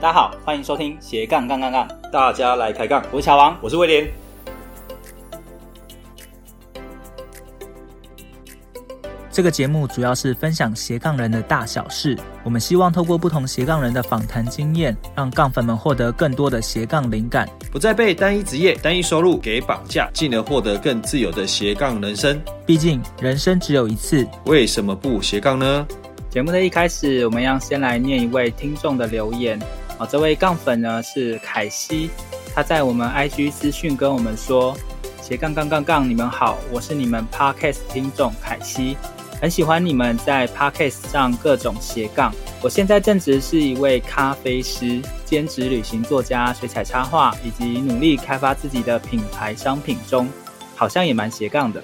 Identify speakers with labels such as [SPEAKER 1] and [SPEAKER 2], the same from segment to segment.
[SPEAKER 1] 大家好，欢迎收听斜杠杠杠杠，
[SPEAKER 2] 大家来开杠，
[SPEAKER 1] 我是乔王。
[SPEAKER 2] 我是威廉。
[SPEAKER 3] 这个节目主要是分享斜杠人的大小事，我们希望透过不同斜杠人的访谈经验，让杠粉们获得更多的斜杠灵感。
[SPEAKER 2] 不再被单一职业、单一收入给绑架，进而获得更自由的斜杠人生。
[SPEAKER 3] 毕竟人生只有一次，
[SPEAKER 2] 为什么不斜杠呢？
[SPEAKER 1] 节目的一开始，我们要先来念一位听众的留言。哦，这位杠粉呢是凯西，他在我们 IG 私讯跟我们说：“斜杠杠杠杠，你们好，我是你们 Podcast 听众凯西，很喜欢你们在 Podcast 上各种斜杠。我现在正职是一位咖啡师，兼职旅行作家、水彩插画，以及努力开发自己的品牌商品中，好像也蛮斜杠的。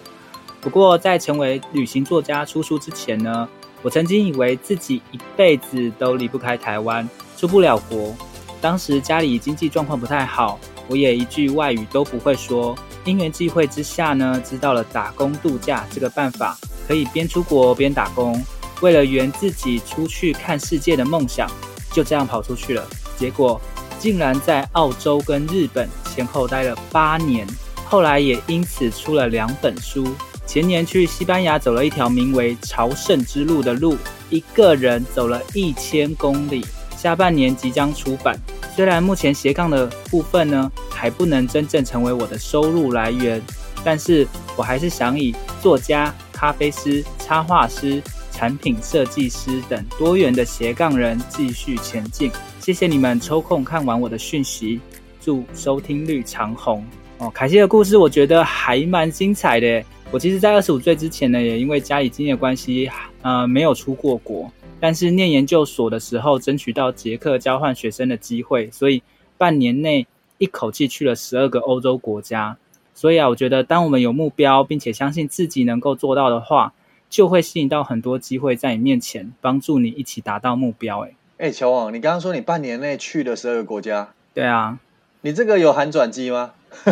[SPEAKER 1] 不过在成为旅行作家出书之前呢，我曾经以为自己一辈子都离不开台湾，出不了国。当时家里经济状况不太好，我也一句外语都不会说。因缘际会之下呢，知道了打工度假这个办法，可以边出国边打工。为了圆自己出去看世界的梦想，就这样跑出去了。结果竟然在澳洲跟日本前后待了八年，后来也因此出了两本书。前年去西班牙走了一条名为“朝圣之路”的路，一个人走了一千公里。下半年即将出版。虽然目前斜杠的部分呢还不能真正成为我的收入来源，但是我还是想以作家、咖啡师、插画师、产品设计师等多元的斜杠人继续前进。谢谢你们抽空看完我的讯息，祝收听率长虹。哦，凯西的故事我觉得还蛮精彩的耶。我其实，在二十五岁之前呢，也因为家里经济的关系，呃，没有出过国。但是念研究所的时候，争取到捷克交换学生的机会，所以半年内一口气去了十二个欧洲国家。所以啊，我觉得当我们有目标，并且相信自己能够做到的话，就会吸引到很多机会在你面前，帮助你一起达到目标。诶，
[SPEAKER 4] 哎、乔王，你刚刚说你半年内去了十二个国家，
[SPEAKER 1] 对啊，
[SPEAKER 4] 你这个有含转机吗？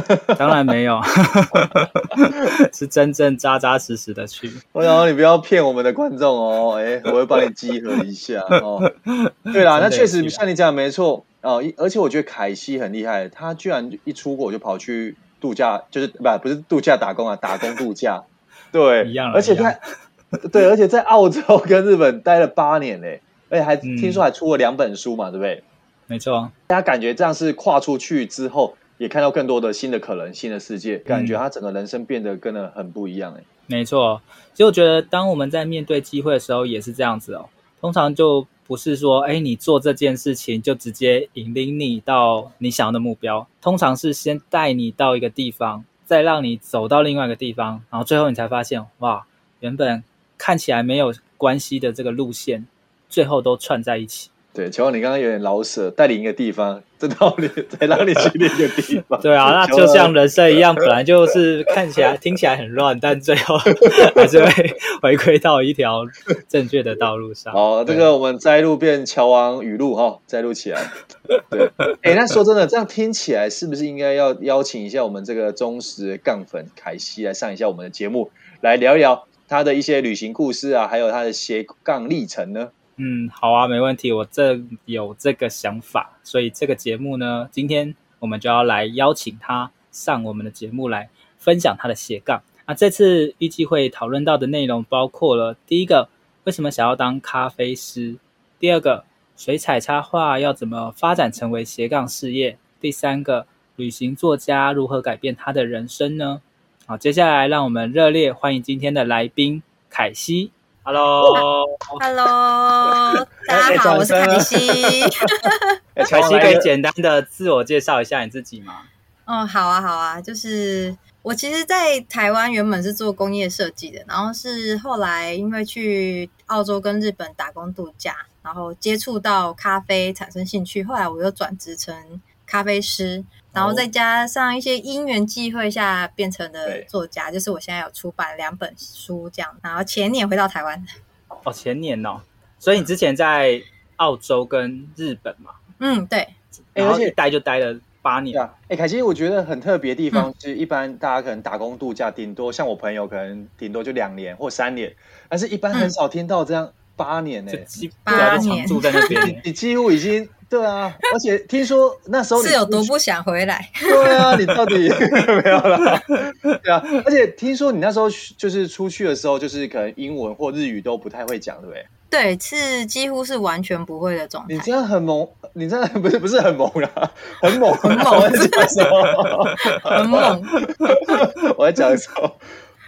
[SPEAKER 1] 当然没有，是真正扎扎实实的去。
[SPEAKER 4] 我想说你不要骗我们的观众哦，哎、我会帮你集合一下 哦。对
[SPEAKER 1] 真的
[SPEAKER 4] 啦，那确实
[SPEAKER 1] 有趣啊
[SPEAKER 4] 像你讲的没错哦，一而且我觉得凯西很厉害，他居然一出国就跑去度假，就是不不是度假打工啊，打工度假。对，
[SPEAKER 1] 一样啦
[SPEAKER 4] 而且
[SPEAKER 1] 一样
[SPEAKER 4] 他 对，而且在澳洲跟日本待了八年嘞，而且还、
[SPEAKER 1] 嗯
[SPEAKER 4] 听说还出了两本书嘛，对不对？
[SPEAKER 1] 没错，
[SPEAKER 4] 大家感觉这样是跨出去之后，也看到更多的新的可能、新的世界，感
[SPEAKER 1] 嗯
[SPEAKER 4] 觉他整个人生变得跟得很不一样哎、
[SPEAKER 1] 没错。其实我觉得，当我们在面对机会的时候，也是这样子哦。通常就不是说，哎，你做这件事情就直接引领你到你想要的目标，通常是先带你到一个地方，再让你走到另外一个地方，然后最后你才发现，哇，原本看起来没有关系的这个路线，最后都串在一起。
[SPEAKER 4] 对，乔王，你刚刚有点老舍，带领一个地方，这道理才让你去另一个地方。
[SPEAKER 1] 对啊，那
[SPEAKER 4] 乔
[SPEAKER 1] 就
[SPEAKER 4] 王
[SPEAKER 1] 像人生一样，本来就是看起来、听起来很乱，但最后 还是会 回归到一条正确的道路上。
[SPEAKER 4] 好，这个我们摘录变乔王语录哈、摘录起来。对，哎，那说真的，这样听起来是不是应该要邀请一下我们这个忠实杠粉凯西来上一下我们的节目，来聊一聊他的一些旅行故事啊，还有他的斜杠历程呢？
[SPEAKER 1] 嗯，好啊，没问题，我这有这个想法，所以这个节目呢，今天我们就要来邀请他上我们的节目来分享他的斜杠。那这次预计会讨论到的内容包括了第一个，为什么想要当咖啡师；第二个，水彩插画要怎么发展成为斜杠事业；第三个，旅行作家如何改变他的人生呢？好，接下来让我们热烈欢迎今天的来宾凯西。Hello，
[SPEAKER 5] Hello，大
[SPEAKER 1] 哎
[SPEAKER 5] 家好，我是
[SPEAKER 1] 掌声
[SPEAKER 5] 凯西。
[SPEAKER 1] 凯
[SPEAKER 4] 哎，乔
[SPEAKER 1] 西
[SPEAKER 4] 王
[SPEAKER 1] 可
[SPEAKER 4] 来
[SPEAKER 1] 以简单的自我介绍一下你自己吗？
[SPEAKER 5] 嗯，好啊，好啊，就是我其实，在台湾原本是做工业设计的，然后是后来因为去澳洲跟日本打工度假，然后接触到咖啡产生兴趣，后来我又转职成咖啡师，然
[SPEAKER 1] 哦
[SPEAKER 5] 后再加上一些因缘际会下变成的
[SPEAKER 4] 对
[SPEAKER 5] 作家，就是我现在有出版两本书这样，然后前年回到台湾，
[SPEAKER 1] 哦，前年哦，所以你之前在澳洲跟日本嘛，
[SPEAKER 5] 嗯，对，
[SPEAKER 4] 哎
[SPEAKER 1] 然后
[SPEAKER 4] 而且
[SPEAKER 1] 一待就待了八
[SPEAKER 4] 对
[SPEAKER 1] 年。
[SPEAKER 4] 啊，哎，凯西，我觉得很特别的地方是，一般大家可能打工度假，顶多像我朋友可能顶多就两年或三年，但是一般很少听到这样八年呢、
[SPEAKER 1] 就几
[SPEAKER 5] 八
[SPEAKER 1] 对啊就
[SPEAKER 5] 年
[SPEAKER 1] 常住在那边
[SPEAKER 4] 你
[SPEAKER 1] 欸，
[SPEAKER 4] 你几乎已经对啊，而且听说那时候你
[SPEAKER 5] 是有多
[SPEAKER 4] 出去
[SPEAKER 5] 不想回来？
[SPEAKER 4] 对啊，你到底 没有啦？对啊，而且听说你那时候去就是出去的时候，就是可能英文或日语都不太会讲，对不对？
[SPEAKER 5] 对，是几乎是完全不会的状
[SPEAKER 4] 你
[SPEAKER 5] 态。
[SPEAKER 4] 真的很猛，你真的不是不是很猛啦，很猛，很猛，我在讲什么？
[SPEAKER 5] 很猛，
[SPEAKER 4] 我在讲什么？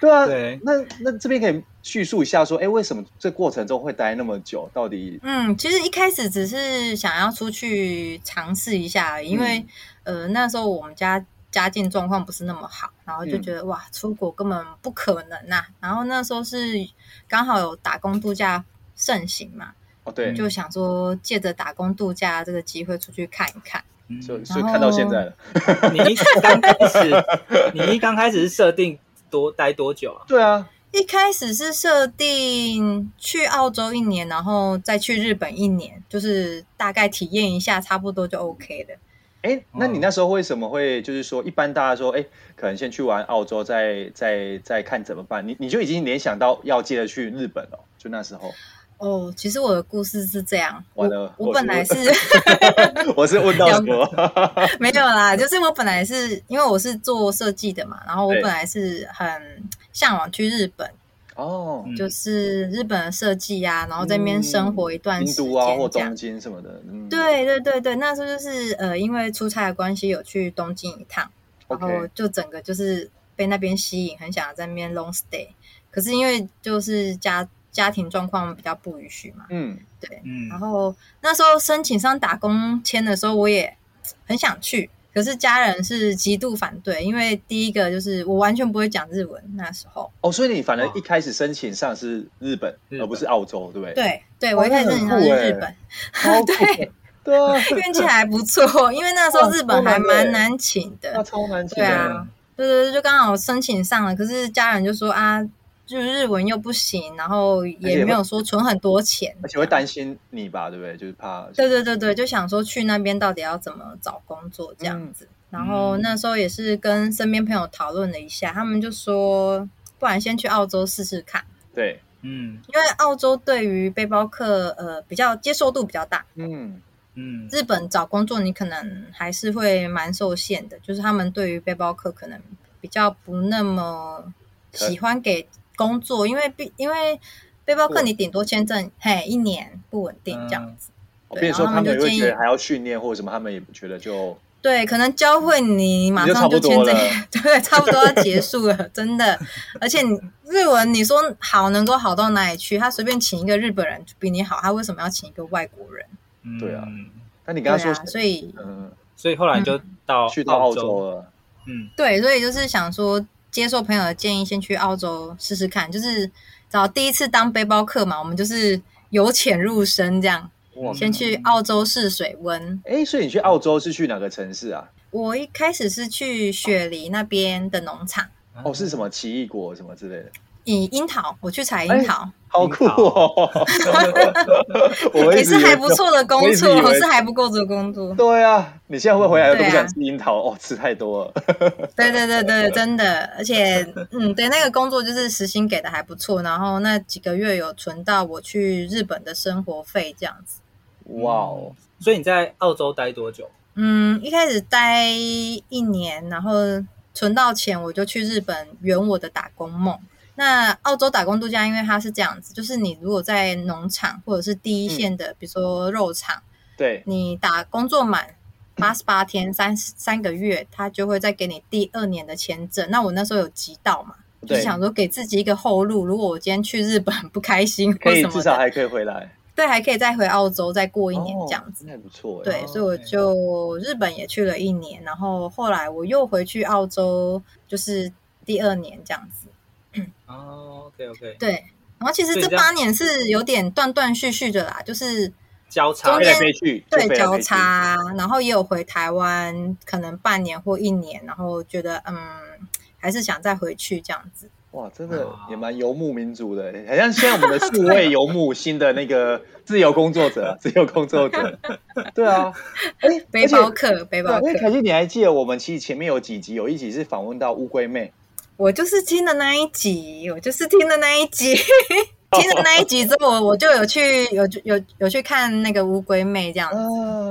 [SPEAKER 4] 对 啊，
[SPEAKER 1] 对
[SPEAKER 4] 那那这边可以叙述一下说，哎，为什么这过程中会待那么久？到底
[SPEAKER 5] 嗯，其实一开始只是想要出去尝试一下而已，因为、呃那时候我们家家境状况不是那么好，然后就觉得、哇出国根本不可能呐、然后那时候是刚好有打工度假盛行嘛，
[SPEAKER 4] 哦，对，
[SPEAKER 1] 嗯
[SPEAKER 5] 就想说借着打工度假这个机会出去看一看。
[SPEAKER 1] 嗯
[SPEAKER 4] 就
[SPEAKER 5] 哦
[SPEAKER 4] 所以看到现在了。
[SPEAKER 1] 你一刚开始， 你一刚开始是设定多待多久啊？
[SPEAKER 4] 对啊，
[SPEAKER 5] 一开始是设定去澳洲一年，然后再去日本一年，就是大概体验一下，差不多就 OK 了。
[SPEAKER 4] 哎，那
[SPEAKER 1] 哦
[SPEAKER 4] 你那时候为什么会就是说，一般大家说，哎，可能先去玩澳洲，再再再看怎么办？你你就已经联想到要接着去日本了，就那时候，
[SPEAKER 5] 哦，其实我的故事是这样，我
[SPEAKER 4] 完了
[SPEAKER 5] 我
[SPEAKER 4] 我
[SPEAKER 5] 本
[SPEAKER 4] 是
[SPEAKER 5] 来是
[SPEAKER 4] 我是问到什么？
[SPEAKER 5] 没有啦，就是我本来是因为我是做设计的嘛，然后我
[SPEAKER 4] 对
[SPEAKER 5] 本来是很向往去日本，
[SPEAKER 4] 哦，
[SPEAKER 1] 嗯
[SPEAKER 5] 就是日本的设计啊，然后在那边生活一段
[SPEAKER 4] 嗯京
[SPEAKER 5] 时间
[SPEAKER 4] 都啊或
[SPEAKER 5] 这样
[SPEAKER 4] 东。京什么的，嗯，
[SPEAKER 5] 对对对对，那时候就是呃，因为出差的关系，有去东京一趟，然
[SPEAKER 4] OK
[SPEAKER 5] 后就整个就是被那边吸引，很想要在那边 long stay。可是因为就是家家庭状况比较不允许嘛，
[SPEAKER 4] 嗯，
[SPEAKER 5] 对。
[SPEAKER 1] 嗯
[SPEAKER 5] 然后那时候申请上打工签的时候，我也很想去，可是家人是极度反对，因为第一个就是我完全不会讲日文，那时候。
[SPEAKER 4] 哦，所以你反正
[SPEAKER 1] 哇
[SPEAKER 4] 一开始申请上是日本，
[SPEAKER 1] 日本
[SPEAKER 4] 而不是澳洲，对不对？，
[SPEAKER 5] 对对，
[SPEAKER 4] 哦
[SPEAKER 5] 我一开
[SPEAKER 4] 那
[SPEAKER 5] 始申
[SPEAKER 4] 很
[SPEAKER 5] 请上是
[SPEAKER 4] 酷欸
[SPEAKER 5] 日本，
[SPEAKER 4] 超酷
[SPEAKER 5] 对，
[SPEAKER 4] 对啊，
[SPEAKER 5] 运气还不错，因为那时候
[SPEAKER 4] 哇
[SPEAKER 5] 日本还
[SPEAKER 4] 超难的欸嗯
[SPEAKER 5] 蛮难请的。
[SPEAKER 4] 那超难
[SPEAKER 5] 对
[SPEAKER 4] 签
[SPEAKER 5] 啊，对对对，就刚好申请上了，可是家人就说啊，就是日文又不行，然后也没有说存很多钱，
[SPEAKER 4] 而且会担心你吧，对不对？就是怕，
[SPEAKER 5] 对对对对，就想说去那边到底要怎么找工作这
[SPEAKER 4] 嗯
[SPEAKER 5] 样子。然后那时候也是跟身边朋友讨论了一下，他们就说，不然先去澳洲试试看，
[SPEAKER 4] 对，
[SPEAKER 1] 嗯
[SPEAKER 5] 因为澳洲对于背包客呃比较接受度比较大。
[SPEAKER 4] 嗯，
[SPEAKER 1] 嗯，
[SPEAKER 5] 日本找工作你可能还是会蛮受限的，就是他们对于背包客可能比较不那么喜欢给工作，因为毕因为背包客
[SPEAKER 4] 不
[SPEAKER 5] 你顶多签证嘿一年不稳定这样
[SPEAKER 1] 嗯
[SPEAKER 5] 子，
[SPEAKER 4] 我
[SPEAKER 5] 对
[SPEAKER 4] 变成说
[SPEAKER 5] 然后他
[SPEAKER 4] 他们
[SPEAKER 5] 们
[SPEAKER 4] 也
[SPEAKER 5] 就
[SPEAKER 4] 会
[SPEAKER 5] 建议
[SPEAKER 4] 觉得还要训练或者什么，他们也觉得就
[SPEAKER 5] 对，可能教会你马
[SPEAKER 4] 嗯你就差
[SPEAKER 5] 上
[SPEAKER 4] 不
[SPEAKER 5] 就
[SPEAKER 4] 多
[SPEAKER 5] 签证
[SPEAKER 4] 了，
[SPEAKER 5] 对，差不多要结束了， 真的。而且你日文你说好能够好到哪里去？他随便请一个日本人就比你好，他为什么要请一个外国人？
[SPEAKER 1] 嗯
[SPEAKER 4] 对啊，那你刚
[SPEAKER 5] 对
[SPEAKER 4] 刚
[SPEAKER 5] 啊，
[SPEAKER 4] 说，
[SPEAKER 5] 所以
[SPEAKER 4] 嗯，
[SPEAKER 1] 所以后来你就到
[SPEAKER 4] 去到澳
[SPEAKER 1] 洲，
[SPEAKER 4] 洲了，
[SPEAKER 1] 嗯
[SPEAKER 5] 对，所以就是想说，接受朋友的建议，先去澳洲试试看，就是找第一次当背包客嘛，我们就是由浅入深这样，
[SPEAKER 4] 哇
[SPEAKER 5] 先去澳洲试水温。
[SPEAKER 4] 哎，所以你去澳洲是去哪个城市啊？
[SPEAKER 5] 我一开始是去雪梨那边的农场，
[SPEAKER 4] 哦，是什么奇异果什么之类的，
[SPEAKER 5] 以樱桃，我去采
[SPEAKER 4] 哎
[SPEAKER 5] 樱桃，
[SPEAKER 4] 好酷哦！ 我
[SPEAKER 5] 也
[SPEAKER 4] 一直
[SPEAKER 5] 是
[SPEAKER 4] 以为
[SPEAKER 5] 还不错的工
[SPEAKER 4] 我一直以
[SPEAKER 5] 作，
[SPEAKER 4] 为
[SPEAKER 5] 是还不够的 工作。
[SPEAKER 4] 对啊，你现在会回来都
[SPEAKER 5] 对
[SPEAKER 4] 不
[SPEAKER 5] 啊
[SPEAKER 4] 想吃樱桃、哦，吃太多了。
[SPEAKER 5] 对对对对，真的，而且嗯，对那个工作就是时薪给的还不错，然后那几个月有存到我去日本的生活费这样子。
[SPEAKER 4] 哇哦，
[SPEAKER 1] 所以你在澳洲待多久？
[SPEAKER 5] 嗯，一开始待一年，然后存到钱，我就去日本圆我的打工梦。那澳洲打工度假，因为它是这样子，就是你如果在农场或者是第一线
[SPEAKER 4] 嗯
[SPEAKER 5] 的，比如说肉场，
[SPEAKER 4] 对，
[SPEAKER 5] 你打工作满八十八天三三个月，他就会再给你第二年的签证。那我那时候有急到嘛，就
[SPEAKER 4] 对
[SPEAKER 5] 想说给自己一个后路，如果我今天去日本不开心
[SPEAKER 4] 可
[SPEAKER 5] 或
[SPEAKER 4] 以
[SPEAKER 5] 什
[SPEAKER 4] 至
[SPEAKER 5] 么
[SPEAKER 4] 少哦
[SPEAKER 5] 的，
[SPEAKER 4] 还可以回来
[SPEAKER 5] 对，还可以再回澳洲再过一年这样子。
[SPEAKER 4] 子，那也不错。欸
[SPEAKER 5] 对，
[SPEAKER 1] 哦
[SPEAKER 5] 所以我
[SPEAKER 1] 对
[SPEAKER 5] 就日本也去了一年，然后后来我又回去澳洲，就是第二年这样子。
[SPEAKER 1] 哦，OK OK，
[SPEAKER 5] 对，然后其实
[SPEAKER 1] 所以
[SPEAKER 5] 这
[SPEAKER 1] 这样
[SPEAKER 5] 八年是有点断断续续的啦，就是
[SPEAKER 1] 交叉
[SPEAKER 5] 中
[SPEAKER 4] 飞
[SPEAKER 5] 间
[SPEAKER 4] 来飞去，
[SPEAKER 5] 对
[SPEAKER 4] 就飞来
[SPEAKER 5] 交
[SPEAKER 4] 飞去。
[SPEAKER 5] 叉，然后也有回台湾，可能半年或一年，然后觉得嗯，还是想再回去这样子。
[SPEAKER 4] 哇，真的
[SPEAKER 5] 啊
[SPEAKER 1] 哇
[SPEAKER 4] 也蛮游牧民族的，欸好像现在我们的 四位游牧新的那个自由工作者，自由工作者。对啊，哎，
[SPEAKER 5] 背包客，背
[SPEAKER 4] 而且。
[SPEAKER 5] 包
[SPEAKER 4] 对，因
[SPEAKER 5] 客
[SPEAKER 4] 为，凯西，你还记得我们其实前面有几集，有一集是访问到乌龟妹，
[SPEAKER 5] 我就是听的那一集，我就是听的那一集。听了那一集之后，我我就有去有有有去看那个乌龟妹这样子，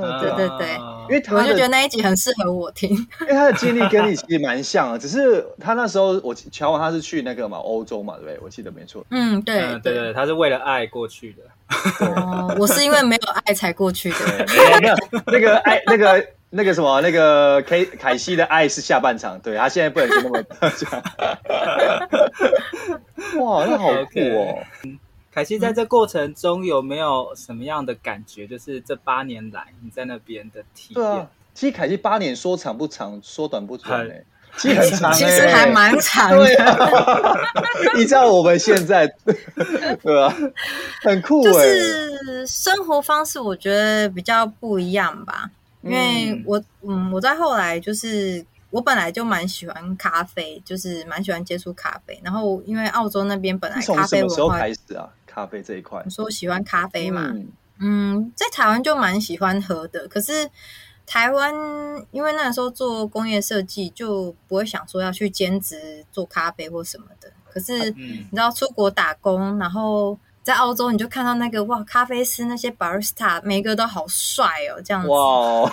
[SPEAKER 4] 啊，对
[SPEAKER 5] 对，对对
[SPEAKER 1] 啊
[SPEAKER 4] 因为他
[SPEAKER 5] 我就
[SPEAKER 4] 的
[SPEAKER 5] 觉得那一集很适合我听。
[SPEAKER 4] 因为他的经历跟你其实蛮像的，只是他那时候我乔王他是去那个嘛欧洲嘛，对不对？我记得没错。
[SPEAKER 5] 嗯，对
[SPEAKER 1] 嗯对对，他是为了爱过去的。
[SPEAKER 5] 哦，我是因为没有爱才过去的。
[SPEAKER 4] 哎没有没有，那个爱那个那个什么那个凯凯西的爱是下半场，对他现在不能跟那么讲。哇，那好酷哦！
[SPEAKER 1] 凯西
[SPEAKER 5] 嗯
[SPEAKER 1] 在这过程中有没有什么样的感觉？就是这八年来你在那边的体
[SPEAKER 4] 对啊
[SPEAKER 1] 验，，
[SPEAKER 4] 其实凯西八年说长不长，说短不短
[SPEAKER 1] 很
[SPEAKER 4] 哎、其实很长、欸，
[SPEAKER 5] 其实还蛮长
[SPEAKER 4] 对
[SPEAKER 5] 的，
[SPEAKER 4] 啊， 依照我们现在，对吧、很酷
[SPEAKER 5] 就
[SPEAKER 4] 哎、
[SPEAKER 5] 是生活方式我觉得比较不一样吧。因为
[SPEAKER 4] 嗯
[SPEAKER 5] 我嗯，我在后来就是我本来就蛮喜欢咖啡，就是蛮喜欢接触咖啡。然后因为澳洲那边本来
[SPEAKER 4] 欸从
[SPEAKER 5] 咖
[SPEAKER 4] 什
[SPEAKER 5] 啡
[SPEAKER 4] 么时候
[SPEAKER 5] 文化，
[SPEAKER 4] 开始啊？咖啡这一块
[SPEAKER 5] 你，说喜欢咖啡嘛，
[SPEAKER 4] 嗯
[SPEAKER 5] 嗯，在台湾就蛮喜欢喝的，可是台湾因为那时候做工业设计，就不会想说要去兼职做咖啡或什么的。可是
[SPEAKER 1] 嗯
[SPEAKER 5] 你知道出国打工，然后在澳洲你就看到那个哇，咖啡师那些 barista 每个都好帅哦，这样子。
[SPEAKER 4] 哇哦，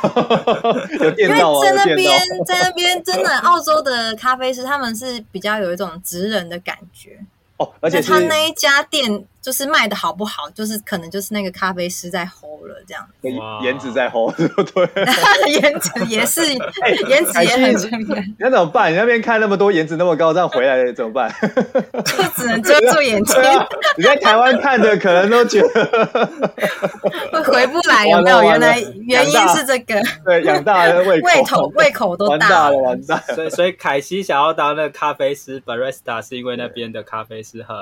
[SPEAKER 4] 有
[SPEAKER 5] 因
[SPEAKER 4] 电
[SPEAKER 5] 为
[SPEAKER 4] 到啊，
[SPEAKER 5] 在
[SPEAKER 4] 有
[SPEAKER 5] 那
[SPEAKER 4] 电到
[SPEAKER 5] 边， 在那边真的，澳洲的咖啡师他们是比较有一种职人的感觉，
[SPEAKER 4] 哦，而且
[SPEAKER 5] 那
[SPEAKER 4] 是
[SPEAKER 5] 他那一家店就是卖的好不好，就是可能就是那个咖啡师在 hold 了这样。
[SPEAKER 1] 哇
[SPEAKER 4] 颜值在后，对，
[SPEAKER 5] 颜值也是，
[SPEAKER 4] 哎
[SPEAKER 5] 颜值也很重要，
[SPEAKER 4] 你那怎么办？你那边看那么多颜值那么高，这样回来怎么办？
[SPEAKER 5] 就只能遮住眼睛
[SPEAKER 4] 对，啊， 你在台湾看的可能都觉得
[SPEAKER 5] 会回不来，有没有？
[SPEAKER 4] 完
[SPEAKER 5] 原
[SPEAKER 4] 了
[SPEAKER 5] 来
[SPEAKER 4] 完了
[SPEAKER 5] 原因是这个，
[SPEAKER 4] 对养大了胃口，
[SPEAKER 5] 胃口胃口都
[SPEAKER 4] 完
[SPEAKER 5] 大
[SPEAKER 4] 大
[SPEAKER 5] 了
[SPEAKER 4] 了，。完大 了。
[SPEAKER 1] 所以所以凯西想要当那个咖啡师 barista，是因为那边的咖啡师很，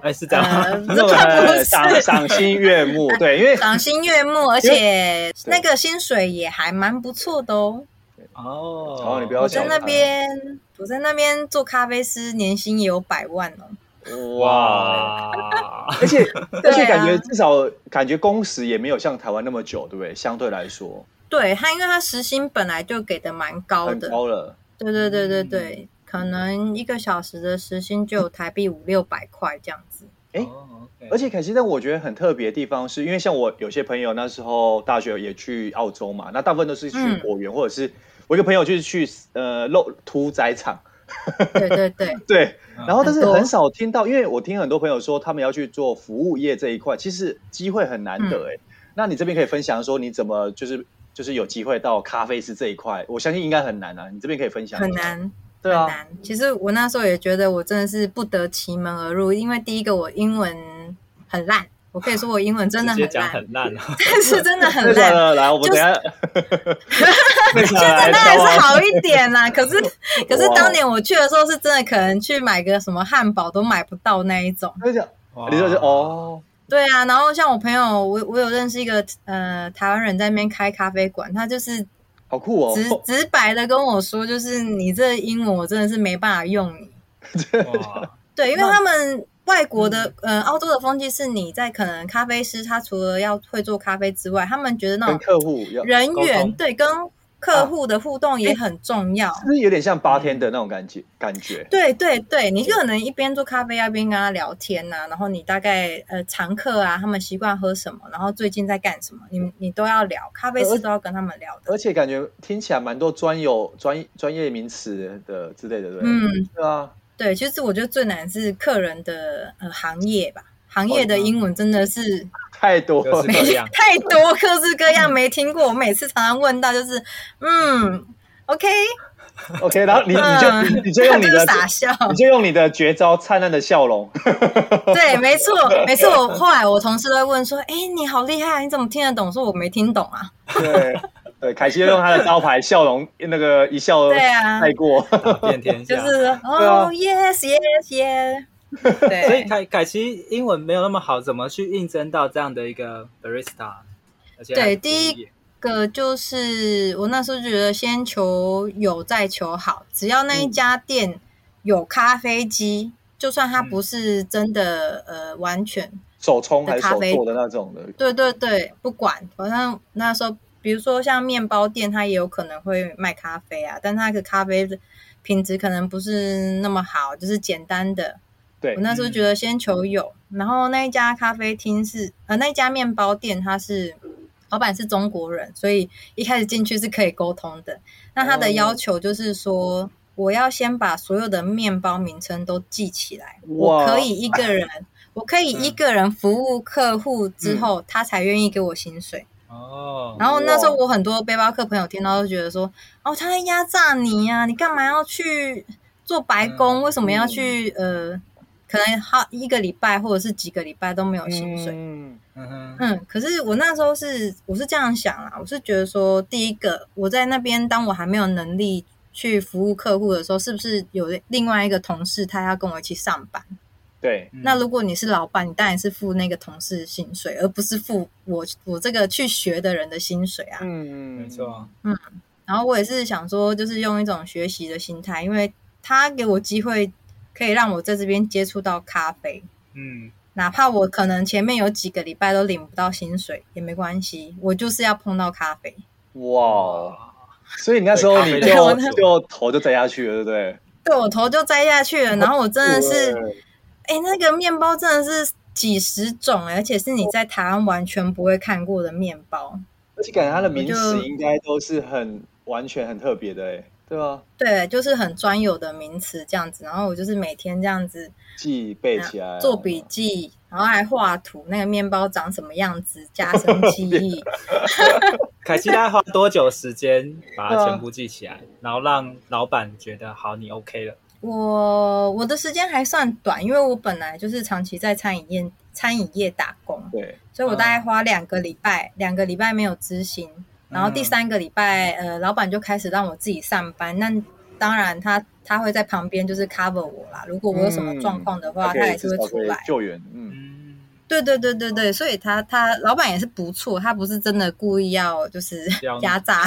[SPEAKER 1] 哎是这样吗，
[SPEAKER 5] 呃，
[SPEAKER 4] 那
[SPEAKER 5] 这个不
[SPEAKER 4] 赏
[SPEAKER 5] 是
[SPEAKER 4] 赏心悦目，对，因为
[SPEAKER 5] 赏心悦目，而且那个薪水也还蛮不错的哦。
[SPEAKER 1] 哦，
[SPEAKER 4] 好你不要
[SPEAKER 5] 我
[SPEAKER 4] 想
[SPEAKER 5] 在那边，我在那边做咖啡师，年薪也有百万哦。
[SPEAKER 4] 哇，
[SPEAKER 1] 哇，
[SPEAKER 4] 而且而且感觉
[SPEAKER 5] 对啊
[SPEAKER 4] 至少感觉工时也没有像台湾那么久，对不对？相对来说
[SPEAKER 5] 对他，因为他时薪本来就给的蛮高
[SPEAKER 4] 很
[SPEAKER 5] 的，
[SPEAKER 4] 高了，
[SPEAKER 5] 对对对对对，可能一个小时的时薪就有台币五六百块这样子。
[SPEAKER 4] 哎
[SPEAKER 1] 哦，OK
[SPEAKER 4] 而且凯西，但我觉得很特别的地方是，因为像我有些朋友那时候大学也去澳洲嘛，那大部分都是去
[SPEAKER 5] 嗯
[SPEAKER 4] 果园，或者是我一个朋友就是去呃肉屠宰场，
[SPEAKER 5] 对对对，
[SPEAKER 4] 对，
[SPEAKER 1] 嗯
[SPEAKER 4] 然后但是
[SPEAKER 5] 很多
[SPEAKER 4] 很少听到，因为我听很多朋友说他们要去做服务业这一块，其实机会很难得
[SPEAKER 5] 嗯
[SPEAKER 4] 哎、那你这边可以分享说你怎么就是就是有机会到咖啡师这一块，我相信应该很难啊，你这边可以分享
[SPEAKER 5] 很，难，
[SPEAKER 4] 对
[SPEAKER 5] 很
[SPEAKER 4] 啊，
[SPEAKER 5] 难。其实我那时候也觉得我真的是不得其门而入，因为第一个我英文很烂，我可以说我英文真的
[SPEAKER 1] 直接
[SPEAKER 5] 很
[SPEAKER 1] 讲
[SPEAKER 5] 烂，
[SPEAKER 1] 很烂啊，
[SPEAKER 5] 是真 的很
[SPEAKER 4] 那算
[SPEAKER 5] 烂。
[SPEAKER 4] 了，来，我们
[SPEAKER 5] 就
[SPEAKER 4] 等一
[SPEAKER 5] 是
[SPEAKER 4] 下，那算了
[SPEAKER 5] 现在
[SPEAKER 4] 来啊
[SPEAKER 5] 当然
[SPEAKER 4] 乔
[SPEAKER 5] 是
[SPEAKER 4] 王
[SPEAKER 5] 好一点啦，可是可是当年我去的时候是真的可能去买个什么汉堡都买不到那一种。
[SPEAKER 4] 那就你就是哦，
[SPEAKER 5] 对啊，然后像我朋友，我我有认识一个呃台湾人在那边开咖啡馆，他就是
[SPEAKER 4] 好酷哦，
[SPEAKER 5] 直直白的跟我说，就是你这英文我真的是没办法用你。
[SPEAKER 1] 哇，
[SPEAKER 5] 对，因为他们外国的
[SPEAKER 4] 嗯
[SPEAKER 5] 呃澳洲的风气是，你在可能咖啡师他除了要会做咖啡之外，他们觉得那
[SPEAKER 4] 跟
[SPEAKER 5] 种
[SPEAKER 4] 客户要
[SPEAKER 5] 哦
[SPEAKER 4] 啊
[SPEAKER 5] 人
[SPEAKER 1] 沟
[SPEAKER 5] 员
[SPEAKER 1] 通
[SPEAKER 5] 对跟客户的互动也很重要。
[SPEAKER 4] 就是有点像八天的那种感觉，感觉
[SPEAKER 5] 对对对，你可能一边做咖啡啊，一边跟他聊天呐、然后你大概呃常客啊，他们习惯喝什么，然后最近在干什么，你你都要聊，咖啡师都要跟他们聊的。
[SPEAKER 4] 而且感觉听起来蛮多专有专专业名词的之类的，对不对，
[SPEAKER 5] 嗯，
[SPEAKER 4] 对啊，
[SPEAKER 5] 对，其实我觉得最难是客人的呃行业吧，行
[SPEAKER 4] 哦
[SPEAKER 5] 业的英文真的 是，
[SPEAKER 4] 太多
[SPEAKER 1] 各
[SPEAKER 4] 了
[SPEAKER 1] 式。各样
[SPEAKER 5] 太多各式各
[SPEAKER 4] 嗯
[SPEAKER 5] 样没听过。我每次常常问到就是，嗯，OK，
[SPEAKER 4] OK，然后你
[SPEAKER 5] 嗯
[SPEAKER 4] 你就你就
[SPEAKER 5] 他
[SPEAKER 4] 用你
[SPEAKER 5] 就是
[SPEAKER 4] 的
[SPEAKER 5] 傻笑。
[SPEAKER 4] 你就用你的绝招灿烂的笑容，
[SPEAKER 5] 对，没错，每次我后来我同事都会问说，哎，你好厉害，你怎么听得懂？我说我没听懂啊。
[SPEAKER 4] 对对，凯西就用他的招牌笑容，那个一笑
[SPEAKER 5] 对啊，
[SPEAKER 4] 带过，
[SPEAKER 1] 遍天
[SPEAKER 5] 就
[SPEAKER 1] 下。
[SPEAKER 5] 是
[SPEAKER 4] 啊
[SPEAKER 5] 哦，yes，yes，yes。
[SPEAKER 1] 所以
[SPEAKER 5] 对，
[SPEAKER 1] 凯凯西英文没有那么好，怎么去应征到这样的一个 barista？而且还
[SPEAKER 5] 对
[SPEAKER 1] 是
[SPEAKER 5] 第一
[SPEAKER 1] 服务业
[SPEAKER 5] 个就是我那时候就觉得先求有再求好，只要那一家店有咖啡机，就算它不是真的呃完全
[SPEAKER 4] 手冲还是手做的那种的，
[SPEAKER 5] 对对对，不管，好像那时候，比如说像面包店，它也有可能会卖咖啡啊，但它的咖啡的品质可能不是那么好，就是简单的，
[SPEAKER 4] 对嗯
[SPEAKER 5] 我那时候觉得先求有，然后那一家咖啡厅是呃那一家面包店，它是老板是中国人，所以一开始进去是可以沟通的。那他
[SPEAKER 4] 哦
[SPEAKER 5] 的要求就是说，我要先把所有的面包名称都记起来，
[SPEAKER 4] 哇
[SPEAKER 5] 我可以一个人，我可以一个人服务客户之后，他才愿意给我薪水。
[SPEAKER 1] 哦，
[SPEAKER 5] 然后那时候我很多背包客朋友听到都觉得说，哦，他在压榨你呀、你干嘛要去做白工？为什么要去呃，可能好一个礼拜或者是几个礼拜都没有薪水？
[SPEAKER 4] 嗯
[SPEAKER 1] 嗯哼，
[SPEAKER 5] 嗯，可是我那时候是我是这样想啦，我是觉得说，第一个我在那边，当我还没有能力去服务客户的时候，是不是有另外一个同事他要跟我一起上班？
[SPEAKER 4] 对，
[SPEAKER 1] 嗯
[SPEAKER 5] 那如果你是老板，你当然是付那个同事薪水，而不是付我我这个去学的人的薪水啊。
[SPEAKER 4] 嗯
[SPEAKER 1] 没错，
[SPEAKER 5] 然后我也是想说，就是用一种学习的心态，因为他给我机会，可以让我在这边接触到咖啡，
[SPEAKER 1] 嗯
[SPEAKER 5] 哪怕我可能前面有几个礼拜都领不到薪水也没关系，我就是要碰到咖啡。
[SPEAKER 4] 哇，所以你那时候你
[SPEAKER 1] 对
[SPEAKER 5] 咖啡
[SPEAKER 4] 就
[SPEAKER 5] 的
[SPEAKER 4] 就头就栽下去了，对不对？
[SPEAKER 5] 对我头就栽下去了，然后我真的嗯是，
[SPEAKER 4] 对
[SPEAKER 5] 哎，那个面包真的是几十种，而且是你在台湾完全不会看过的面包。
[SPEAKER 4] 而且感觉它的名
[SPEAKER 5] 我
[SPEAKER 4] 词
[SPEAKER 5] 就
[SPEAKER 4] 应该都是很完全很特别的，哎，对吧？
[SPEAKER 5] 对，就是很专有的名词这样子，然后我就是每天这样子
[SPEAKER 4] 记背起来啊，
[SPEAKER 5] 做笔记，然后还画图，那个面包长什么样子，加 深记忆。
[SPEAKER 1] 凯西大概花多久时间把它全部记起来，然后让老板觉得好，你 OK 了？
[SPEAKER 5] 我我的时间还算短，因为我本来就是长期在餐饮业餐饮业打工，
[SPEAKER 4] 对，
[SPEAKER 5] 所以我大概
[SPEAKER 1] 嗯
[SPEAKER 5] 花两个礼拜，两个礼拜没有执行，然后
[SPEAKER 4] 嗯
[SPEAKER 5] 第三个礼拜，呃，老板就开始让我自己上班。那当然他他会在旁边就是 cover 我啦，如果我有什么状况的
[SPEAKER 4] 嗯
[SPEAKER 5] 话，
[SPEAKER 4] 它可
[SPEAKER 5] 他
[SPEAKER 4] 以
[SPEAKER 5] 也是
[SPEAKER 4] 至
[SPEAKER 5] 会
[SPEAKER 4] 少
[SPEAKER 5] 出
[SPEAKER 4] 可以
[SPEAKER 5] 来。
[SPEAKER 4] 救援，嗯，
[SPEAKER 1] 嗯，
[SPEAKER 5] 对对对对对，所以他他老板也是不错，他不是真的故意要就是
[SPEAKER 1] 刁难
[SPEAKER 5] 压 榨，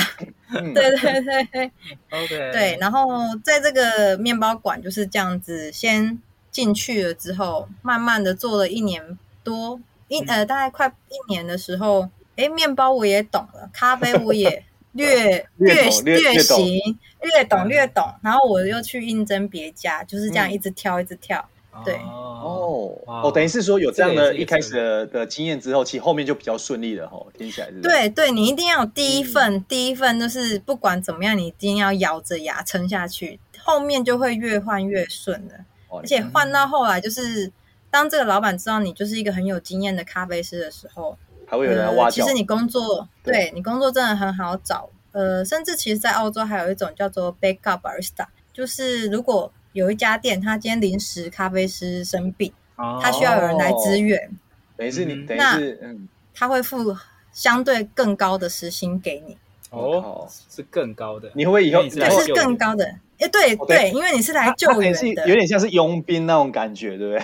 [SPEAKER 4] 嗯
[SPEAKER 5] 对对对对。
[SPEAKER 1] ，OK，
[SPEAKER 5] 对，，然后在这个面包馆就是这样子，先进去了之后，慢慢的做了一年多，一
[SPEAKER 4] 嗯
[SPEAKER 5] 呃大概快一年的时候，诶，面包我也懂了，咖啡 我也略
[SPEAKER 4] 略懂略
[SPEAKER 5] 略
[SPEAKER 4] 略懂
[SPEAKER 5] 行，略懂
[SPEAKER 1] 嗯
[SPEAKER 5] 略懂，然后我又去应征别家，就是这样
[SPEAKER 4] 嗯
[SPEAKER 5] 一直跳一直跳。对
[SPEAKER 1] 哦，
[SPEAKER 4] 哦
[SPEAKER 1] 哇
[SPEAKER 4] 哦，等于是说有这样
[SPEAKER 1] 这个也
[SPEAKER 4] 的
[SPEAKER 1] 是一个
[SPEAKER 4] 一开始的的经验之后，其实后面就比较顺利了哈，听起来是不是，
[SPEAKER 5] 对对，你一定要有第
[SPEAKER 4] 嗯
[SPEAKER 5] 一份，第一份就是不管怎么样，你一定要咬着牙撑下去，后面就会越换越顺的。
[SPEAKER 4] 哦
[SPEAKER 5] 而且换到后来，就是当这个老板知道你就是一个很有经验的咖啡师的时候，
[SPEAKER 4] 还会有人来挖
[SPEAKER 5] 呃、
[SPEAKER 4] 角，
[SPEAKER 5] 其实你工作
[SPEAKER 4] 对
[SPEAKER 5] 对你工作真的很好找。呃，甚至其实，在澳洲还有一种叫做 backup barista，就是如果有一家店，他今天临时咖啡师生病，哦他需要有人来
[SPEAKER 4] 哦
[SPEAKER 5] 支援，
[SPEAKER 4] 等于是
[SPEAKER 1] 嗯
[SPEAKER 4] 你等于
[SPEAKER 5] 那
[SPEAKER 4] 是嗯，
[SPEAKER 5] 他会付相对更高的时薪给你，
[SPEAKER 4] 我
[SPEAKER 1] 哦
[SPEAKER 4] 靠，
[SPEAKER 1] 是更高的，哦
[SPEAKER 4] 你会不会以后
[SPEAKER 1] 那你
[SPEAKER 5] 对，
[SPEAKER 1] 来
[SPEAKER 5] 是
[SPEAKER 1] 救
[SPEAKER 5] 更
[SPEAKER 1] 援
[SPEAKER 5] 高的。诶，对
[SPEAKER 4] 啊哦对
[SPEAKER 5] 对，因为你是
[SPEAKER 4] 它
[SPEAKER 5] 来
[SPEAKER 4] 它
[SPEAKER 5] 救
[SPEAKER 4] 等于
[SPEAKER 5] 援
[SPEAKER 4] 是
[SPEAKER 5] 的，
[SPEAKER 4] 有点像是佣兵那种感觉，对不对？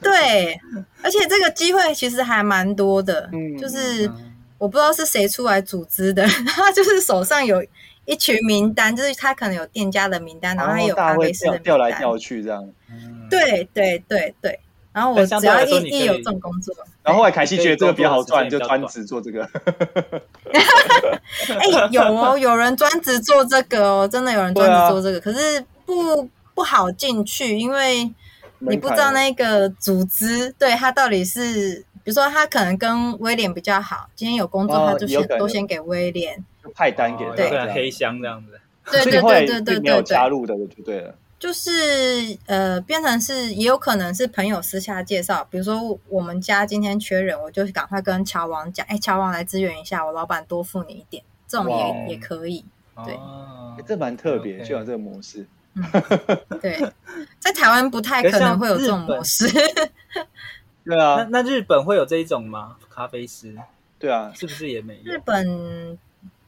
[SPEAKER 5] 对，而且这个机会其实还蛮多的，
[SPEAKER 4] 嗯
[SPEAKER 5] 就是
[SPEAKER 1] 嗯
[SPEAKER 5] 我不知道是谁出来组织的， 他就是手上有一群名单，就是他可能有店家的名 单，然后他也有
[SPEAKER 4] 哦大
[SPEAKER 5] 咖
[SPEAKER 4] 家会
[SPEAKER 5] 啡师
[SPEAKER 4] 调
[SPEAKER 5] 的名
[SPEAKER 4] 调
[SPEAKER 5] 单，
[SPEAKER 4] 来调去这样，
[SPEAKER 1] 嗯，
[SPEAKER 5] 对对对对。然后我
[SPEAKER 1] 但相
[SPEAKER 5] 只
[SPEAKER 1] 对来
[SPEAKER 5] 要
[SPEAKER 1] 说
[SPEAKER 5] 一
[SPEAKER 1] 你可以
[SPEAKER 5] 一有这种工作，
[SPEAKER 4] 然后后来凯西
[SPEAKER 1] 对
[SPEAKER 4] 觉得这个比较好赚，
[SPEAKER 1] 工作时
[SPEAKER 4] 就
[SPEAKER 1] 间比较
[SPEAKER 4] 专
[SPEAKER 1] 短
[SPEAKER 4] 职做这个。
[SPEAKER 5] 哎，有哦，有人专职做这个哦，真的有人专
[SPEAKER 4] 对啊
[SPEAKER 5] 职做这个，可是不不好进去，因为你不知道
[SPEAKER 4] 门槛
[SPEAKER 5] 那个组织对他到底是，比如说他可能跟威廉比较好，今天有工作
[SPEAKER 4] 哦
[SPEAKER 5] 他就
[SPEAKER 4] 有
[SPEAKER 5] 先
[SPEAKER 4] 可能
[SPEAKER 5] 都先给威廉，
[SPEAKER 4] 就派单给他
[SPEAKER 1] 哦
[SPEAKER 4] 这
[SPEAKER 1] 有
[SPEAKER 4] 样，
[SPEAKER 1] 可能黑箱这样子，
[SPEAKER 5] 对
[SPEAKER 4] 哦所以你
[SPEAKER 5] 对
[SPEAKER 4] 后来
[SPEAKER 5] 对对
[SPEAKER 4] 并
[SPEAKER 5] 对
[SPEAKER 4] 没有
[SPEAKER 5] 对
[SPEAKER 4] 加
[SPEAKER 5] 对，
[SPEAKER 4] 入的就对
[SPEAKER 1] 哦
[SPEAKER 4] 了。
[SPEAKER 5] 就是呃变成是也有可能是朋友私下介绍，比如说我们家今天缺人，我就赶快跟乔王讲，哎，乔王来支援一下，我老板多付你一点，这种
[SPEAKER 4] 哇哦
[SPEAKER 5] 也也可以。对
[SPEAKER 1] 哦
[SPEAKER 4] 欸这蛮特别，
[SPEAKER 1] OK
[SPEAKER 4] 就有这个模式。
[SPEAKER 5] 对，在台湾不太
[SPEAKER 1] 可是
[SPEAKER 5] 可能
[SPEAKER 1] 像
[SPEAKER 5] 会有这
[SPEAKER 1] 日
[SPEAKER 5] 种模
[SPEAKER 1] 本
[SPEAKER 5] 式。
[SPEAKER 4] 对
[SPEAKER 1] 那
[SPEAKER 4] 啊，
[SPEAKER 1] 那日本会有这一种吗？咖啡师
[SPEAKER 4] 对啊，
[SPEAKER 1] 是不是也没
[SPEAKER 5] 日
[SPEAKER 1] 有？
[SPEAKER 5] 本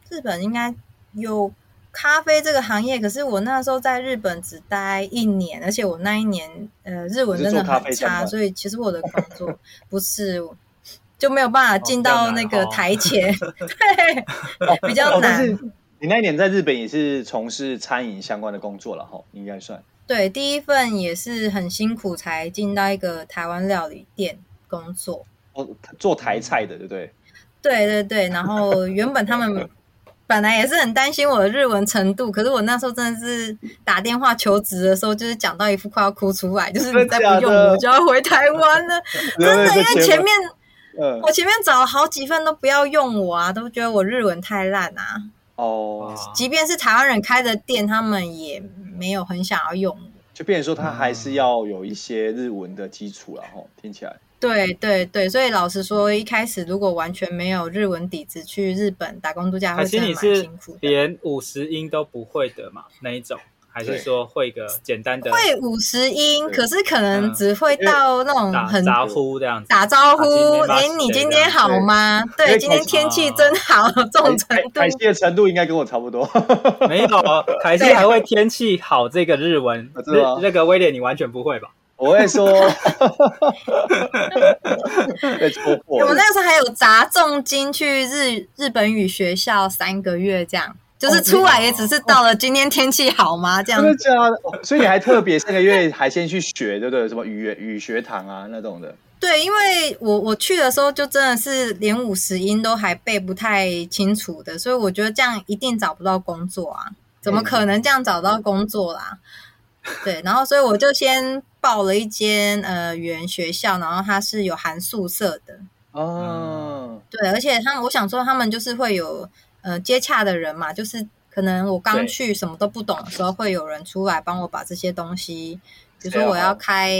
[SPEAKER 5] 日本应该有咖啡这个行业，可是我那时候在日本只待一年，而且我那一年呃日文真的
[SPEAKER 4] 你是做
[SPEAKER 5] 很
[SPEAKER 4] 咖啡相
[SPEAKER 5] 差，
[SPEAKER 4] 关
[SPEAKER 5] 所以其实我的工作不是就没有办法进到那个台 前，对，比 较
[SPEAKER 4] 啊哦，但是
[SPEAKER 5] 难。
[SPEAKER 4] 你那一年在日本也是从事餐饮相关的工作了哈，应该算。
[SPEAKER 5] 对，第一份也是很辛苦才进到一个台湾料理店工作。
[SPEAKER 4] 哦，做台菜的，对不对？
[SPEAKER 5] 对对对，然后原本他们本来也是很担心我的日文程度，可是我那时候真的是打电话求职的时候，就是讲到一副快要哭出来，就是你再不用我就要回台湾 了，真的，因为
[SPEAKER 1] 啊
[SPEAKER 5] 前面
[SPEAKER 4] 嗯
[SPEAKER 5] 我前面找了好几份都不要用我啊，都觉得我日文太烂啊，
[SPEAKER 4] 哦，
[SPEAKER 5] 即便是台湾人开的店，他们也没有很想要用我。
[SPEAKER 4] 就变成说他还是要有一些日文的基础了哈，听起来。
[SPEAKER 5] 对对对，所以老实说，一开始如果完全没有日文底子去日本打工度假，
[SPEAKER 1] 还
[SPEAKER 5] 会
[SPEAKER 1] 是
[SPEAKER 5] 真的
[SPEAKER 1] 你
[SPEAKER 5] 蛮
[SPEAKER 1] 是
[SPEAKER 5] 辛苦的。
[SPEAKER 1] 连五十音都不会的嘛那一种，还是
[SPEAKER 4] 对
[SPEAKER 1] 说会个简单的
[SPEAKER 5] 会五十音，
[SPEAKER 4] 对
[SPEAKER 5] 可是可能
[SPEAKER 1] 嗯
[SPEAKER 5] 只会到那种
[SPEAKER 1] 打
[SPEAKER 5] 很
[SPEAKER 1] 招呼这样 子？
[SPEAKER 5] 打招
[SPEAKER 1] 打金
[SPEAKER 5] 呼
[SPEAKER 1] 面，包
[SPEAKER 5] 哎，你今天好吗？
[SPEAKER 4] 因
[SPEAKER 5] 对，
[SPEAKER 4] 为
[SPEAKER 5] 今天天气真好，这种哦程
[SPEAKER 4] 凯
[SPEAKER 5] 度
[SPEAKER 4] 凯。西的程度应该跟我差不多，
[SPEAKER 1] 没有，哦凯西还会天气好这个日文
[SPEAKER 4] 啊，真的吗
[SPEAKER 1] 那那个威廉你完全不会吧？
[SPEAKER 4] 我会说 被戳破
[SPEAKER 5] 我们
[SPEAKER 4] 了。
[SPEAKER 5] 那时候还有砸重金去日日本语学校三个月，这样就是出来也只是到了今天天气好吗？这样
[SPEAKER 4] 真的假的？哦所以你还特别上个月还先去学，对不对？什么语言语学堂啊那种的。
[SPEAKER 5] 对，因为我我去的时候就真的是连五十音都还背不太清楚的，所以我觉得这样一定找不到工作啊！怎么可能这样找到工作啦？对，然后所以我就先报了一间呃语言学校，然后它是有含宿舍的，
[SPEAKER 4] 啊哦，
[SPEAKER 5] 对，而且他们我想说他们就是会有呃接洽的人嘛，就是可能我刚
[SPEAKER 1] 对
[SPEAKER 5] 去什么都不懂的时候，会有人出来帮我把这些东西，比如
[SPEAKER 4] 这
[SPEAKER 5] 说
[SPEAKER 4] 样
[SPEAKER 5] 我要
[SPEAKER 4] 好
[SPEAKER 5] 开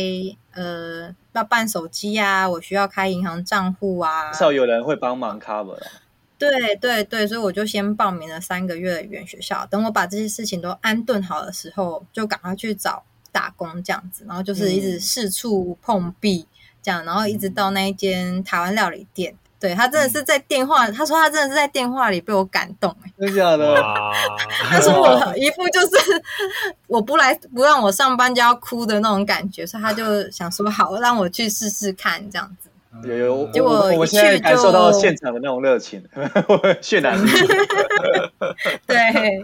[SPEAKER 5] 呃要办手机啊，我需要开银行账户啊
[SPEAKER 4] 至，少有人会帮忙 cover 了。
[SPEAKER 5] 对对对，所以我就先报名了三个月的语言学校，等我把这些事情都安顿好的时候，就赶快去找打工这样子，然后就是一直
[SPEAKER 4] 嗯
[SPEAKER 5] 四处碰壁这样，然后一直到那一间台湾料理店。对他真的是在电话，他说他真的是在电话里被我感动、欸，
[SPEAKER 4] 真的假的？
[SPEAKER 1] 哇，
[SPEAKER 4] 啊
[SPEAKER 5] 他说我一副就是 我不来不让我上班就要哭的那种感觉，所以他就想说好让我去试试看这样子。
[SPEAKER 4] 有有，我
[SPEAKER 5] 结果
[SPEAKER 4] 我我
[SPEAKER 5] 一去
[SPEAKER 4] 现在感受到
[SPEAKER 5] 就
[SPEAKER 4] 现场的那种热情， 渲染力。
[SPEAKER 5] 对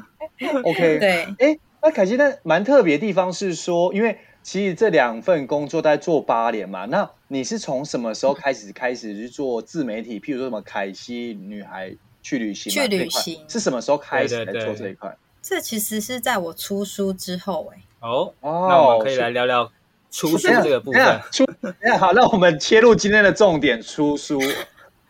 [SPEAKER 4] OK，
[SPEAKER 5] 对，
[SPEAKER 4] 哎，那凯西，那蛮特别的地方是说，因为其实这两份工作大概做八年嘛，那你是从什么时候开始开始去做自媒体？譬如说什么凯西女孩去旅行嘛，
[SPEAKER 5] 去旅
[SPEAKER 4] 这一块
[SPEAKER 5] 行
[SPEAKER 4] 是什么时候开始
[SPEAKER 1] 对
[SPEAKER 4] 来
[SPEAKER 1] 对
[SPEAKER 4] 做
[SPEAKER 1] 对
[SPEAKER 4] 这一块？
[SPEAKER 5] 这其实是在我出书之后、欸，
[SPEAKER 1] 哦，
[SPEAKER 4] 哦
[SPEAKER 1] 那我们可以来聊聊出书这个部
[SPEAKER 4] 等一下
[SPEAKER 1] 分。
[SPEAKER 4] 出，等一下好，那我们切入今天的重点，出书，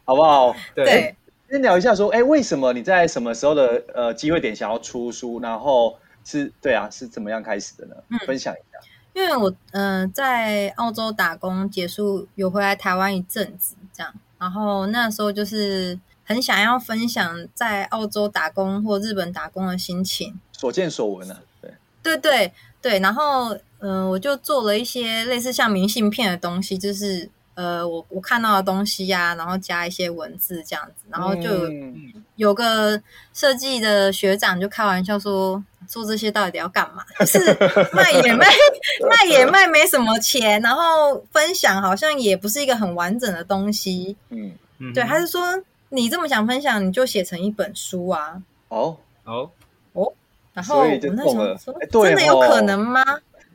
[SPEAKER 4] 好不好？
[SPEAKER 1] 对，
[SPEAKER 4] 先聊一下说，哎，为什么你在什么时候的呃机会点想要出书？然后是对啊，是怎么样开始的呢？
[SPEAKER 5] 嗯
[SPEAKER 4] 分享一下。
[SPEAKER 5] 因为我嗯、呃在澳洲打工结束，有回来台湾一阵子这样，然后那时候就是很想要分享在澳洲打工或日本打工的心情，
[SPEAKER 4] 所见所闻啊，对，
[SPEAKER 5] 对对对，然后嗯、呃我就做了一些类似像明信片的东西，就是呃我我看到的东西呀、然后加一些文字这样子，然后就有
[SPEAKER 4] 嗯
[SPEAKER 5] 有个设计的学长就开玩笑说，做这些到底要干嘛？ 就是卖也卖，卖也卖没什么钱，然后分享好像也不是一个很完整的东西。
[SPEAKER 4] 嗯，
[SPEAKER 1] 嗯
[SPEAKER 5] 对，他是说你这么想分享，你就写成一本书啊。
[SPEAKER 4] 哦，
[SPEAKER 1] 哦，
[SPEAKER 5] 然后我
[SPEAKER 4] 所
[SPEAKER 5] 那
[SPEAKER 4] 以就
[SPEAKER 5] 时
[SPEAKER 4] 中了
[SPEAKER 5] 候说
[SPEAKER 4] 哎，对
[SPEAKER 5] 真的有
[SPEAKER 4] 吼
[SPEAKER 5] 可能吗？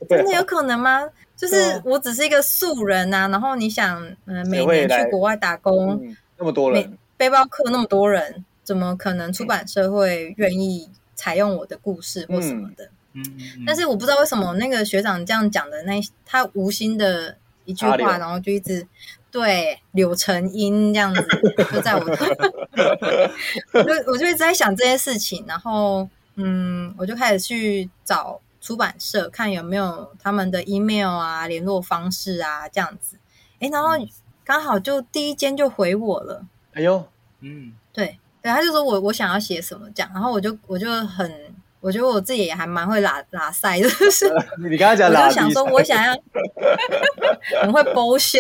[SPEAKER 4] 对
[SPEAKER 5] 真的有可能吗？就是
[SPEAKER 4] 啊
[SPEAKER 5] 我只是一个素人呐、然后你想，嗯、每
[SPEAKER 4] 会
[SPEAKER 5] 年去
[SPEAKER 4] 来
[SPEAKER 5] 国外打工，
[SPEAKER 4] 嗯，那么多人，
[SPEAKER 5] 背包客那么多人，怎么可能出版社会愿意采用我的故事或什么的？
[SPEAKER 1] 嗯，嗯
[SPEAKER 5] 但是我不知道为什么那个学长这样讲的那他无心的一句
[SPEAKER 4] 插
[SPEAKER 5] 话，
[SPEAKER 4] 柳
[SPEAKER 5] 然后就一直对柳成荫这样子，就在我， 我就我就一直在想这些事情，然后嗯，我就开始去找出版社看有没有他们的 email 啊、联络方式啊这样子，诶，然后
[SPEAKER 4] 嗯
[SPEAKER 5] 刚好就第一间就回我了。
[SPEAKER 4] 哎呦，
[SPEAKER 1] 嗯，
[SPEAKER 5] 对对，他就说我我想要写什么这样，然后我就我就很，我觉得我自己也还蛮会拉拉 塞，就是
[SPEAKER 4] 你刚刚讲
[SPEAKER 5] 我
[SPEAKER 4] 拉
[SPEAKER 5] 就
[SPEAKER 4] 低
[SPEAKER 5] 想说我想要 很会剥削，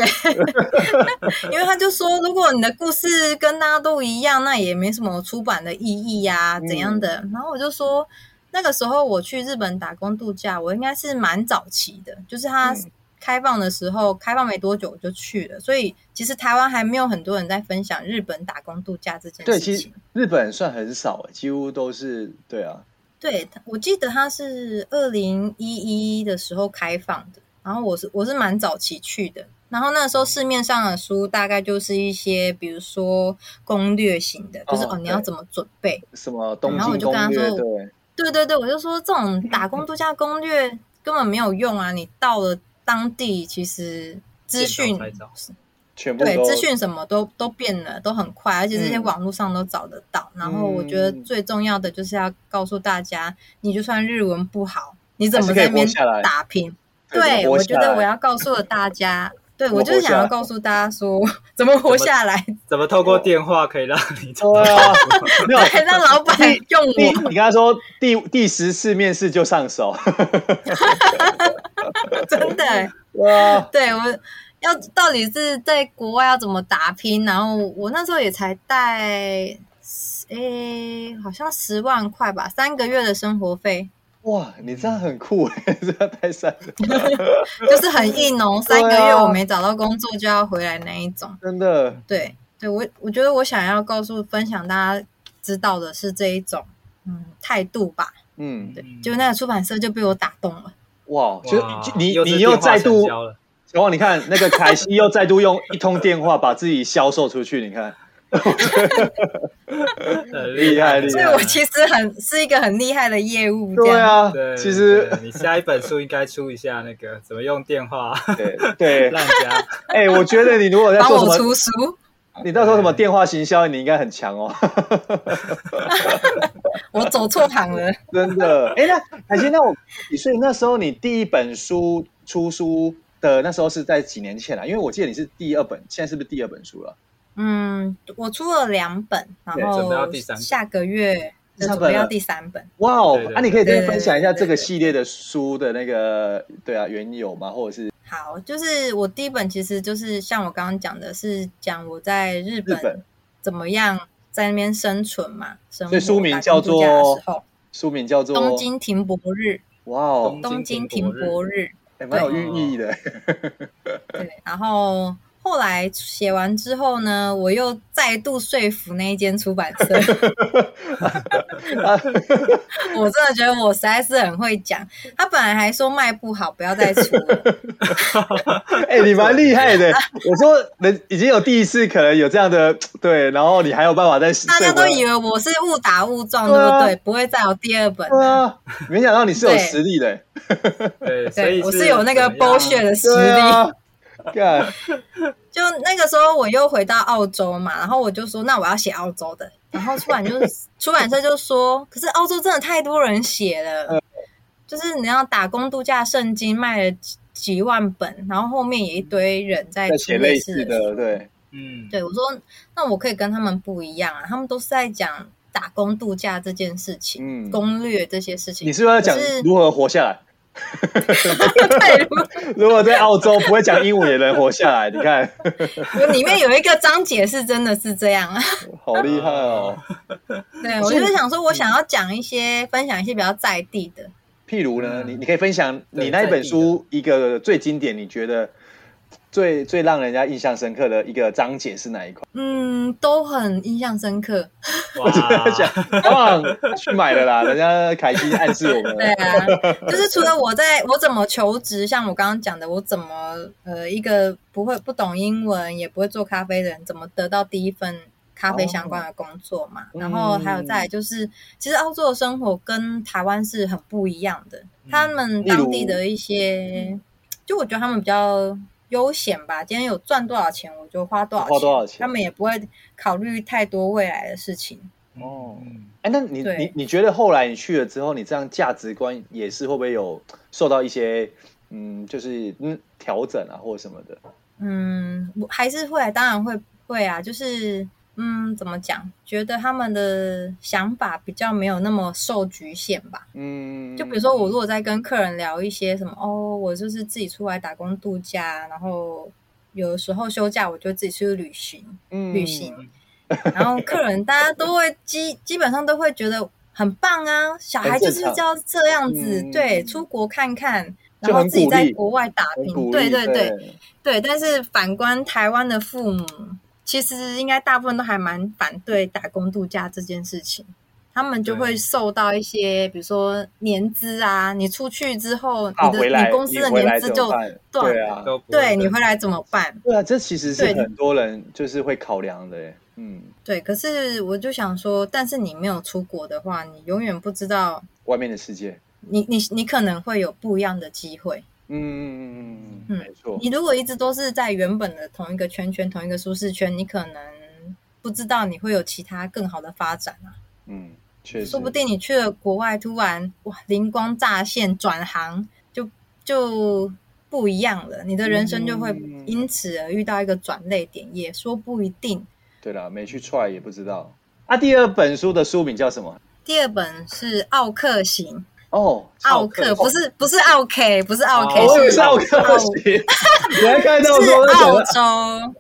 [SPEAKER 5] 因为他就说如果你的故事跟大家都一样，那也没什么出版的意义呀、怎样的，
[SPEAKER 4] 嗯
[SPEAKER 5] 然后我就说。那个时候我去日本打工度假，我应该是蛮早期的，就是他
[SPEAKER 4] 嗯
[SPEAKER 5] 开放的时候，开放没多久我就去了，所以其实台湾还没有很多人在分享日本打工度假这件
[SPEAKER 4] 对，
[SPEAKER 5] 事情。
[SPEAKER 4] 其实日本算很少，几乎都是对啊，
[SPEAKER 5] 对，它我记得它是二零一一的时候开放的，然后我是我是蛮早期去的，然后那时候市面上的书大概就是一些，比如说攻略型的，就是
[SPEAKER 4] 哦
[SPEAKER 5] 哦你要
[SPEAKER 4] 对
[SPEAKER 5] 怎么准备。
[SPEAKER 4] 什么东
[SPEAKER 5] 然后我
[SPEAKER 4] 京
[SPEAKER 5] 就跟
[SPEAKER 4] 攻
[SPEAKER 5] 他
[SPEAKER 4] 略，
[SPEAKER 5] 说
[SPEAKER 4] 对，
[SPEAKER 5] 对对对，我就说这 种打工度假攻略根本没有用啊！你到了当地，其实资
[SPEAKER 1] 见
[SPEAKER 5] 讯
[SPEAKER 1] 招拆招
[SPEAKER 4] 全部
[SPEAKER 5] 对
[SPEAKER 4] 都
[SPEAKER 5] 资讯什么都都变了，都很快，而且这些
[SPEAKER 4] 嗯
[SPEAKER 5] 网络上都找得到。然后我觉得
[SPEAKER 4] 嗯
[SPEAKER 5] 最重要的就是要告诉大家，你就算日文不好，你怎
[SPEAKER 4] 还
[SPEAKER 5] 么
[SPEAKER 4] 是可以
[SPEAKER 5] 在那边
[SPEAKER 4] 活下来
[SPEAKER 5] 打拼？
[SPEAKER 4] 对怎么
[SPEAKER 5] 对，
[SPEAKER 4] 活
[SPEAKER 5] 我
[SPEAKER 4] 下
[SPEAKER 5] 觉得我
[SPEAKER 4] 来
[SPEAKER 5] 要告诉了 大家，对
[SPEAKER 4] 怎么
[SPEAKER 5] 我就是
[SPEAKER 4] 活下
[SPEAKER 5] 想要
[SPEAKER 4] 来
[SPEAKER 5] 告诉大家说怎么活
[SPEAKER 1] 怎么
[SPEAKER 5] 下来，
[SPEAKER 1] 怎么透过电话可以让你找
[SPEAKER 4] 对 啊，没有。
[SPEAKER 5] 对，让老板用
[SPEAKER 4] 第，
[SPEAKER 5] 我。
[SPEAKER 4] 你跟他说第第十次面试就上 手，
[SPEAKER 5] 真的，
[SPEAKER 4] 哇，
[SPEAKER 5] 对我要到底是在国外要怎么打拼？然后我那时候也才带，诶、好像十万块吧，三个月的生活费，
[SPEAKER 4] 哇，你这样很酷哎， 这样太闪了，
[SPEAKER 5] 就是很硬哦。三个
[SPEAKER 4] 对
[SPEAKER 5] 月
[SPEAKER 4] 啊
[SPEAKER 5] 我没找到工作就要回来那一种。
[SPEAKER 4] 真的。
[SPEAKER 5] 对，对我我觉得我想要告诉分享大家知道的是这一种嗯态度吧。
[SPEAKER 4] 嗯，
[SPEAKER 5] 对，
[SPEAKER 1] 嗯
[SPEAKER 5] 就那个出版社就被我打动了。
[SPEAKER 4] 哇，就
[SPEAKER 1] 哇
[SPEAKER 4] 就你
[SPEAKER 1] 又是
[SPEAKER 4] 你又
[SPEAKER 1] 电话
[SPEAKER 4] 再度
[SPEAKER 1] 成，交了，
[SPEAKER 4] 小王，你看那个凯西又再度用一通电话把自己销售出去，你看，
[SPEAKER 1] 很
[SPEAKER 4] 厉害厉
[SPEAKER 5] 所以
[SPEAKER 4] 害
[SPEAKER 5] 我其实很是一个很厉害的业务，这
[SPEAKER 4] 对
[SPEAKER 5] 样
[SPEAKER 4] 啊
[SPEAKER 1] 对，，
[SPEAKER 4] 其实
[SPEAKER 1] 对你下一本书应该出一下那个怎么用电话
[SPEAKER 4] 对对，
[SPEAKER 1] 让人家
[SPEAKER 4] 哎，我觉得你如果在
[SPEAKER 5] 帮
[SPEAKER 4] 做
[SPEAKER 5] 我
[SPEAKER 4] 什么，
[SPEAKER 5] 出书。
[SPEAKER 4] 你到时候什么电话行销，你应该很强哦，
[SPEAKER 5] 我走错行了。
[SPEAKER 4] 真的。哎，那凯西，那我，所以那时候你第一本书出书的那时候是在几年前啊？因为我记得你是第二本，现在是不是第二本书了？
[SPEAKER 5] 嗯，我出了两本，然
[SPEAKER 4] 对
[SPEAKER 1] 准备要
[SPEAKER 5] 后
[SPEAKER 1] 第三本
[SPEAKER 5] 下个月
[SPEAKER 4] 第三
[SPEAKER 5] 就准
[SPEAKER 4] 本
[SPEAKER 5] 备要
[SPEAKER 4] 了
[SPEAKER 5] 第三本。
[SPEAKER 4] 哇哦
[SPEAKER 1] 对，对
[SPEAKER 4] 啊，你可以
[SPEAKER 5] 对
[SPEAKER 4] 跟
[SPEAKER 5] 对
[SPEAKER 4] 分享一下
[SPEAKER 5] 对
[SPEAKER 4] 这个
[SPEAKER 5] 对
[SPEAKER 4] 系列的书的那个对啊缘由吗？或者是
[SPEAKER 5] 好，就是我第一本其实就是像我刚刚讲的，是讲我在日
[SPEAKER 4] 日本
[SPEAKER 5] 本怎么样在那边生存嘛，生活
[SPEAKER 4] 所以书名
[SPEAKER 5] 打工
[SPEAKER 4] 叫
[SPEAKER 5] 度假的
[SPEAKER 4] 做
[SPEAKER 5] 时候
[SPEAKER 4] 书名叫
[SPEAKER 5] 《
[SPEAKER 4] 做
[SPEAKER 5] 东京停泊日》，
[SPEAKER 4] 哇哦，
[SPEAKER 5] 东京停
[SPEAKER 1] 停
[SPEAKER 5] 泊
[SPEAKER 1] 泊
[SPEAKER 5] 日。
[SPEAKER 4] 哎，蛮有寓意的。
[SPEAKER 5] 对，然后后来写完之后呢，我又再度说服那一间出版 社，
[SPEAKER 4] 啊
[SPEAKER 5] 我真的觉得我实在是很会讲。他本来还说卖不好，不要再出了。
[SPEAKER 4] 哎、你蛮厉害的。我说人已经有第一次可能有这样的对，然后你还有办法再说
[SPEAKER 5] 大
[SPEAKER 4] 服
[SPEAKER 5] 家
[SPEAKER 4] 人
[SPEAKER 5] 都以为我是误打误撞，
[SPEAKER 4] 啊对
[SPEAKER 5] 对
[SPEAKER 4] 啊
[SPEAKER 5] 不对？不会再有第二本
[SPEAKER 4] 对
[SPEAKER 5] 了。
[SPEAKER 4] 啊，没想到你是有实力的、
[SPEAKER 1] 对，所以
[SPEAKER 5] 对，我是有那个
[SPEAKER 1] 怎么样
[SPEAKER 5] bullshit 的实
[SPEAKER 4] 对
[SPEAKER 5] 力。
[SPEAKER 4] 啊，干
[SPEAKER 5] 就那个时候我又回到澳洲嘛，然后我就说，那我要写澳洲的。然后出版就 出版社就说，可是澳洲真的太多人写
[SPEAKER 4] 嗯
[SPEAKER 5] 了，就是你要打工度假圣经卖了几几万本，然后后面也一堆人在
[SPEAKER 4] 在
[SPEAKER 5] 出
[SPEAKER 4] 写类
[SPEAKER 5] 似
[SPEAKER 4] 似
[SPEAKER 5] 书
[SPEAKER 4] 的，对，
[SPEAKER 1] 嗯，
[SPEAKER 5] 对，我说那我可以跟他们不一样啊，他们都是在讲打工度假这件事情，
[SPEAKER 4] 嗯
[SPEAKER 5] 攻略这些事情。
[SPEAKER 4] 你是不是要讲
[SPEAKER 5] 可是
[SPEAKER 4] 如何活下来？
[SPEAKER 5] 对，如
[SPEAKER 4] 如果在澳洲不会讲英文也能活下来，你看，
[SPEAKER 5] 我里面有一个章节是真的是这样啊。
[SPEAKER 4] 好厉害哦！
[SPEAKER 5] 对，我就是想说，我想要讲一些分享一些比较在地的。
[SPEAKER 4] 譬如呢，
[SPEAKER 1] 嗯
[SPEAKER 4] 你你可以分享
[SPEAKER 1] 对
[SPEAKER 4] 你那一本书一个最经典，你觉得最最让人家印象深刻的一个章节是哪 一块？
[SPEAKER 5] 嗯，都很印象深刻。
[SPEAKER 1] 哇，
[SPEAKER 4] 哇，去买了啦！人 家凯西暗示我们
[SPEAKER 5] 对
[SPEAKER 4] 了，
[SPEAKER 5] 啊，就是除了我在我怎么求职，像我刚刚讲的，我怎么呃一个不会不懂英文也不会做咖啡的人，怎么得到第一份咖啡相关的工作嘛？
[SPEAKER 4] 哦
[SPEAKER 5] 然后还有再来就是，其实澳洲的生活跟台湾是很不一样的，
[SPEAKER 4] 嗯
[SPEAKER 5] 他们当地的一些，就我觉得他们比较。悠闲吧，今天有赚多少钱我就花多少钱，
[SPEAKER 4] 花多少钱
[SPEAKER 5] 他们也不会考虑太多未来的事情。
[SPEAKER 4] 哦
[SPEAKER 1] 嗯
[SPEAKER 4] 哎，那你
[SPEAKER 5] 对
[SPEAKER 4] 你你觉得后来你去了之后，你这样价值观也是会不会有受到一些嗯，就是嗯调整啊，或者什么的？
[SPEAKER 5] 嗯，我还是会，当然会会啊，就是嗯，怎么讲？觉得他们的想法比较没有那么受局限吧。
[SPEAKER 4] 嗯，
[SPEAKER 5] 就比如说，我如果在跟客人聊一些什么，哦，我就是自己出来打工度假，然后有时候休假我就自己去旅行，
[SPEAKER 4] 嗯
[SPEAKER 5] 旅行，然后客人大家都会基基本上都会觉得很棒啊，小孩就是
[SPEAKER 4] 很正常
[SPEAKER 5] 要这样子，
[SPEAKER 4] 嗯
[SPEAKER 5] 对，出国看看，
[SPEAKER 4] 就
[SPEAKER 5] 然后
[SPEAKER 4] 很
[SPEAKER 5] 自己
[SPEAKER 4] 鼓
[SPEAKER 5] 在
[SPEAKER 4] 励
[SPEAKER 5] 国外打
[SPEAKER 4] 很
[SPEAKER 5] 拼，
[SPEAKER 4] 嗯鼓
[SPEAKER 5] 对
[SPEAKER 4] 励，
[SPEAKER 5] 对对。对，但是反观台湾的父母，其实应该大部分都还蛮反对打工度假这件事情。他们就会受到一些，比如说年资啊，你出去之后，
[SPEAKER 4] 啊
[SPEAKER 5] 你的
[SPEAKER 4] 回来
[SPEAKER 5] 你公司的
[SPEAKER 4] 回来
[SPEAKER 5] 年资
[SPEAKER 4] 怎
[SPEAKER 5] 就
[SPEAKER 4] 么办
[SPEAKER 5] 断
[SPEAKER 4] 对啊，
[SPEAKER 1] 都不
[SPEAKER 5] 对你
[SPEAKER 1] 会
[SPEAKER 5] 回来怎么办？
[SPEAKER 4] 对啊，这其实是
[SPEAKER 5] 对
[SPEAKER 4] 很多人就是会考量的耶，嗯，
[SPEAKER 5] 对，可是我就想说，但是你没有出国的话，你永远不知道
[SPEAKER 4] 外面的世界，
[SPEAKER 5] 你你你可能会有不一样的机会。
[SPEAKER 4] 嗯嗯嗯嗯，
[SPEAKER 5] 嗯
[SPEAKER 4] 没错，
[SPEAKER 5] 你如果一直都是在原本的同一个圈圈、同一个舒适圈，你可能不知道你会有其他更好的发展啊。
[SPEAKER 4] 嗯，确实，
[SPEAKER 5] 说不定你去了国外，突然哇灵光乍现，转行就就不一样了，你的人生就会
[SPEAKER 4] 嗯
[SPEAKER 5] 因此而遇到一个转类点，也说不一定。
[SPEAKER 4] 对啦，没去 try 也不知道。啊，第二本书的书名叫什么？
[SPEAKER 5] 第二本是《奥克行》，
[SPEAKER 4] 哦，
[SPEAKER 5] 奥克不是不是奥 K，不是奥
[SPEAKER 1] 哦
[SPEAKER 5] K，
[SPEAKER 4] 我以为是
[SPEAKER 5] 是
[SPEAKER 4] 奥克西，我还看到
[SPEAKER 5] 是
[SPEAKER 4] 说那
[SPEAKER 5] 澳
[SPEAKER 4] 个
[SPEAKER 5] 洲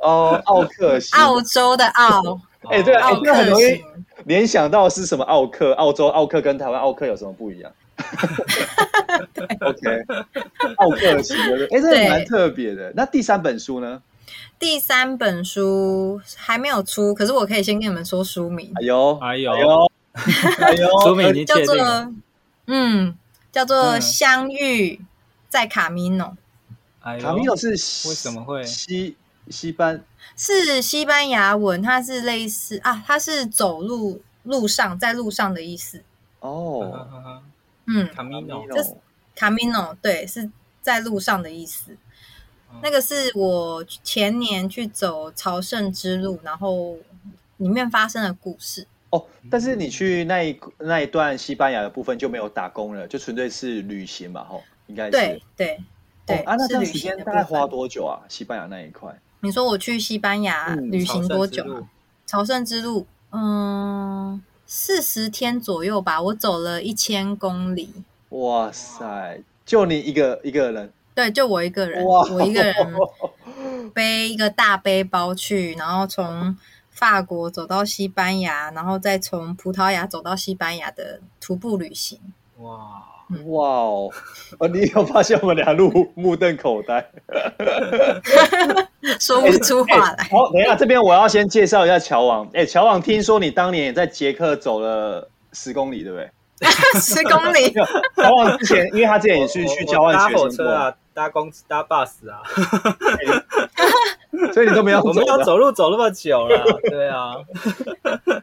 [SPEAKER 4] 哦，奥克西，
[SPEAKER 5] 澳洲的澳
[SPEAKER 4] 哎，对啊，
[SPEAKER 5] 奥
[SPEAKER 4] 哎这很
[SPEAKER 5] 克
[SPEAKER 4] 容易
[SPEAKER 5] 行。
[SPEAKER 4] 联想到是什么奥克，澳洲奥克跟台湾奥克有什么不一样 ？OK，奥克型的，哎，这也蛮特别的。那第三本书呢？
[SPEAKER 5] 第三本书还没有出，可是我可以先跟你们说书名，
[SPEAKER 4] 哎呦，
[SPEAKER 1] 哎呦
[SPEAKER 4] 哎，呦，哎呦，
[SPEAKER 1] 说明已经
[SPEAKER 5] 叫
[SPEAKER 1] 确定了。
[SPEAKER 5] 做嗯，叫做《
[SPEAKER 1] 嗯
[SPEAKER 5] 相遇在卡米诺》，
[SPEAKER 1] 哎呦
[SPEAKER 4] 卡米诺是为
[SPEAKER 1] 为什么会
[SPEAKER 4] 西西班？
[SPEAKER 5] 是西班牙文，它是类似啊，它是走路路上在路上的意思。
[SPEAKER 4] 哦，
[SPEAKER 5] 嗯，
[SPEAKER 1] 卡米诺，
[SPEAKER 5] 这是卡米诺对是在路上的意思。
[SPEAKER 4] 哦
[SPEAKER 5] 那个是我前年去走朝圣之路，然后里面发生的故事。
[SPEAKER 4] 哦，但是你去那一那一段西班牙的部分就没有打工了，就纯粹是旅行嘛，吼，应该是。
[SPEAKER 5] 对对对、
[SPEAKER 4] 哦、啊，那
[SPEAKER 5] 是
[SPEAKER 4] 这样
[SPEAKER 5] 旅
[SPEAKER 4] 时
[SPEAKER 5] 行
[SPEAKER 4] 间
[SPEAKER 5] 的
[SPEAKER 4] 大概
[SPEAKER 5] 部分
[SPEAKER 4] 花多久啊？西班牙那一块？
[SPEAKER 5] 你说我去西班牙
[SPEAKER 4] 嗯
[SPEAKER 5] 旅
[SPEAKER 1] 朝
[SPEAKER 5] 行
[SPEAKER 1] 圣
[SPEAKER 5] 多
[SPEAKER 1] 之
[SPEAKER 5] 久
[SPEAKER 1] 路
[SPEAKER 5] 啊？朝圣之路，嗯，四十天左右吧。我走了一千公里，
[SPEAKER 4] 哇塞，就你一个一个人，
[SPEAKER 5] 对，就我一个人，
[SPEAKER 4] 哇，
[SPEAKER 5] 我一个人背一个大背包去，然后从法国走到西班牙，然后再从葡萄牙走到西班牙的徒步旅行。
[SPEAKER 1] 哇，
[SPEAKER 4] 哇哦！哦，你有发现我们俩目目瞪口呆？
[SPEAKER 5] 说不出话来。
[SPEAKER 4] 哎好，等一下，这边我要先介绍一下乔王。哎、乔王，听说你当年也在捷克走了十公里，对不对？
[SPEAKER 5] 十公里，
[SPEAKER 4] 乔王哦之前，因为他之前也是去交换
[SPEAKER 1] 搭
[SPEAKER 4] 学
[SPEAKER 1] 火
[SPEAKER 4] 生
[SPEAKER 1] 车
[SPEAKER 4] 过，
[SPEAKER 1] 啊，搭公搭 bus 啊，
[SPEAKER 4] 所以你都没有
[SPEAKER 1] 我们
[SPEAKER 4] 走
[SPEAKER 1] 要
[SPEAKER 4] 的
[SPEAKER 1] 走路走那么久了，对啊，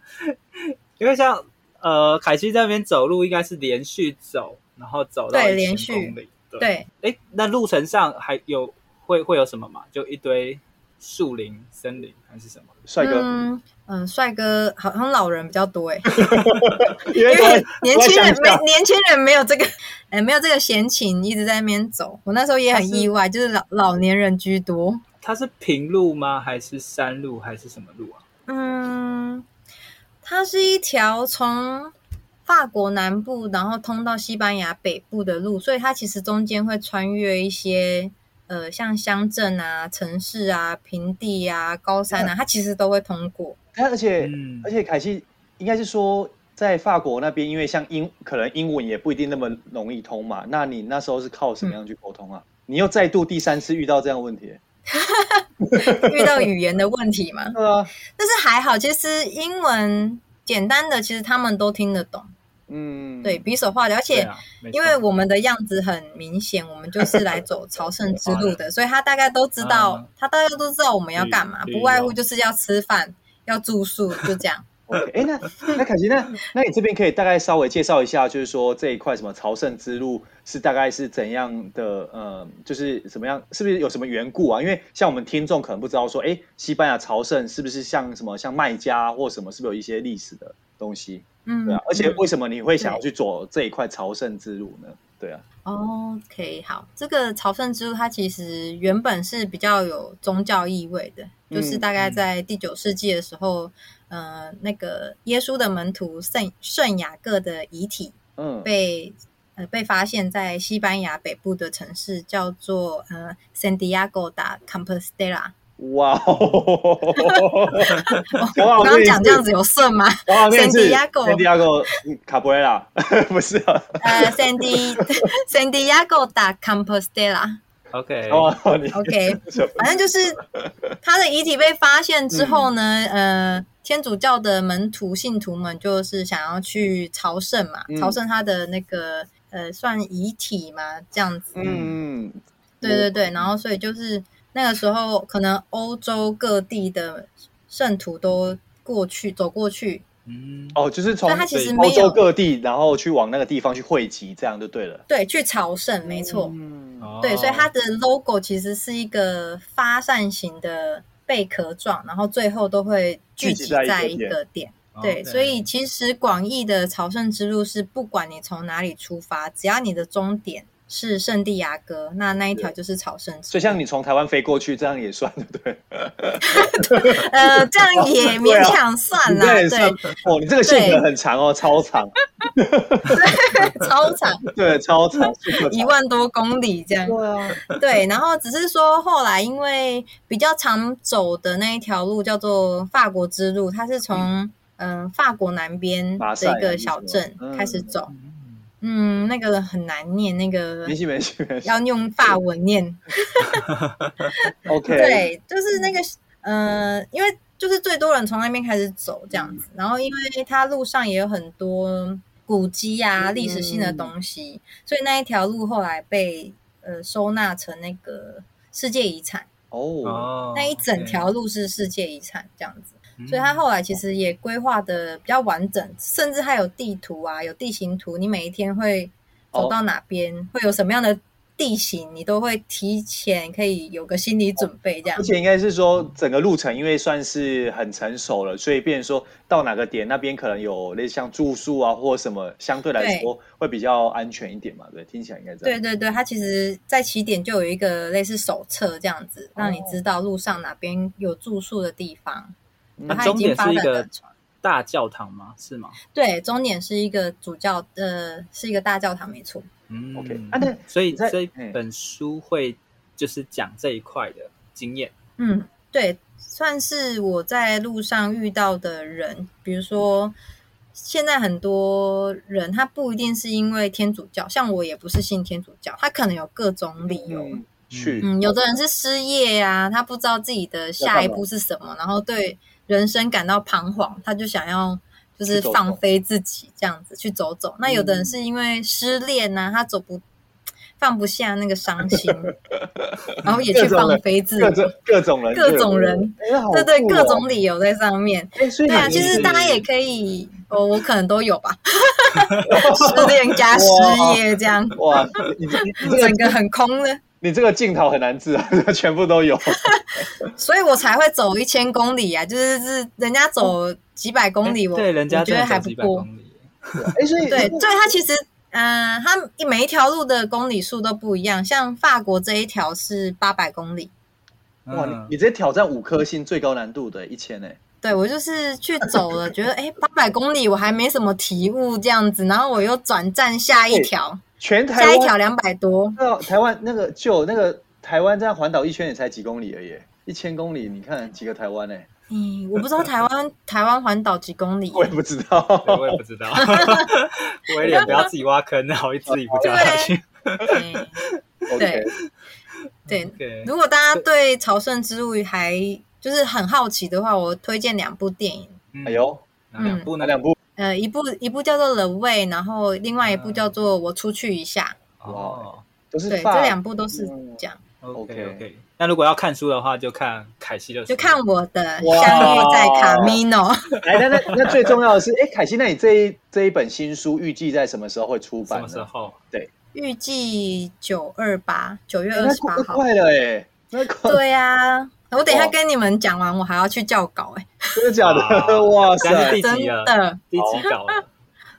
[SPEAKER 1] 因为像呃凯西在那边走路应该是连续走，然后走到
[SPEAKER 5] 对
[SPEAKER 1] 1000
[SPEAKER 5] 连续
[SPEAKER 1] 公里，对，
[SPEAKER 5] 对，
[SPEAKER 1] 哎，那路程上还有会会有什么吗？就一堆树林、森林还是什么？
[SPEAKER 4] 帅哥，
[SPEAKER 5] 嗯嗯，帅哥好像老人比较多哎。
[SPEAKER 4] 因为
[SPEAKER 5] 因为
[SPEAKER 4] 他我
[SPEAKER 5] 年轻人没
[SPEAKER 4] 想一下
[SPEAKER 5] 年轻人没有这个，哎，没有这个闲情，一直在那边走。我那时候也很意外，就是老老年人居多。
[SPEAKER 1] 它是平路吗？还是山路？还是什么路啊？
[SPEAKER 5] 嗯，它是一条从法国南部，然后通到西班牙北部的路，所以它其实中间会穿越一些呃，像乡镇啊、城市啊、平地啊、高山啊，它其实都会通过。
[SPEAKER 4] 他而且、
[SPEAKER 1] 嗯
[SPEAKER 4] 而且凯西应该是说，在法国那边，因为像英可能英文也不一定那么容易通嘛。那你那时候是靠什么样去沟通啊？你又再度第三次遇到这样的问题，
[SPEAKER 5] 遇到语言的问题嘛，
[SPEAKER 4] 对啊，
[SPEAKER 5] 但是还好，其实英文简单的，其实他们都听得懂。
[SPEAKER 4] 嗯，
[SPEAKER 5] 对比手画脚，而
[SPEAKER 1] 对
[SPEAKER 5] 且
[SPEAKER 1] 啊，没错
[SPEAKER 5] 因为我们的样子很明显，我们就是来走朝圣之路的，所以他大概都知道
[SPEAKER 1] 嗯，
[SPEAKER 5] 他大概都知道我们要干嘛，
[SPEAKER 1] 旅
[SPEAKER 5] 不外
[SPEAKER 1] 旅游
[SPEAKER 5] 乎就是要吃饭、要住宿，就这样。
[SPEAKER 4] OK，哎，那那凯西，那那你这边可以大概稍微介绍一下，就是说这一块什么朝圣之路是大概是怎样的？呃，就是怎么样，是不是有什么缘故啊？因为像我们听众可能不知道说，哎，西班牙朝圣是不是像什么像卖家或什么，是不是有一些历史的东西？
[SPEAKER 5] 嗯
[SPEAKER 4] 对啊，而且为什么你会想要去走这一块朝圣之路呢？对啊，
[SPEAKER 5] OK，好，这个朝圣之路它其实原本是比较有宗教意味的，就是
[SPEAKER 4] 嗯
[SPEAKER 5] 大概
[SPEAKER 1] 嗯
[SPEAKER 5] 在第九世纪的时候，呃，那个耶稣的门徒圣圣雅各的遗体
[SPEAKER 4] 嗯，
[SPEAKER 5] 被呃被发现在西班牙北部的城市叫做呃 San Diego da Compostela。
[SPEAKER 4] 哇 哦，
[SPEAKER 5] 我
[SPEAKER 4] 我
[SPEAKER 5] 刚刚讲这样子有色吗？
[SPEAKER 4] 哇，面是
[SPEAKER 5] Santiago
[SPEAKER 4] San Diego 卡布雷拉，不是啊，
[SPEAKER 5] 呃，San Di San Diego da Compostela。
[SPEAKER 1] OK，
[SPEAKER 4] 哦，你
[SPEAKER 5] OK，反正就是他的遗体被发现之后呢，呃，天主教的门徒信徒们就是想要去朝圣嘛，
[SPEAKER 4] 嗯
[SPEAKER 5] 朝圣他的那个呃，算遗体嘛，这样子。
[SPEAKER 4] 嗯，
[SPEAKER 5] 对对对，然后所以就是那个时候，可能欧洲各地的圣徒都过去走过去，
[SPEAKER 1] 嗯，
[SPEAKER 4] 哦，就是从
[SPEAKER 5] 所以他其实
[SPEAKER 4] 欧
[SPEAKER 5] 没有
[SPEAKER 4] 洲各地，然后去往那个地方去汇集，这样就对了。
[SPEAKER 5] 对，去朝圣，没错。
[SPEAKER 4] 嗯
[SPEAKER 1] 哦
[SPEAKER 5] 对，所以它的 logo 其实是一个发散型的贝壳状，然后最后都会聚集在一个点。哦对，所以其实广义的朝圣之路是，不管你从哪里出发，只要你的终点是圣地亚哥，那那一条就是朝圣之路。
[SPEAKER 4] 所以像你从台湾飞过去，这样也算对不对？
[SPEAKER 5] 呃，这样
[SPEAKER 4] 对
[SPEAKER 5] 也勉
[SPEAKER 4] 啊
[SPEAKER 5] 强算
[SPEAKER 4] 你
[SPEAKER 5] 啦，
[SPEAKER 4] 这样也
[SPEAKER 5] 对，
[SPEAKER 4] 算哦，你这个性格很长哦，超 长，
[SPEAKER 5] 超长
[SPEAKER 4] 对，超 长，super
[SPEAKER 5] 一
[SPEAKER 4] 长。
[SPEAKER 5] 万多公里这样。
[SPEAKER 4] 对啊，
[SPEAKER 5] 对，然后只是说后来因为比较常走的那一条路叫做法国之路，它是从嗯、呃法国南边
[SPEAKER 4] 马赛
[SPEAKER 5] 的一
[SPEAKER 4] 还
[SPEAKER 5] 个
[SPEAKER 4] 是
[SPEAKER 5] 小
[SPEAKER 4] 什么
[SPEAKER 5] 镇
[SPEAKER 4] 嗯
[SPEAKER 5] 开始走。嗯，那个很难念，那个
[SPEAKER 4] 没事没事没事
[SPEAKER 5] 要用法文念。
[SPEAKER 4] ，OK，
[SPEAKER 5] 对，就是那个呃，因为就是最多人从那边开始走这样子，然后因为它路上也有很多古迹啊、历史性的东西，所以那一条路后来被呃收纳成那个世界遗产。
[SPEAKER 4] 哦，
[SPEAKER 1] 哦，
[SPEAKER 5] 那一整条路是世界遗产这样子，所以它后来其实也规划的比较完整，甚至还有地图啊，有地形图，你每一天会走到哪边，会有什么样的地形，你都会提前可以有个心理准备这样
[SPEAKER 4] 而。且应该是说整个路程，因为算是很成熟了，所以变成说到哪个点那边可能有类似像住宿啊或什么，相对来说会比较安全一点嘛，对，听起来应该这
[SPEAKER 5] 对
[SPEAKER 4] 样。
[SPEAKER 5] 对对，它其实在起点就有一个类似手册这样
[SPEAKER 1] 哦
[SPEAKER 5] 子，让你知道路上哪边有住宿的地方。
[SPEAKER 4] 嗯
[SPEAKER 1] 那
[SPEAKER 5] 它已
[SPEAKER 1] 终
[SPEAKER 5] 经
[SPEAKER 1] 点
[SPEAKER 5] 发
[SPEAKER 1] 是一
[SPEAKER 5] 展的
[SPEAKER 1] 个大教堂吗？是吗？
[SPEAKER 5] 对，终点是一个主教，呃，是一个大教堂，没错。
[SPEAKER 1] 嗯
[SPEAKER 4] OK，啊那
[SPEAKER 1] 所以
[SPEAKER 4] 在
[SPEAKER 1] 这一
[SPEAKER 4] 嗯
[SPEAKER 1] 本书会就是讲这一块的经验。
[SPEAKER 5] 嗯，对，算是我在路上遇到的人，比如说。现在很多人他不一定是因为天主教，像我也不是信天主教，他可能有各种理由。
[SPEAKER 4] 嗯，去
[SPEAKER 5] 嗯，有的人是失业呀、他不知道自己的下一步是什么，然后对人生感到彷徨，他就想要就是
[SPEAKER 4] 去走走嗯
[SPEAKER 5] 放飞自己这样子去走走。那有的人是因为失恋呐、他走不放不下那个伤心，然后也去
[SPEAKER 4] 各种人
[SPEAKER 5] 放飞自
[SPEAKER 4] 各
[SPEAKER 5] 己
[SPEAKER 4] 种，各种人，
[SPEAKER 5] 各种人，
[SPEAKER 4] 哎，那好
[SPEAKER 5] 对对，
[SPEAKER 4] 酷哦
[SPEAKER 5] 各种理由在上面。
[SPEAKER 4] 哎，所以
[SPEAKER 5] 对啊，
[SPEAKER 4] 你
[SPEAKER 5] 其实
[SPEAKER 4] 是
[SPEAKER 5] 大家也可以，哦，我可能都有吧，失恋加失业这样，
[SPEAKER 4] 哇，你你你这个
[SPEAKER 5] 整个很空的。
[SPEAKER 4] 你这个镜头很难治啊， 全部都 有。哎
[SPEAKER 5] 所以我才会走一千公里啊，就是是人家走几百公里，我
[SPEAKER 1] 哦哎对，人家
[SPEAKER 5] 我觉得
[SPEAKER 1] 真的
[SPEAKER 5] 还
[SPEAKER 1] 走
[SPEAKER 5] 不
[SPEAKER 1] 几百
[SPEAKER 5] 过。
[SPEAKER 1] 公里。
[SPEAKER 4] 哎，所以
[SPEAKER 5] 对，所以它其实，嗯、呃，它每一条路的公里数都不一样，像法国这一条是八百公里。
[SPEAKER 4] 哇，你
[SPEAKER 1] 嗯
[SPEAKER 4] 你直接挑战五颗星最高难度的一千哎，
[SPEAKER 5] 对，我就是去走 了，觉得哎，八百公里我还没什么体悟这样子，然后我又转战下一条，
[SPEAKER 4] 全台
[SPEAKER 5] 下一条
[SPEAKER 4] 湾
[SPEAKER 5] 两百多，
[SPEAKER 4] 那台湾那个就那个台湾这样环岛一圈也才几公里而已，一千公里你看几个台湾哎，
[SPEAKER 5] 嗯，我不知道台湾台湾环岛几 公里，
[SPEAKER 4] 我也不知道。
[SPEAKER 1] 我也不知道，威廉不要自己挖坑，然后一自己 不掉下去。
[SPEAKER 5] 嗯
[SPEAKER 4] OK，
[SPEAKER 5] 对，
[SPEAKER 1] 对，
[SPEAKER 5] 如果大家对朝圣之路还就是很好奇的话，我推荐两部电影，
[SPEAKER 1] 嗯
[SPEAKER 4] 哎，呦，
[SPEAKER 1] 那
[SPEAKER 5] 嗯
[SPEAKER 1] 两部
[SPEAKER 4] 那
[SPEAKER 1] 呢？
[SPEAKER 4] 两部
[SPEAKER 5] 呃，一部一部叫做《The Way》，然后另外一部
[SPEAKER 1] 嗯
[SPEAKER 5] 叫做《我出去一下
[SPEAKER 1] 哦
[SPEAKER 4] 都》。是
[SPEAKER 5] 对，
[SPEAKER 4] 法嗯
[SPEAKER 5] 这两部都是这样，
[SPEAKER 1] ，OK
[SPEAKER 4] OK
[SPEAKER 1] OK。那如果要看书的话，就看凯西的书，
[SPEAKER 5] 就看我的
[SPEAKER 4] 哇
[SPEAKER 5] 《相遇在卡米诺》。
[SPEAKER 4] 来，哎那那那最重要的是，哎，凯西，那你这一这一本新书预计在什么时候会出
[SPEAKER 1] 什
[SPEAKER 4] 版
[SPEAKER 1] 么
[SPEAKER 4] 呢？
[SPEAKER 1] 时候？
[SPEAKER 5] 预计九二八，九月
[SPEAKER 4] 哎
[SPEAKER 5] 二
[SPEAKER 4] 那
[SPEAKER 5] 十八
[SPEAKER 4] 快
[SPEAKER 5] 号。
[SPEAKER 4] 快了哎，那快
[SPEAKER 5] 对呀、我等一下
[SPEAKER 4] 哇
[SPEAKER 5] 跟你们讲完，我还要去校稿哎、
[SPEAKER 4] 真的假的？
[SPEAKER 1] 哇
[SPEAKER 4] 哇
[SPEAKER 1] 但是
[SPEAKER 4] 塞
[SPEAKER 1] 第！
[SPEAKER 5] 真
[SPEAKER 1] 几啊
[SPEAKER 5] 的。
[SPEAKER 1] 第几稿了？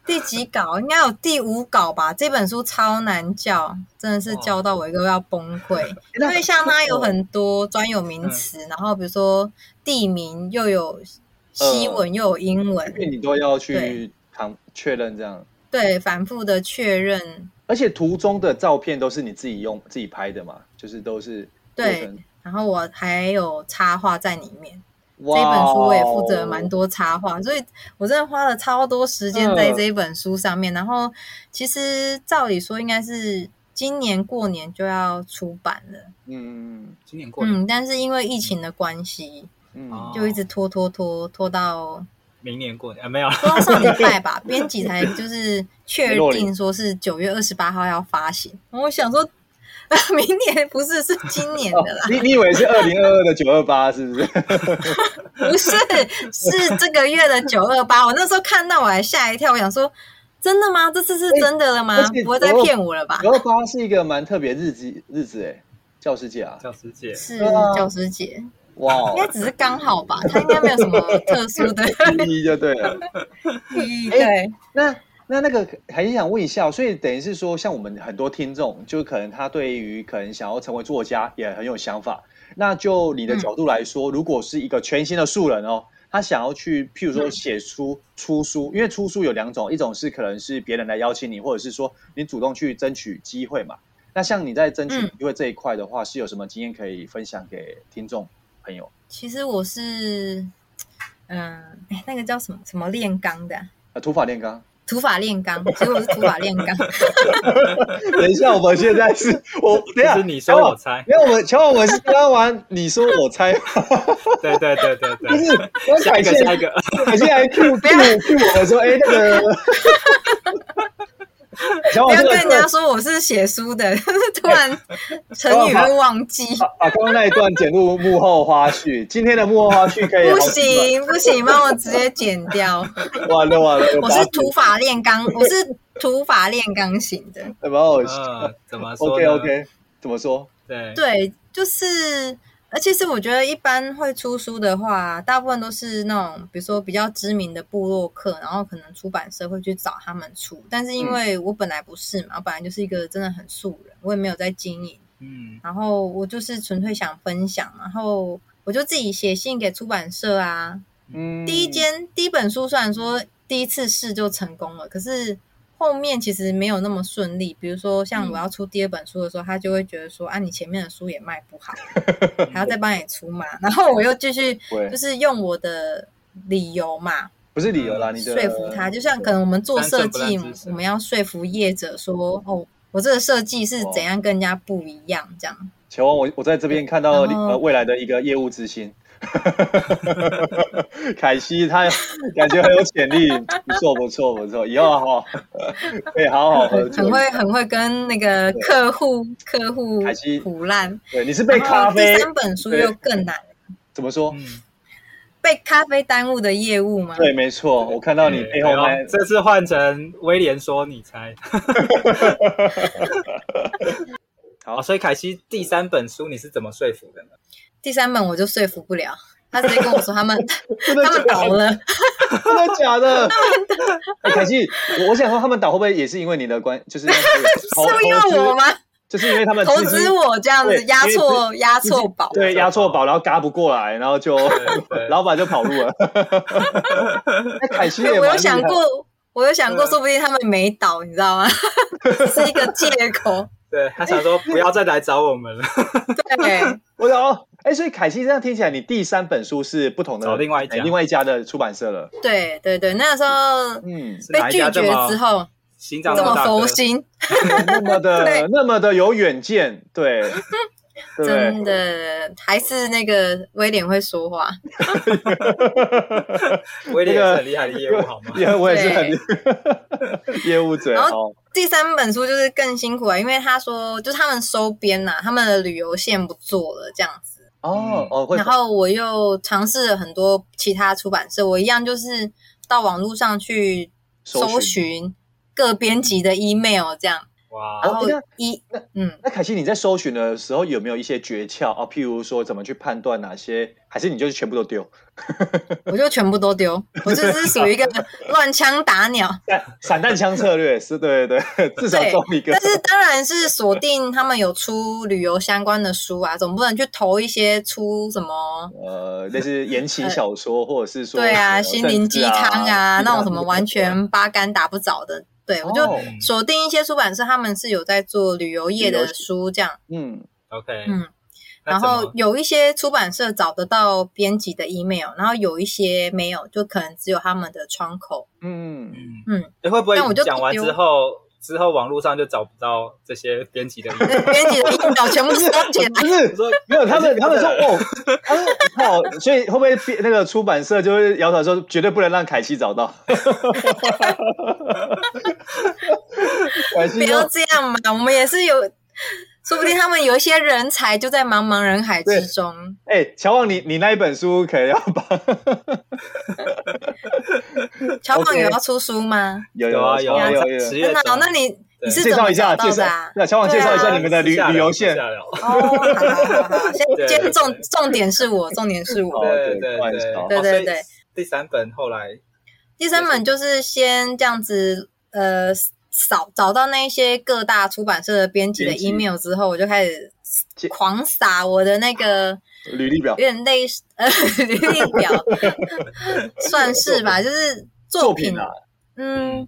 [SPEAKER 5] 第几稿？应该有第五稿吧。这本书超难教，真的是
[SPEAKER 1] 哇
[SPEAKER 5] 教到我一个要崩溃。因
[SPEAKER 4] 那嗯
[SPEAKER 5] 为像它有很多专有名词，然后比如说地名又有
[SPEAKER 4] 嗯
[SPEAKER 5] 西文又有英文，
[SPEAKER 4] 因为你都要去
[SPEAKER 5] 对
[SPEAKER 4] 扛确认这样，
[SPEAKER 5] 对，反复的确认，
[SPEAKER 4] 而且途中的照片都是你自己用自己拍的嘛，就是都是
[SPEAKER 5] 对
[SPEAKER 4] 做成
[SPEAKER 5] 然后我还有插画在里面。这
[SPEAKER 4] 哇哦
[SPEAKER 5] 本书我也负责蛮多插画，所以我真的花了超多时间在
[SPEAKER 4] 嗯
[SPEAKER 5] 这一本书上面。然后其实照理说应该是今年过年就要出版了。
[SPEAKER 4] 嗯嗯
[SPEAKER 1] 今年过年、
[SPEAKER 5] 嗯，但是因为疫情的关系，
[SPEAKER 4] 嗯
[SPEAKER 1] 哦
[SPEAKER 4] 嗯，
[SPEAKER 5] 就一直拖拖拖拖到
[SPEAKER 1] 明年过年啊，没有，
[SPEAKER 5] 拖到上礼拜吧，编辑才就是确
[SPEAKER 4] 联络你
[SPEAKER 5] 定说是九月二十八号要发行。我想说， 明年不是是今年
[SPEAKER 4] 哦
[SPEAKER 5] 的啦，
[SPEAKER 4] 你你以为是二零二二的九二八是不是？
[SPEAKER 5] 不是是这个月的九二八。我那时候看到我还吓一跳，我想说。真的吗？这次是真的了吗
[SPEAKER 4] 哎而且？
[SPEAKER 5] 不会再
[SPEAKER 4] 九二
[SPEAKER 5] 骗我了吧
[SPEAKER 4] 九？二八是一个蛮特别日子日子哎，教师节啊，
[SPEAKER 1] 教师 节
[SPEAKER 5] 是
[SPEAKER 4] 对啊
[SPEAKER 5] 教师节，
[SPEAKER 4] 哇哦，
[SPEAKER 5] 应该只是刚好吧，它应该没有什么特殊的
[SPEAKER 4] 一就对了。
[SPEAKER 5] 意义。
[SPEAKER 4] 哎
[SPEAKER 5] 对，
[SPEAKER 4] 那那那个还是想问一下哦，所以等于是说，像我们很多听众，就可能他对于可能想要成为作家也很有想法。那就你的角度来说，如果是一个全新的素人哦，他想要去，譬如说写书、出书，因为出书有两种，一种是可能是别人来邀请你，或者是说你主动去争取机会嘛。那像你在争取
[SPEAKER 5] 嗯
[SPEAKER 4] 机会这一块的话，是有什么经验可以分享给听众朋友？
[SPEAKER 5] 其实我是，嗯，哎，那个叫什么什么炼钢的啊、
[SPEAKER 4] 啊，土法炼钢。
[SPEAKER 5] 土法炼钢，其实我是土法炼钢，
[SPEAKER 4] 等一下，我们现在是，我等一下
[SPEAKER 1] 就是你说我猜，
[SPEAKER 4] 没有，我乔我们是刚刚玩，你说我 猜，
[SPEAKER 1] 对对对 对
[SPEAKER 4] 不
[SPEAKER 1] 对，
[SPEAKER 4] 是我
[SPEAKER 1] 下
[SPEAKER 4] 感
[SPEAKER 1] 一
[SPEAKER 4] 谢
[SPEAKER 1] 个下一个，
[SPEAKER 4] 感谢来 Q Q Q 我们说，哎，那个， 乔
[SPEAKER 5] 不
[SPEAKER 4] 我
[SPEAKER 5] 要
[SPEAKER 4] 这个
[SPEAKER 5] 跟人家说我是写书的， 就是突然成语会忘记。
[SPEAKER 4] 把把刚刚那一段剪入幕后花絮，今天的幕后花絮可以
[SPEAKER 5] 不
[SPEAKER 4] 哎好几段，
[SPEAKER 5] 行不行，帮我直接剪掉。
[SPEAKER 4] 完了完了，
[SPEAKER 5] 我是土法炼钢，我是土法炼钢型的。
[SPEAKER 4] 蛮好
[SPEAKER 1] 嗯，怎么说呢
[SPEAKER 4] ，OK OK，怎么说？
[SPEAKER 1] 对
[SPEAKER 5] 对，就是，而且是我觉得一般会出书的话，大部分都是那种比如说比较知名的部落客，然后可能出版社会去找他们出。但是因为我本来不是嘛，我本来就是一个真的很素人，我也没有在经营，
[SPEAKER 1] 嗯
[SPEAKER 5] 然后我就是纯粹想分享，然后我就自己写信给出版社啊。
[SPEAKER 4] 嗯，
[SPEAKER 5] 第一间第一本书虽然说第一次试就成功了，可是。后面其实没有那么顺利，比如说像
[SPEAKER 4] 嗯
[SPEAKER 5] 我要出第二本书的时候，他就会觉得说啊，你前面的书也卖 不好，还要再帮你出嘛。然后我又继续
[SPEAKER 4] 对
[SPEAKER 5] 就是用我的理由嘛
[SPEAKER 4] 不是理由啦，你的
[SPEAKER 5] 说服他，就像可能我们做设
[SPEAKER 1] 三寸
[SPEAKER 5] 计
[SPEAKER 1] 不烂之，舌
[SPEAKER 5] 我们要说服业者说哦。我这个设计是
[SPEAKER 4] 哦
[SPEAKER 5] 怎样跟人家不一样？这样，
[SPEAKER 4] 乔王，我我在这边看到
[SPEAKER 5] 然后
[SPEAKER 4] 呃未来的一个业务之星， 凯西他感觉很有潜力，不错不错不错，以后哈 可以好好合
[SPEAKER 5] 很
[SPEAKER 4] 作。
[SPEAKER 5] 会很会跟那个客户客户
[SPEAKER 4] 凯西
[SPEAKER 5] 胡烂。
[SPEAKER 4] 对，你是被
[SPEAKER 5] 然
[SPEAKER 4] 咖
[SPEAKER 5] 后
[SPEAKER 4] 啡
[SPEAKER 5] 第三本书又更难，
[SPEAKER 4] 怎么说？
[SPEAKER 1] 嗯，
[SPEAKER 5] 被咖啡耽误的业务嘛。
[SPEAKER 4] 对，没错，我看到你背后
[SPEAKER 1] 哎
[SPEAKER 4] 那
[SPEAKER 1] 呦这次换成威廉说你 猜，
[SPEAKER 4] 好
[SPEAKER 1] 哦，所以凯西第三本书你是怎么说服的呢？
[SPEAKER 5] 第三本我就说服不了，他直接跟我说他 们
[SPEAKER 4] 真的
[SPEAKER 5] 他们
[SPEAKER 4] 假
[SPEAKER 5] 倒
[SPEAKER 4] 的？
[SPEAKER 5] 了。
[SPEAKER 4] 真的假 的？哎凯西，我我想说他们倒会不会也是因为你的关，就是那个投
[SPEAKER 5] 是因
[SPEAKER 4] 投资
[SPEAKER 5] 为我吗？
[SPEAKER 4] 就是因为他们
[SPEAKER 5] 投
[SPEAKER 4] 资金
[SPEAKER 5] 资我这样
[SPEAKER 4] 对
[SPEAKER 5] 子压
[SPEAKER 4] 因为
[SPEAKER 5] 错压错宝，
[SPEAKER 4] 对压错宝，然后嘎不过来，然后就
[SPEAKER 1] 对
[SPEAKER 4] 老板就跑路 了。那凯西
[SPEAKER 5] 因
[SPEAKER 4] 也蛮
[SPEAKER 5] 为我有
[SPEAKER 4] 厉
[SPEAKER 5] 想
[SPEAKER 4] 害
[SPEAKER 5] 过，我有想过，
[SPEAKER 1] 嗯
[SPEAKER 5] 说不定他们没倒，你知道吗？ 是一个借口。
[SPEAKER 1] 对他想说不要再来找我们了，
[SPEAKER 5] 对，
[SPEAKER 4] 我想哦，哎，所以凯西这样听起来，你第三本书是不同的，
[SPEAKER 1] 找另外一家
[SPEAKER 4] 哎另外一家的出版社了。
[SPEAKER 5] 对，对，对，那时候
[SPEAKER 4] 嗯，
[SPEAKER 1] 是
[SPEAKER 5] 被
[SPEAKER 1] 哪一
[SPEAKER 5] 拒
[SPEAKER 1] 家这
[SPEAKER 5] 绝
[SPEAKER 1] 么
[SPEAKER 5] 之后，
[SPEAKER 1] 心脏
[SPEAKER 5] 这么
[SPEAKER 1] 大颗
[SPEAKER 5] 佛心，
[SPEAKER 4] 那么的
[SPEAKER 5] 对
[SPEAKER 4] 那么的有远见， 对，对不
[SPEAKER 5] 真
[SPEAKER 4] 对？
[SPEAKER 5] 的还是那个威廉会说话。
[SPEAKER 1] 威廉也是很厉害的业务好吗？
[SPEAKER 4] 因为我也是很
[SPEAKER 5] 对
[SPEAKER 4] 业务嘴
[SPEAKER 5] 然
[SPEAKER 4] 哦
[SPEAKER 5] 后，第三本书就是更辛苦啊，因为他说就是他们收编呐、他们的旅游线不做了这样子。
[SPEAKER 1] 嗯
[SPEAKER 4] 哦哦会
[SPEAKER 5] 然后我又尝试了很多其他出版社，我一样就是到网络上去搜
[SPEAKER 4] 搜
[SPEAKER 5] 寻各编辑的 email 这样，然
[SPEAKER 1] 哇，
[SPEAKER 4] 哦
[SPEAKER 5] 后
[SPEAKER 4] 那
[SPEAKER 5] 一
[SPEAKER 4] 那
[SPEAKER 5] 嗯，
[SPEAKER 4] 那凯西，你在搜寻的时候有没有一些诀窍啊？譬如说，怎么去判断哪些，还是你就是全部都丢，
[SPEAKER 5] 我就全部都丢，我就是 属于一个乱枪打鸟。
[SPEAKER 4] 散散弹枪策 略是对对对，至少
[SPEAKER 5] 对
[SPEAKER 4] 中一个
[SPEAKER 5] 但。是当然是锁定他们有出旅游相关的书啊，总不能去投一些出什么。
[SPEAKER 4] 呃，类似言情小说，或者是说
[SPEAKER 5] 对啊，
[SPEAKER 4] 呃
[SPEAKER 5] 心灵鸡
[SPEAKER 4] 政治
[SPEAKER 5] 汤啊，那种什么完
[SPEAKER 4] 啊
[SPEAKER 5] 全八竿打不着的，对我就
[SPEAKER 4] 哦
[SPEAKER 5] 锁定一些出版社，他们是有在做旅游业
[SPEAKER 4] 旅游
[SPEAKER 5] 的
[SPEAKER 4] 业
[SPEAKER 5] 书这样，
[SPEAKER 4] 嗯，
[SPEAKER 1] OK，
[SPEAKER 5] 嗯，
[SPEAKER 1] 那
[SPEAKER 5] 然
[SPEAKER 1] 怎么
[SPEAKER 5] 后有一些出版社找得到编辑的 email，然后有一些没有，就可能只有他们的窗口。
[SPEAKER 4] 嗯，
[SPEAKER 1] 嗯
[SPEAKER 5] 嗯，
[SPEAKER 1] 诶会不会
[SPEAKER 5] 但我就
[SPEAKER 1] 讲完
[SPEAKER 5] 丢
[SPEAKER 1] 之后之后网络上就找不到这些编辑的意见。
[SPEAKER 5] 编辑的一秒全部收起来。
[SPEAKER 4] 不是
[SPEAKER 1] 我说
[SPEAKER 4] 没有，他
[SPEAKER 5] 哎
[SPEAKER 4] 们他们说
[SPEAKER 1] 真的
[SPEAKER 4] 哦，他说好，所以会不会编那个出版社就会摇头说，绝对不能让凯西找 到。凯
[SPEAKER 5] 不
[SPEAKER 4] 西
[SPEAKER 5] 要
[SPEAKER 4] 说，
[SPEAKER 5] 这样嘛，我们也是有，说不定他们有一些人才就在茫茫人海之中。
[SPEAKER 4] 哎、乔旺，你你那一本书可能要把
[SPEAKER 5] 乔榜
[SPEAKER 4] OK
[SPEAKER 5] 有要出书吗？
[SPEAKER 4] 有
[SPEAKER 1] 有啊
[SPEAKER 4] 有
[SPEAKER 1] 有啊，
[SPEAKER 4] 有有
[SPEAKER 1] 十
[SPEAKER 4] 有，
[SPEAKER 1] 月
[SPEAKER 5] 真的
[SPEAKER 1] 中
[SPEAKER 5] 哦、那你
[SPEAKER 1] 对
[SPEAKER 5] 你是
[SPEAKER 4] 介
[SPEAKER 5] 怎
[SPEAKER 4] 绍
[SPEAKER 5] 么
[SPEAKER 4] 一下，
[SPEAKER 5] 找
[SPEAKER 4] 介
[SPEAKER 5] 到
[SPEAKER 4] 绍
[SPEAKER 5] 的、啊，？
[SPEAKER 4] 那乔旺介绍一下你们的旅
[SPEAKER 1] 私下
[SPEAKER 4] 旅
[SPEAKER 1] 聊
[SPEAKER 4] 游
[SPEAKER 1] 啊私
[SPEAKER 4] 线。
[SPEAKER 1] 下聊
[SPEAKER 5] 哦，好好好好， 先
[SPEAKER 1] 对
[SPEAKER 5] 先重重点是我，重点是我。
[SPEAKER 1] 对
[SPEAKER 4] 哦对
[SPEAKER 1] 对
[SPEAKER 4] 快
[SPEAKER 1] 对
[SPEAKER 4] 手
[SPEAKER 5] 对
[SPEAKER 1] 哦
[SPEAKER 5] 对。
[SPEAKER 1] 所以
[SPEAKER 5] 对
[SPEAKER 1] 第三本后来
[SPEAKER 5] 第三本就是先这样子，呃，扫找到那一些各大出版社的编辑的
[SPEAKER 4] 编辑
[SPEAKER 5] email 之后，我就开始
[SPEAKER 4] 这
[SPEAKER 5] 狂撒我的那个
[SPEAKER 4] 履历表
[SPEAKER 5] 有点类似呃履历表，算是吧，就是作品
[SPEAKER 4] 啊，
[SPEAKER 5] 嗯，